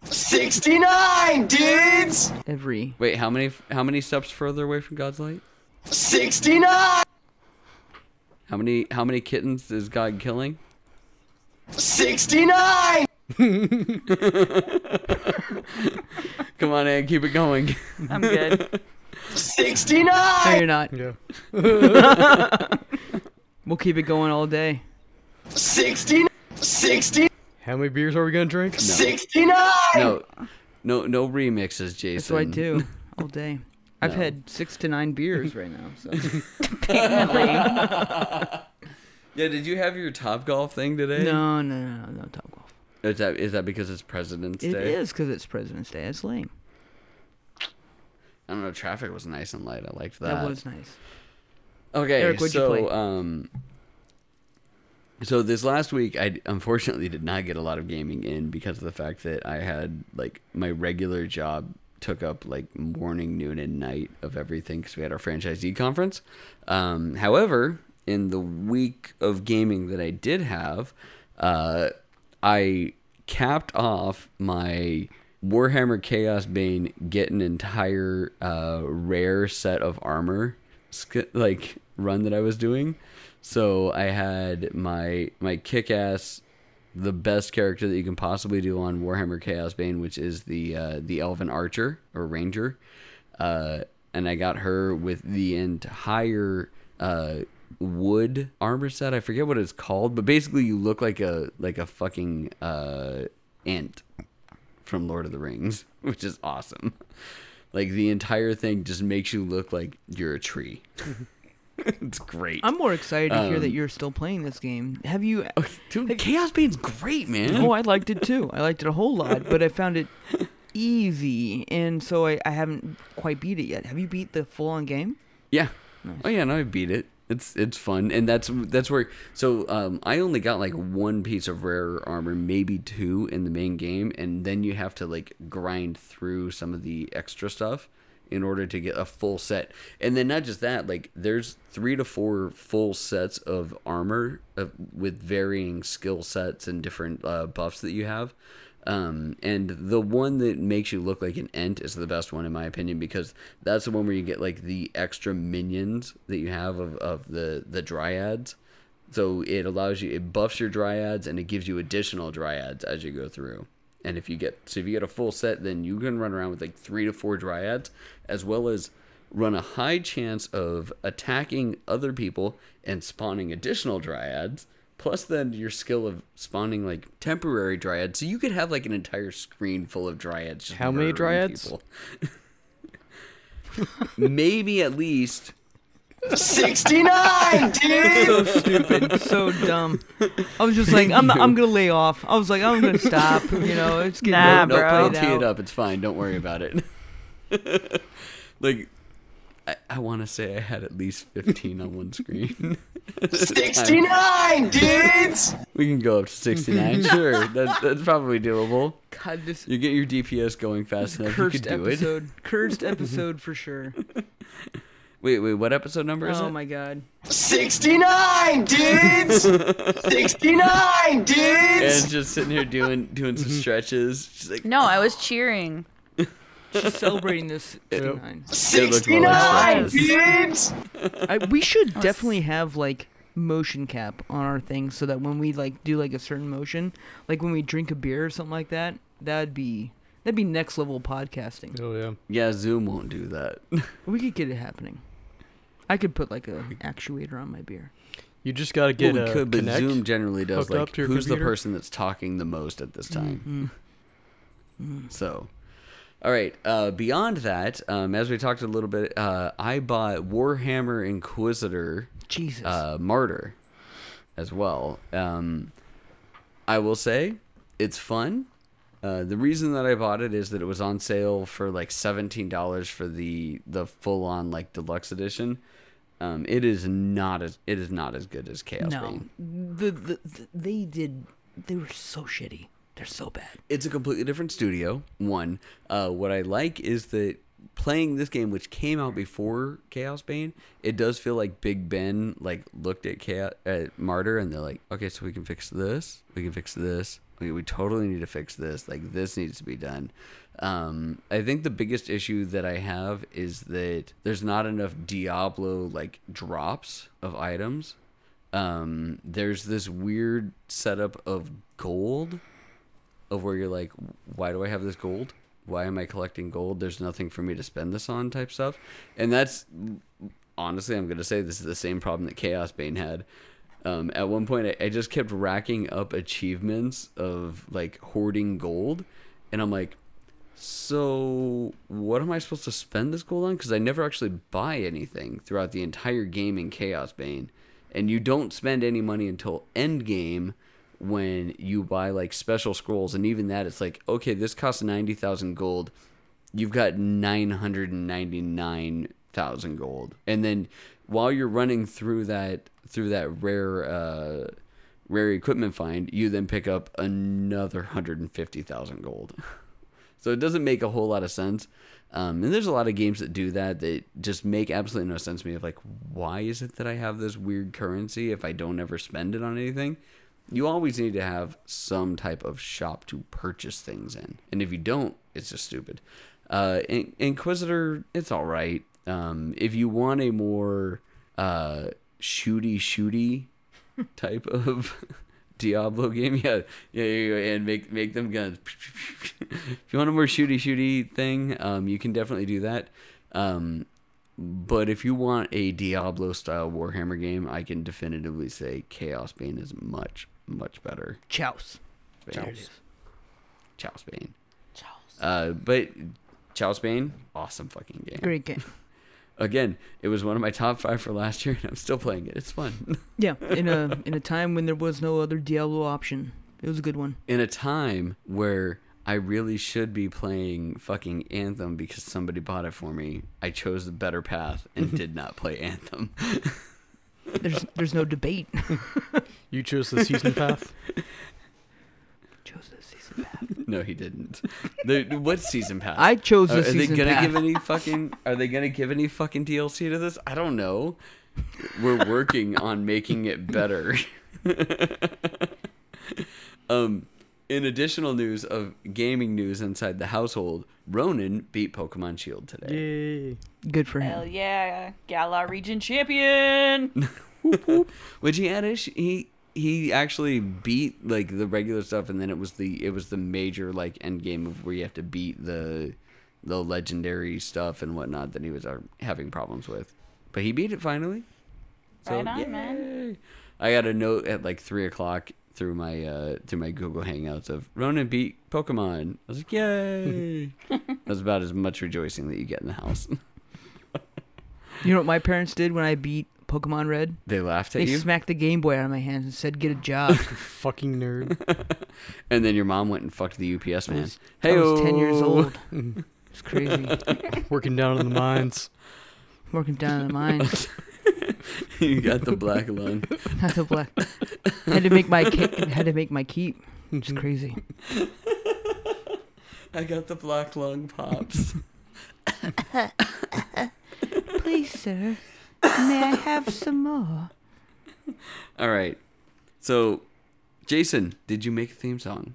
E: 69 dudes
B: Every.
A: Wait, how many how many steps further away from God's light?
E: 69
A: How many how many kittens is God killing?
E: 69
A: Come on, Ed, keep it going. (laughs)
D: I'm good.
E: 69
B: No, you're not.
C: Yeah.
B: We'll keep it going all day.
E: 60 60
C: How many beers are we gonna drink?
E: 69
A: no, no, no remixes, Jason.
B: That's what
A: (laughs)
B: I do all day. I've
A: No.
B: had six to nine beers right now.
A: (laughs)
B: So.
D: Apparently.
A: Yeah, did you have your Top Golf thing today?
B: no, no, no, no, no, top golf.
A: Is that is that because it's President's
B: It
A: Day?
B: is because it's President's Day. It's lame.
A: I don't know. Traffic was nice and light. I liked that.
B: That was nice.
A: Okay,
B: Eric, what'd you
A: so
B: play?
A: um, so this last week, I unfortunately did not get a lot of gaming in because of the fact that I had like my regular job took up like morning, noon, and night of everything because we had our franchisee conference. Um, however, in the week of gaming that I did have, uh, I capped off my Warhammer Chaos Bane get an entire uh, rare set of armor sk- like run that I was doing. So I had my my kick ass the best character that you can possibly do on Warhammer Chaos Bane, which is the uh, the Elven Archer or Ranger, uh, and I got her with the entire uh, wood armor set. I forget what it's called, but basically you look like a like a fucking uh, ant from Lord of the Rings, (laughs) which is awesome. Like the entire thing just makes you look like you're a tree. (laughs) it's great.
B: I'm more excited to
A: Um,
B: hear that you're still playing this game. Have you?
A: Dude, Chaos Bane's great, man.
B: Oh, I liked it too. I liked it a whole lot, but I
A: (laughs)
B: found it easy, and so I, I haven't quite beat it yet. Have you beat the full-on game?
A: Yeah. Oh yeah, no, I beat it. It's it's fun, and that's that's where. So um, I only got like one piece of rare armor, maybe two in the main game, and then you have to like grind through some of the extra stuff in order to get a full set. And then not just that, like there's three to four full sets of armor of, with varying skill sets and different uh, buffs that you have. Um, and the one that makes you look like an ent is the best one in my opinion because that's the one where you get like the extra minions that you have of, of the the dryads. So it allows you it buffs your dryads and it gives you additional dryads as you go through. And if you get so if you get a full set, then you can run around with like three to four dryads, as well as run a high chance of attacking other people and spawning additional dryads. Plus, then your skill of spawning like temporary dryads, so you could have like an entire screen full of dryads. Just
C: How many
A: murdering
C: dryads?
A: people. (laughs) Maybe at
C: (laughs)
A: least
E: 69 dudes
B: So stupid, so dumb. I was just
A: (laughs)
B: like, I'm, I'm gonna lay off. I was like, I'm gonna stop. You know, it's getting
C: Ah,
D: Nah,
B: old,
A: no,
B: I'll
D: bro.
B: play
A: oh, I'll
B: it
A: tee
B: out.
A: it up. It's fine. Don't worry about it. (laughs) like, I, I want to say I had at least 15 on one screen. (laughs)
E: 69 dudes
A: we can go up to
C: (laughs)
A: 69. sure. That, that's probably doable.
B: God, this
A: You get your DPS going fast enough. You could
B: cursed
A: (laughs) do it.
B: episode, cursed episode for sure.
A: Wait, wait, what episode number is
B: Oh
A: it?
B: my god.
E: 69, dudes! 69,
A: And
E: dudes!
A: just sitting here doing doing
C: (laughs)
A: some stretches. She's like,
D: No, I was cheering.
B: She's
A: (laughs)
B: celebrating this 69.
E: 69,
D: Yes.
E: dudes!
B: I, we should definitely have like motion cap on our thing so that when we like do like a certain motion, like when we drink a beer or something like that, that'd be that'd be next level podcasting.
C: Oh yeah.
A: yeah, Zoom won't do that.
B: We could get it happening. I could put like a actuator on my beer.
C: You just gotta
A: Well,
C: get
A: we
C: a
A: could, but
C: Kinect.
A: Zoom generally does
C: hooked up
A: like
C: to your
A: who's the
C: computer?
A: person that's talking the most at this time.
C: Mm-hmm.
A: So, all right. Uh, beyond that, um, as we talked a little bit, uh, I bought Warhammer Inquisitor
B: Jesus.
A: uh, Martyr as well. Um, I will say it's fun. Uh, the reason that I bought it is that it was on sale for like seventeen dollars for the the full on like deluxe edition. Um, it is not as it is not as good as Chaos
B: no.
A: Bane.
B: The, the, the they did they were so shitty. They're so bad.
A: It's a completely different studio. One, uh, what I like is that playing this game, which came out before Chaos Bane, it does feel like Big Ben like looked at Chaos, at Martyr and they're like, okay, so we can fix this, we can fix this, we, we totally need to fix this. Like this needs to be done. Um, I think the biggest issue that I have is that there's not enough Diablo like drops of items. Um, there's this weird setup of gold of where you're like, why do I have this gold? Why am I collecting gold? There's nothing for me to spend this on, type stuff. And that's honestly, I'm going to say this is the same problem that Chaos Bane had. Um, at one point, I, I just kept racking up achievements of like hoarding gold. And I'm like, so what am I supposed to spend this gold on? Because I never actually buy anything throughout the entire game in Chaos Bane, and you don't spend any money until end game when you buy like special scrolls, and even that it's like okay, this costs ninety thousand gold, you've got nine hundred and ninety nine thousand gold, and then while you're running through that through that rare uh, rare equipment find, you then pick up another hundred and fifty thousand gold. (laughs) So it doesn't make a whole lot of sense. Um, and there's a lot of games that do that that just make absolutely no sense to me of like, why is it that I have this weird currency if I don't ever spend it on anything? You always need to have some type of shop to purchase things in. And if you don't, it's just stupid. Uh, In- Inquisitor, it's all right. Um, if you want a more uh, shooty, shooty type of (laughs) Diablo game. Yeah, yeah, yeah, yeah, and make make them guns. (laughs) if you want a more shooty shooty thing, um, you can definitely do that. Um, but if you want a Diablo style Warhammer game, I can definitively say Chaos Bane is much much better.
B: Chouse. There it
A: Chaos,
B: is.
A: Chaos Bane. Uh, but Chaos Bane, awesome fucking game.
B: Great game.
A: Again, it was one of my top five for last (laughs) year, and I'm still playing it. It's fun. (laughs)
B: Yeah, in a in a time when there was no other Diablo option. It was a good one.
A: in a time where I really should be playing fucking Anthem because somebody bought it for me. I chose the better path
B: (laughs)
A: and did not play Anthem. (laughs)
B: There's there's no (laughs) debate.
C: You chose the
A: (laughs)
C: season path.
B: chose the season pass.
A: No, he didn't. The, what season pass?
B: I chose the
A: Are, are
B: season
A: they gonna
B: pass.
A: give any fucking? Are they gonna give any fucking DLC to this? I don't know. We're working on making it better. (laughs) um, in additional news of gaming news inside the household, Ronan beat Pokemon Shield today.
C: Yay.
B: Good for
D: Hell
B: him.
D: yeah, Gala region champion.
A: Which he had issue. He he actually beat like the regular stuff, and then it was the it was the major like end game of where you have to beat the the legendary stuff and whatnot that he was uh, having problems with. But he beat it finally.
D: Right on, man.
A: yay. I got a note at like three o'clock through my uh through my Google Hangouts of Ronan beat Pokemon. I was like,
B: (laughs)
A: yay! That's about as much rejoicing that you get in the house. (laughs)
B: You know what my parents did when I beat Pokemon Red?
A: they laughed at
B: They
A: you,
B: smacked the Game Boy out of my hands and said, "Get a job."
C: Fucking nerd.
A: and then your mom went and fucked the UPS (laughs) man.
B: I was ten years
A: Hey-o.
B: old.
A: (laughs)
B: It's crazy.
C: Working down in the mines. (laughs)
B: Working down in the mines.
A: (laughs) you got the black lung.
B: (laughs)
C: (laughs)
B: Not so black. Had to make my ca- had to make my keep. It's
A: Mm-hmm.
B: crazy.
A: I got the black lung pops.
B: Please, sir, may I have some more?
A: All right. So, Jason, did you make a theme song?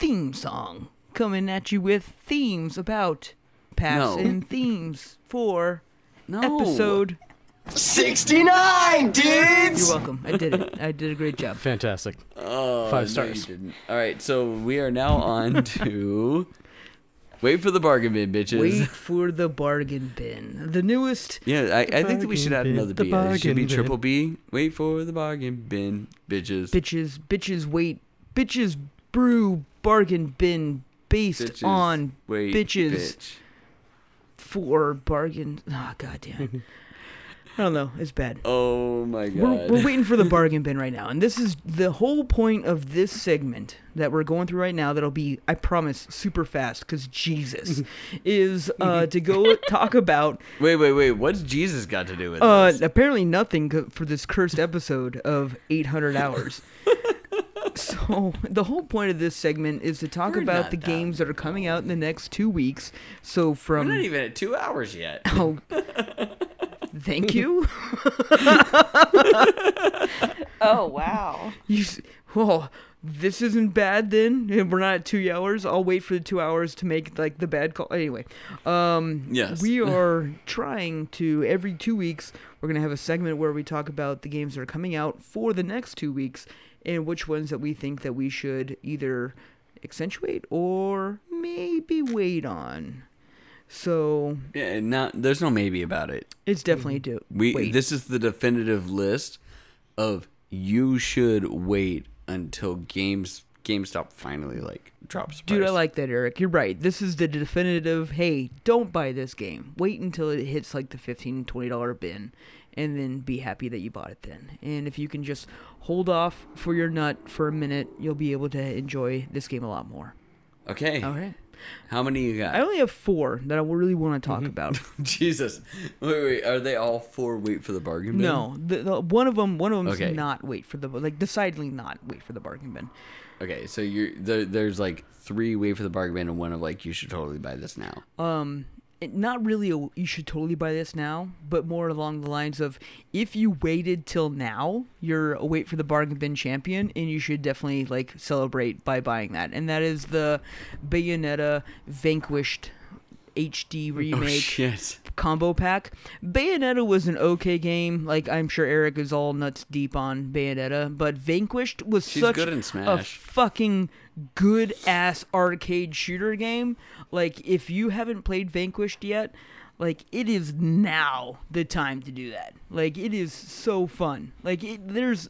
B: Theme song. Coming at you with themes about paths
A: No.
B: and themes for
A: No.
B: episode.
E: 69
B: You're
E: dudes!
B: welcome. I did it. I did a great job.
C: Fantastic.
A: Oh,
C: Five
A: no,
C: stars.
A: you didn't. All right. So we are now
C: (laughs)
A: on to. Wait for the bargain bin, bitches. (laughs)
B: Wait for the bargain bin. The newest.
A: Yeah, I, I think that we should
C: bargain
A: add
C: bin,
A: another
C: the
A: B. It should
C: bargain
A: be
C: bin.
A: triple B. Wait for the bargain bin, bitches.
B: Bitches, bitches, wait. Bitches, brew, bargain bin based
A: Bitches,
B: on
A: wait,
B: bitches.
A: bitch.
B: four bargain. Oh,
A: (laughs)
B: goddamn. I don't know. It's bad.
A: Oh my god.
B: We're, we're
A: (laughs)
B: waiting for the bargain bin right now. And this is the whole point of this segment that we're going through right now that'll be, I promise, super fast
A: (laughs)
B: because Jesus is uh, to go talk about
A: wait, wait, wait. What's Jesus got to do with
B: uh,
A: this?
B: apparently nothing co- for this cursed episode of
A: (laughs)
B: 800 Hours. so, the whole point of this segment is to talk
A: We're
B: about
A: not
B: the
A: that
B: games that are coming out in the next two weeks. So,
A: We're
B: from.
A: not even at two hours yet.
B: Oh.
A: (laughs)
B: Thank you.
D: Oh wow.
B: You. s- Oh, this isn't bad then. If We're not at two hours. I'll wait for the two hours to make like the bad call. Anyway, um,
A: Yes. (laughs)
B: we are trying to every two weeks. We're gonna have a segment where we talk about the games that are coming out for the next two weeks and which ones that we think that we should either accentuate or maybe wait on. So
A: Yeah, and not there's no maybe about it.
B: it's definitely a do.
A: Mm-hmm. We
B: wait.
A: this is the definitive list of you should wait until games GameStop finally like drops.
B: Dude, I
A: price.
B: like that, Eric. You're right. This is the definitive, hey, don't buy this game. Wait until it hits like the $15, $20 bin and then be happy that you bought it then. And if you can just hold off for your nut for a minute, you'll be able to enjoy this game a lot more.
A: Okay.
B: All right.
A: How many you
B: Oh. I
A: got?
B: only have four that I really want to talk about.
A: (laughs)
B: (laughs)
A: Jesus. Wait, wait. Are they all for wait for the bargain bin?
B: No, the, the, one of them, one of them's
A: Okay.
B: not wait for the like decidedly not wait for the bargain bin.
A: Okay, so you're there, there's like three wait for the bargain bin and one of like you should totally buy this now.
B: um it, not really a, you should totally buy this now but more along the lines of if you waited till now you're a wait for the bargain bin champion and you should definitely like celebrate by buying that and that is the bayonetta vanquished hd
A: Oh
B: remake
A: shit.
B: combo pack. Bayonetta was an okay game. Like I'm sure Eric is all nuts deep on Bayonetta, but Vanquished was
A: She's
B: such
A: good in
B: a
A: Smash.
B: fucking good ass arcade shooter game. Like if you haven't played Vanquished yet, like it is now the time to do that. Like it is so fun. Like it, there's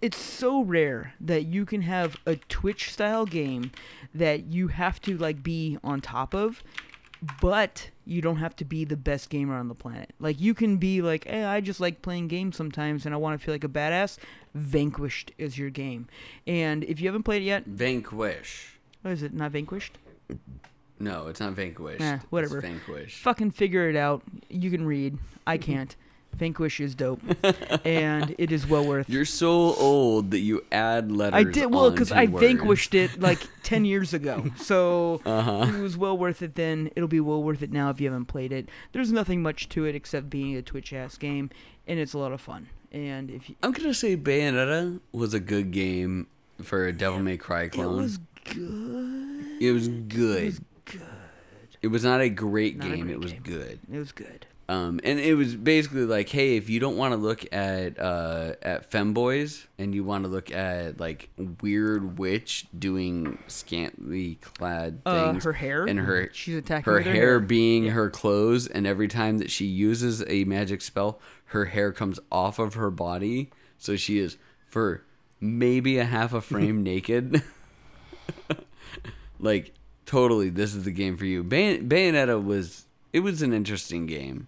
B: it's so rare that you can have a Twitch style game that you have to like be on top of but you don't have to be the best gamer on the planet. Like you can be like, hey, I just like playing games sometimes, and I want to feel like a badass. Vanquished is your game, and if you haven't played it yet,
A: Vanquish.
B: what is it? Not Vanquished?
A: No, it's not Vanquish.
B: Eh, whatever.
A: It's Vanquish.
B: Fucking figure it out. You can read. I can't. Vanquish is dope, and it is well worth.
A: You're so old that you add letters.
B: I did well because
A: because
B: I vanquished
A: (laughs)
B: it like ten years ago, so
A: Uh-huh.
B: it was well worth it then. It'll be well worth it now if you haven't played it. There's nothing much to it except being a Twitch ass game, and it's a lot of fun. And if you,
A: I'm gonna say Bayonetta was a good game for a Devil May Cry
B: it
A: clone.
B: was good,
A: It was good. It was
B: good.
A: not a great
B: Not a
A: game.
B: great
A: it was
B: game.
A: good.
B: it was good.
A: Um, and it was basically like, hey, if you don't want to look at uh, at femboys and you want to look at like weird witch doing scantily clad
B: Uh,
A: things,
B: her hair?
A: and her
B: She's attacking
A: her
B: with her
A: hair,
B: hair.
A: being her clothes, and every time that she uses a magic spell, her hair comes off of her body, so she is for maybe a half a
B: (laughs)
A: frame naked. like totally this is the game for you Bay- bayonetta was it was an interesting game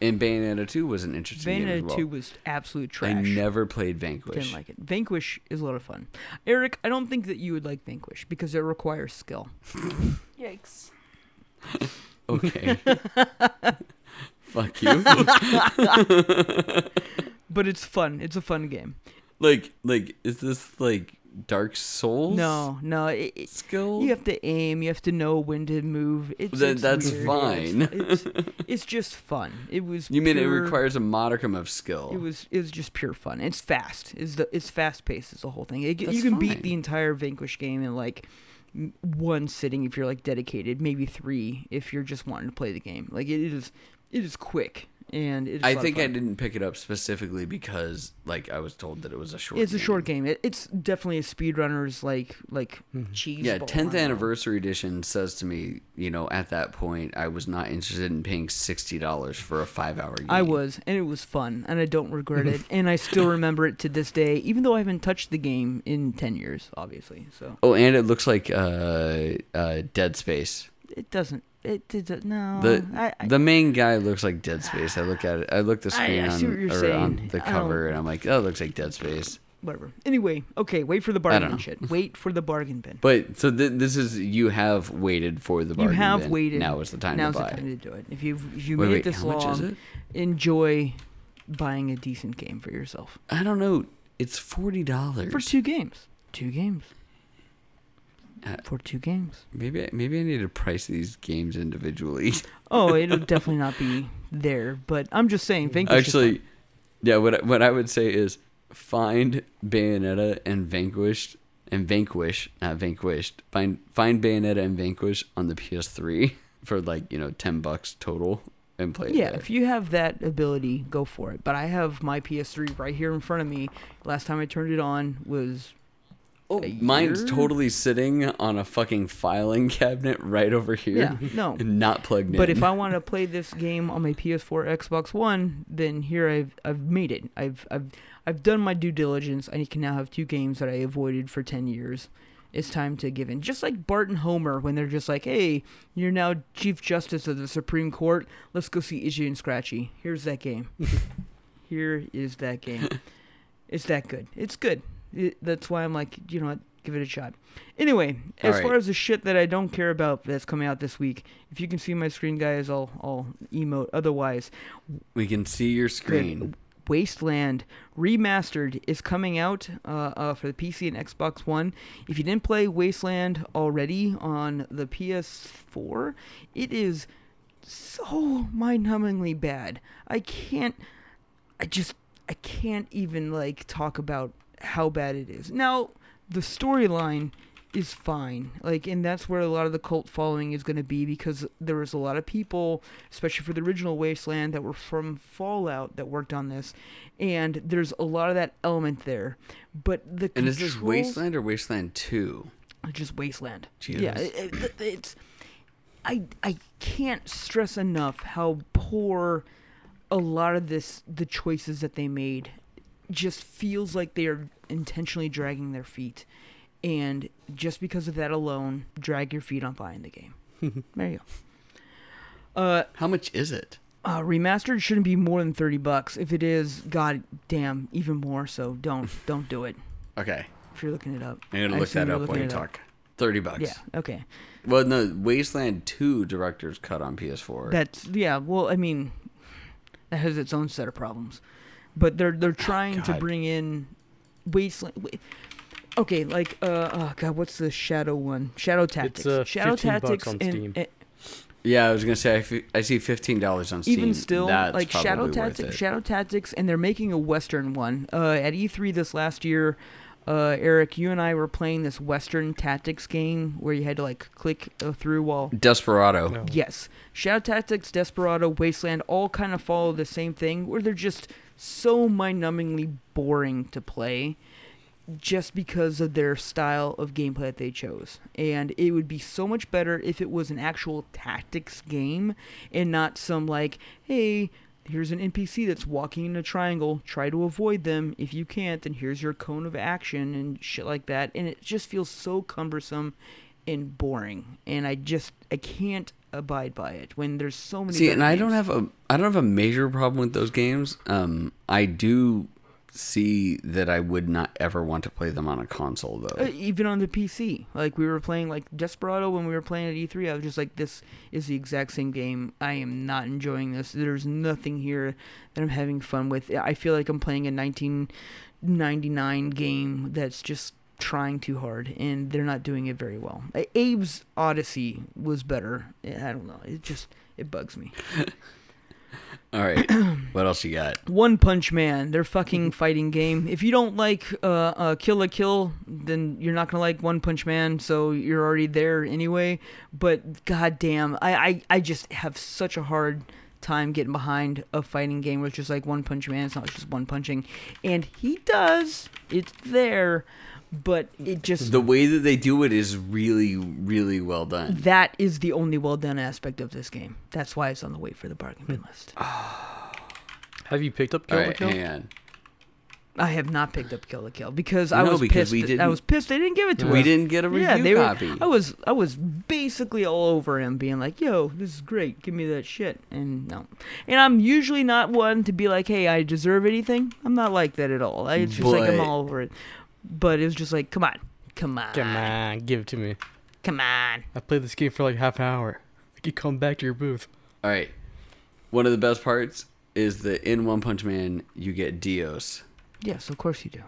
A: and bayonetta 2 was an interesting game as
B: Bayonetta
A: well.
B: two was absolute
A: i
B: trash.
A: never played
B: didn't
A: vanquish
B: like it. Vanquish is a lot of fun. Eric, I don't think that you would like Vanquish because it requires skill.
D: Yikes.
A: okay (laughs) fuck
B: (laughs)
A: you
B: But it's fun. It's a fun game.
A: like like is this like Dark Souls?
B: No, no. It, it-
A: Skill?
B: you have to aim. You have to know when to move. It's,
A: Then
B: it's
A: that's
B: weird.
A: fine.
B: It's, it's, it's just fun. It was.
A: You mean it
B: pure-
A: requires a modicum of skill?
B: It was it was just pure fun. It's fast. Is the it's fast paced is the whole thing. It,
A: That's
B: you can
A: fine.
B: beat the entire Vanquish game in like m- one sitting if you're like dedicated. Maybe three if you're just wanting to play the game. Like it is it is quick and it's.
A: I think I
B: fun.
A: didn't pick it up specifically because, like, I was told that it was a short.
B: It's a short game. It, it's definitely a speedrunner's like like cheese.
A: Yeah,
B: ball.
A: tenth
B: I don't know.
A: anniversary edition says to me, you know, at that point, I was not interested in paying sixty dollars for a five-hour game.
B: I was, and it was fun, and I don't regret
A: Mm-hmm.
B: it, and I still remember it to this day, even though I haven't touched the game in ten years, obviously. So
A: Oh, and it looks like uh, uh, Dead Space.
B: it doesn't. It did no.
A: The
B: I, I,
A: the main guy looks like Dead Space. I look at it. I look the
B: (sighs) I- I
A: screen
B: see what
A: on,
B: you're
A: or
B: saying. Um,
A: on the
B: I
A: cover, and I'm like, oh, it looks like Dead Space.
B: whatever. Anyway, okay, wait for the
A: don't
B: bargain
A: know.
B: bin shit. Wait for the bargain
A: (laughs)
B: bin.
A: But so th- this is you have waited for the
B: you
A: bargain.
B: have
A: bin.
B: waited.
A: Now is the time
B: Now's
A: to buy.
B: the time to do it. If you've if you
A: Wait,
B: made
A: wait,
B: it this
A: how much
B: long,
A: is it?
B: enjoy buying a decent game for yourself
A: I don't know. It's forty dollars.
B: for two games. Two games.
A: Uh,
B: for two games.
A: Maybe maybe I need to price these games individually. (laughs)
B: Oh, it'll definitely not be there, but I'm just saying. Vanquish is
A: Actually, yeah. What I- what I would say is find Bayonetta and Vanquished and Vanquish, not Vanquished. Find find Bayonetta and Vanquish on the PS3 (laughs) for like you know ten bucks total and play. it
B: Yeah,
A: there.
B: if you have that ability, go for it. But I have my PS3 right here in front of me. Last time I turned it on was
A: Oh,
B: a
A: mine's
B: year?
A: totally sitting on a fucking filing cabinet right over here.
B: Yeah, (laughs) no.
A: (laughs) and not plugged
B: But
A: in.
B: if I want to play this game on my PS4, Xbox One, then here I've I've made it. I've I've I've done my due diligence. I can now have two games that I avoided for 10 years. It's time to give in. Just like Bart and Homer when they're just like, "Hey, you're now Chief Justice of the Supreme Court. Let's go see Itchy and Scratchy. Here's that (laughs) game. here is that game. It's that good. It's good. It, that's why I'm like, you know what? Give it a shot. Anyway,
A: All
B: as far
A: right.
B: as the shit that I don't care about that's coming out this week, if you can see my screen, guys, I'll I'll emote. Otherwise,
A: we can see your screen.
B: Wasteland Remastered is coming out uh, uh, for the PC and Xbox One. If you didn't play Wasteland already on the PS4, it is so mind-numbingly bad. I can't. I just. I can't even like talk about how bad it is. Now, the storyline is fine. Like, and that's where a lot of the cult following is going to be because there was a lot of people, especially for the original Wasteland, that were from Fallout that worked on this, and there's a lot of that element there. But the
A: And is this
B: controls-
A: Wasteland or Wasteland Two?
B: just wasteland.
A: Jesus.
B: Yeah, it- it- it's. I I can't stress enough how poor a lot of this the choices that they made just feels like they are intentionally dragging their feet, and just because of that alone, drag your feet on buying the game. there you go. Uh,
A: How much is it?
B: uh, remastered shouldn't be more than thirty bucks. If it is, god damn, even more. So don't don't do it
A: Okay,
B: if you're looking it up.
A: I'm gonna
B: I
A: look that
B: assume you're
A: up while
B: looking
A: you
B: it
A: talk. Thirty bucks.
B: Yeah. Okay.
A: Well, no, Wasteland Two director's cut on PS4.
B: That's yeah. Well, I mean, that has its own set of problems, but they're
C: Ah,
B: they're trying to
A: God.
B: bring in wasteland. wa- Okay, like uh, oh god, what's the shadow one? Shadow tactics.
C: uh,
B: shadow
C: 15 bucks on
B: and-
C: Steam.
B: and-
A: yeah, I was gonna say I, f- I see fifteen dollars on Steam.
B: even still,
A: That's
B: like
A: probably
B: shadow
A: worth it.
B: tactics, shadow tactics, and they're making a western one. Uh, at E3 this last year, uh, Eric, you and I were playing this western tactics game where you had to like click uh, through while
A: Desperado.
C: No.
B: Yes. Shadow Tactics, Desperado, Wasteland all kind of follow the same thing where they're just so mind numbingly boring to play just because of their style of gameplay that they chose. And it would be so much better if it was an actual tactics game and not some like, hey, here's an NPC that's walking in a triangle, try to avoid them. If you can't, then here's your cone of action and shit like that. And it just feels so cumbersome and boring. And I just I can't abide by it when there's so many
A: See,
B: better
A: and I don't
B: games.
A: have a I don't have a major problem with those games. Um, I do see that I would not ever want to play them on a console though.
B: Uh, even on the PC. Like we were playing like Desperado when we were playing at E3. I was just like, this is the exact same game. I am not enjoying this. There's nothing here that I'm having fun with. I feel like I'm playing a 1999 game that's just trying too hard, and they're not doing it very well. A- Abe's Odyssey was better. I don't know. It just it bugs me.
A: All
B: (clears throat)
A: right. what else you got?
B: One Punch Man, their
A: Mm-hmm.
B: fucking fighting game. If you don't like uh, uh, Kill a Kill, then you're not gonna like One Punch Man, so you're already there anyway. But goddamn, I, I I just have such a hard time getting behind a fighting game where it's just like One Punch Man. It's not just one punching, and he does. It's there, but it just
A: The way that they do it is really, really well done.
B: that is the only well done aspect of this game. That's why it's on the wait for the bargain
A: Hmm.
B: bin list.
C: Have you picked up
A: All
C: Kill
A: right,
C: the Kill?
A: hang on.
B: I have not picked up Kill the Kill because I
A: No,
B: was
A: because
B: pissed.
A: we
B: I
A: didn't-
B: was pissed they didn't give it to us.
A: We didn't get a review
B: yeah, they
A: copy.
B: were. I was I was basically all over him, being like, "Yo, this is great. Give me that shit." And no, and I'm usually not one to be like, "Hey, I deserve anything." I'm not like that at all. I, it's just like I'm
A: But-
B: all over it. But it was just like, "Come on, come on,
C: Come on, give it to me.
B: come on."
C: I played this game for like half an hour. I could come back to your booth.
A: All right. One of the best parts is that in One Punch Man, you get Dios,
B: Yes, of course you do.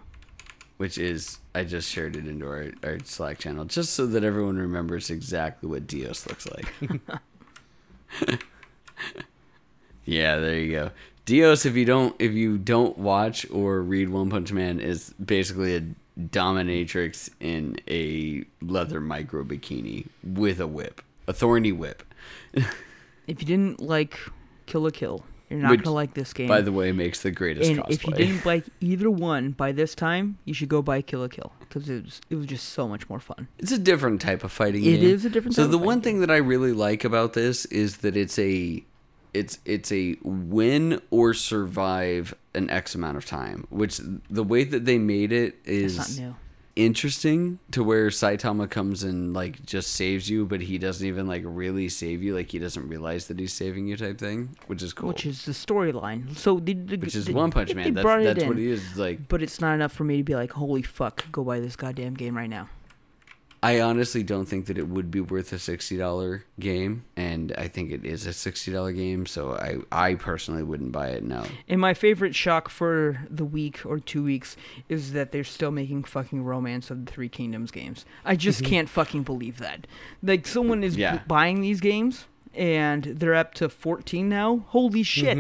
A: which is, I just shared it into our, our Slack channel just so that everyone remembers exactly what Dios looks like.
B: (laughs)
A: (laughs) yeah, there you go. Dios, if you don't if you don't watch or read One Punch Man, is basically a dominatrix in a leather micro bikini with a whip, a thorny whip.
B: If you didn't like Kill a Kill, you're not
A: Which,
B: gonna like this game.
A: By the way, makes the greatest
B: and
A: cosplay.
B: if you didn't like either one by this time, you should go buy Kill a Kill because it was it was just so much more fun.
A: It's a different type of fighting
B: It
A: game.
B: is a different
A: So
B: type of
A: the
B: fighting
A: one thing that I really like about this is that it's a it's it's a win or survive an X amount of time, which the way that they made it is
B: not new.
A: interesting to where Saitama comes and like just saves you, but he doesn't even like really save you, like he doesn't realize that he's saving you type thing, which is cool.
B: Which is the storyline. So the, the,
A: which is
B: the-
A: One Punch
B: they
A: Man. That's
B: brought it
A: that's
B: in,
A: what it is. Like
B: But it's not enough for me to be like, holy fuck, go buy this goddamn game right now.
A: I honestly don't think that it would be worth a sixty dollar game, and I think it is a sixty dollar game. So I, I personally wouldn't buy it.
B: (laughs)
A: No,
B: And my favorite shock for the week or two weeks is that they're still making fucking Romance of the Three Kingdoms games. I just can't fucking believe that. Like someone is b-
A: Mm-hmm. Yeah.
B: buying these games and they're up to 14 now. Holy shit.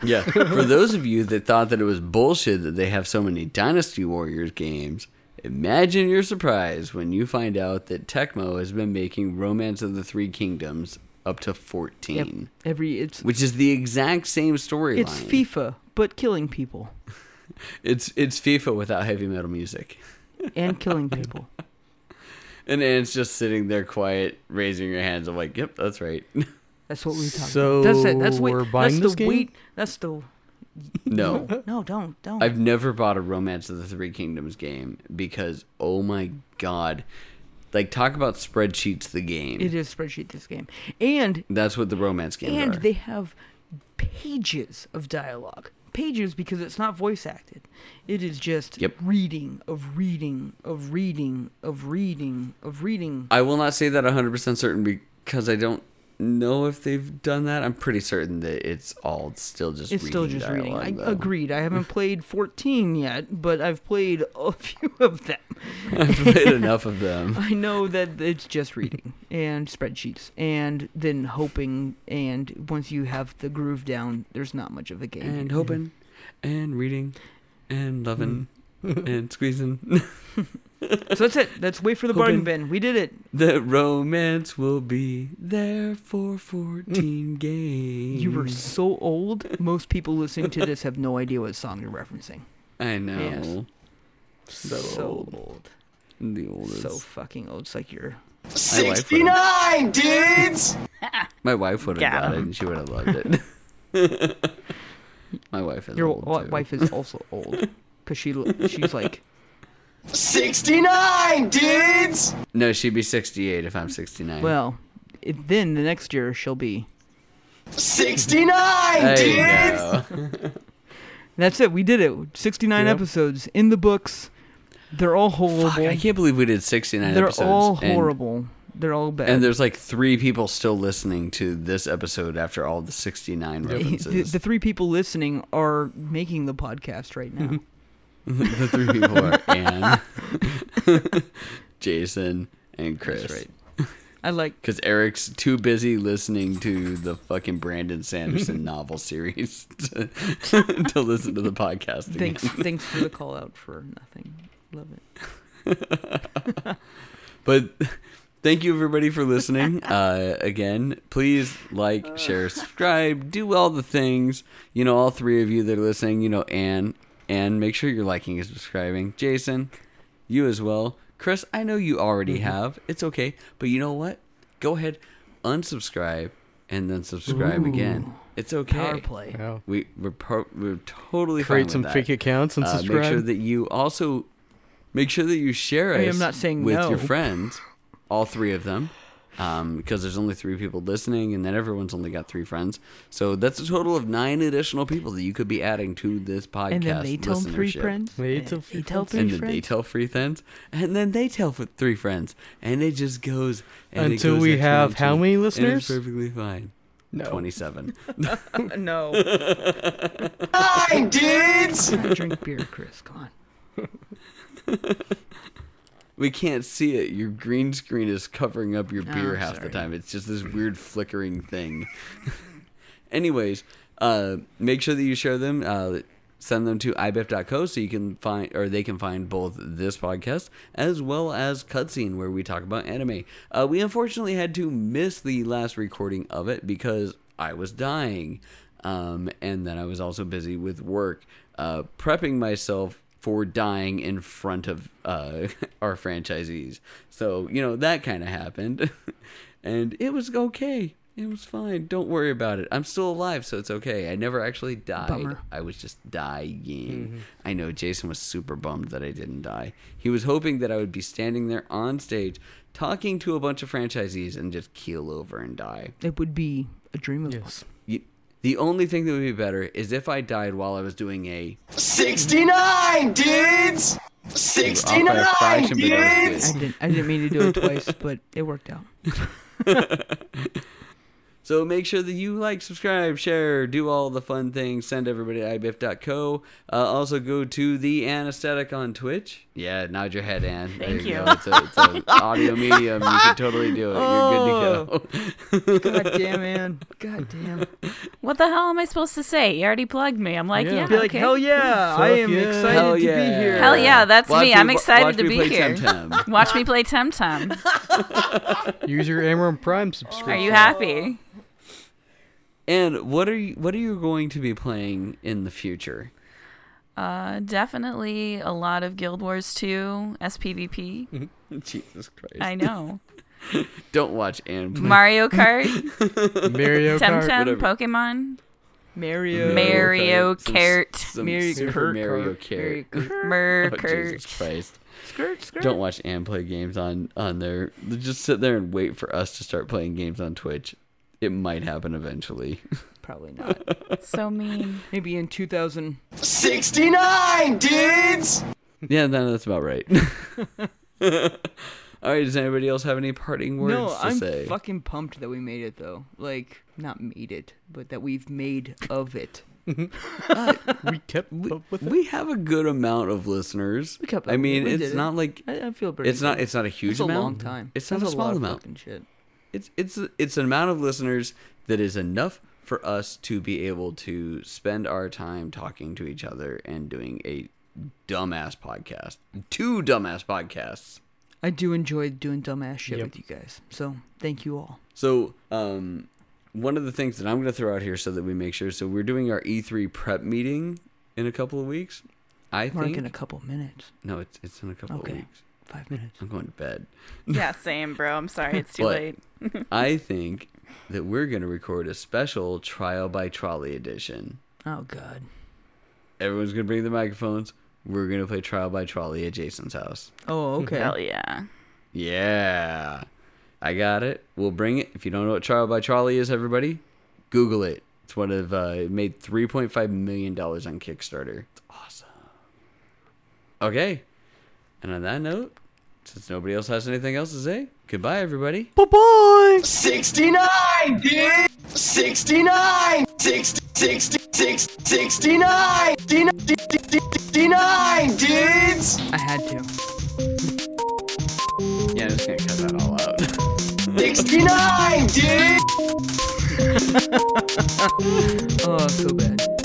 A: Mm-hmm. yeah. (laughs) For those of you that thought that it was bullshit that they have so many Dynasty Warriors games, imagine your surprise when you find out that Tecmo has been making Romance of the Three Kingdoms up to
B: Yep.
A: fourteen,
B: Every it's
A: which is the exact same storyline.
B: it's FIFA but killing people
A: It's it's FIFA without heavy metal music.
B: and
A: (laughs)
B: killing people.
A: And Anne's just sitting there quiet, raising her hands. I'm like, yep, that's right. (laughs)
B: That's what we talked
C: So,
B: about. That's it. That's wait,
C: we're buying
B: that's
C: this
B: the
C: game?
B: wait. That's the
A: no.
B: (laughs) no. Don't don't.
A: I've never bought a Romance of the Three Kingdoms game because oh my god. Like talk about spreadsheets the game.
B: It is spreadsheet this game, and
A: That's what the romance games
B: and
A: are.
B: they have pages of dialogue, pages because it's not voice acted. It is just
A: Yep.
B: reading of reading of reading of reading of reading.
A: I will not say that 100% certain because I don't know if they've done that. I'm pretty certain that it's all still just
B: It's
A: reading
B: still just reading.
A: dialogue,
B: I
A: though.
B: agreed.
A: (laughs)
B: I haven't played 14 yet, but I've played a (laughs) few of them.
A: I've played enough of
B: (laughs)
A: them.
B: I know that it's
A: (laughs)
B: just reading and spreadsheets and then hoping. And once you have the groove down, there's not much of a game.
A: And hoping and reading and loving
B: Mm.
A: and squeezing.
B: so that's it. That's wait for the bargain
A: Hoping.
B: bin. We did it.
A: the romance will be there for 14 games.
B: Mm. You were so old. Most people listening to this have no idea what song
A: (laughs)
B: you're referencing.
A: I know.
B: Yes.
A: So,
B: old.
A: The oldest.
B: So fucking old. It's like you're.
A: would've-
E: 69 dudes!
A: My wife would have
D: Got
A: got it,
D: him.
A: and she would have loved it.
B: (laughs)
A: My wife is
B: Your
A: old.
B: wa-
A: too. (laughs)
B: wife is also old. Because she, l- she's like,
E: 69 dudes!
A: No, she'd be 68 if I'm 69.
B: well, it, then the next year she'll be.
E: 69
A: There you
E: dudes!
A: go.
B: That's it. We did it. 69
C: Yep.
B: episodes in the books. They're all horrible.
A: Fuck, I can't believe we did 69
B: They're
A: episodes.
B: all
A: and-
B: horrible. They're all bad.
A: And, there's like three people still listening to this episode after all the 69
B: (laughs) the, (laughs)
A: references. Mm-hmm.
B: the three people listening are making the podcast right now.
A: (laughs) the three people are Anne, Jason, and Chris.
B: That's right. I like
A: Because Eric's too busy listening to the fucking Brandon Sanderson (laughs) novel series to, to listen to the podcast. Again.
B: thanks thanks for the call out for nothing. Love it.
A: But (laughs) thank you everybody for listening. Uh, again, please like, share, subscribe, do all the things. You know, all three of you that are listening. You know, Anne, and make sure you're liking and subscribing. Jason, you as well. Chris, I know you already have. It's okay, but you know what? Go ahead, unsubscribe, and then subscribe again. It's okay.
B: Power play.
C: Wow.
A: We we're, pro- we're totally fine
C: Create
A: with
C: some
A: that.
C: fake accounts and
A: Uh,
C: subscribe.
A: Make sure that you also make sure that you share
B: I
A: us
B: mean, I'm not saying
A: with
B: no.
A: your friends, all three of them, um, because there's only three people listening, and then everyone's only got three friends. So that's a total of nine additional people that you could be adding to this podcast.
B: And then they tell three
A: listenership.
B: friends.
C: They
B: and
C: tell
B: they
C: three
B: tell
C: friends.
B: three
A: And then
B: friends.
A: they tell three friends, and then they tell f- three friends, and it just goes and it
C: Until
A: goes
C: we have how
A: exponentially,
C: many
A: and it's
C: listeners?
A: perfectly fine.
C: No.
A: Twenty-seven.
B: (laughs) no,
E: Hi, dudes!
B: drink beer, Chris. Come on.
A: We can't see it. Your green screen is covering up your beer
B: Oh,
A: half the
B: sorry.
A: time. It's just this weird flickering thing. Anyways, uh, make sure that you share them. Uh, send them to ibef.co so you can find or they can find both this podcast as well as cutscene where we talk about anime. Uh, we unfortunately had to miss the last recording of it because I was dying, um, and then I was also busy with work, uh, prepping myself for dying in front of uh, (laughs) our franchisees. So you know that kind of happened, (laughs) and it was okay. It was fine. Don't worry about it. I'm still alive, so it's okay. I never actually died.
B: Bummer.
A: I was just dying. I know Jason was super bummed that I didn't die. He was hoping that I would be standing there on stage talking to a bunch of franchisees and just keel over and die.
B: It would be a dream of
C: Yes.
A: You, the only thing that would be better is if I died while I was doing a
E: 69 dudes!
A: Off by
E: 69
A: a fraction, but that was good.
E: dudes!
B: I didn't. I didn't mean to do it twice, but it worked out.
A: So make sure that you like, subscribe, share, do all the fun things. Send everybody to ibiff.co. Uh, also go to the anesthetic on Twitch. Yeah, nod your head, Ann. There
D: Thank you.
A: Go. It's a, it's a
B: (laughs)
A: audio medium. You can totally do it. You're good
B: Oh,
A: to go.
B: God damn, man. God damn.
D: What the hell am I supposed to say? You already plugged me. I'm like,
C: Yeah.
D: yeah,
C: Be
B: Be like,
D: okay.
B: hell yeah! I
C: Fuck
B: am
C: yeah.
B: excited
A: Hell
B: to
A: yeah.
B: be here.
D: Hell yeah, that's
A: Watch
D: me. I'm
A: wa-
D: excited
A: watch
D: to
A: me
D: be
A: play
D: here. (laughs)
A: Temtem.
D: Watch me play Temtem.
C: Use your Amazon Prime
D: Are
C: subscription.
D: you happy?
A: and what are you what are you going to be playing in the
B: (laughs)
A: future?
D: Uh, definitely a lot of Guild Wars 2, SPVP.
A: Jesus Christ.
D: I know.
A: Don't watch Ann play.
D: Mario Kart, (laughs)
C: Mario Kart.
D: Temtem,
A: whatever.
D: Pokemon,
B: Mario.
D: Mary- Mario
A: Some-
D: Kart.
A: some
B: Mary
A: Super
B: Kurt.
A: Mario
B: Mario
A: Kart.
B: Kurt.
A: Oh,
D: Merkert.
A: Jesus Christ.
B: Skirt, skirt.
A: Don't watch Ann play games on on there. Just sit there and wait for us to start playing games on Twitch. It might happen eventually. (laughs)
B: Probably not.
D: so mean.
B: Maybe in 2000.
E: 69 dudes!
A: yeah, no, that's about right. (laughs) All right. Does anybody else have any parting words
B: no,
A: to
B: I'm
A: say?
B: fucking pumped that we made it though. Like, not made it, but that we've made of it.
C: We kept up with it.
A: we have a good amount of listeners.
B: We kept-
A: I mean,
B: we
A: it's
B: did it.
A: not like
B: I, I feel pretty.
A: it's not
B: good.
A: it's not a huge
B: It's a
A: amount.
B: long time.
A: It's not
B: That's
A: a small
B: lot of
A: amount.
B: fucking shit.
A: it's it's it's an amount of listeners that is enough for us to be able to spend our time talking to each other and doing a dumbass podcast two dumbass podcasts
B: I do enjoy doing dumbass shit
C: Yep.
B: with you guys. So thank you all.
A: so um one of the things that i'm going to throw out here so that we make sure so we're doing our e3 prep meeting in a couple of weeks i
B: Mark
A: think
B: in a couple minutes.
A: no it's it's in a couple
B: Okay.
A: of weeks
B: Five minutes.
A: (laughs) i'm going to bed
D: Yeah, same, bro. I'm sorry. It's too
A: What?
D: late.
A: i think that we're going to record a special trial by trolley edition
B: Oh god.
A: Everyone's gonna bring their microphones. We're gonna play trial by trolley at Jason's house.
B: Oh okay.
D: Hell yeah.
A: Yeah, I got it. We'll bring it. If you don't know what trial by trolley is, everybody, Google it. It's one of uh, it made three point five million dollars on Kickstarter. It's awesome. Okay, and on that note, since nobody else has anything else to say, goodbye, everybody.
E: 69 dudes! 69! 60, 60, Six, 69! 69, dudes!
B: I had to.
A: Yeah, I'm just gonna cut that all out.
E: 69, dudes!
B: Oh, so bad.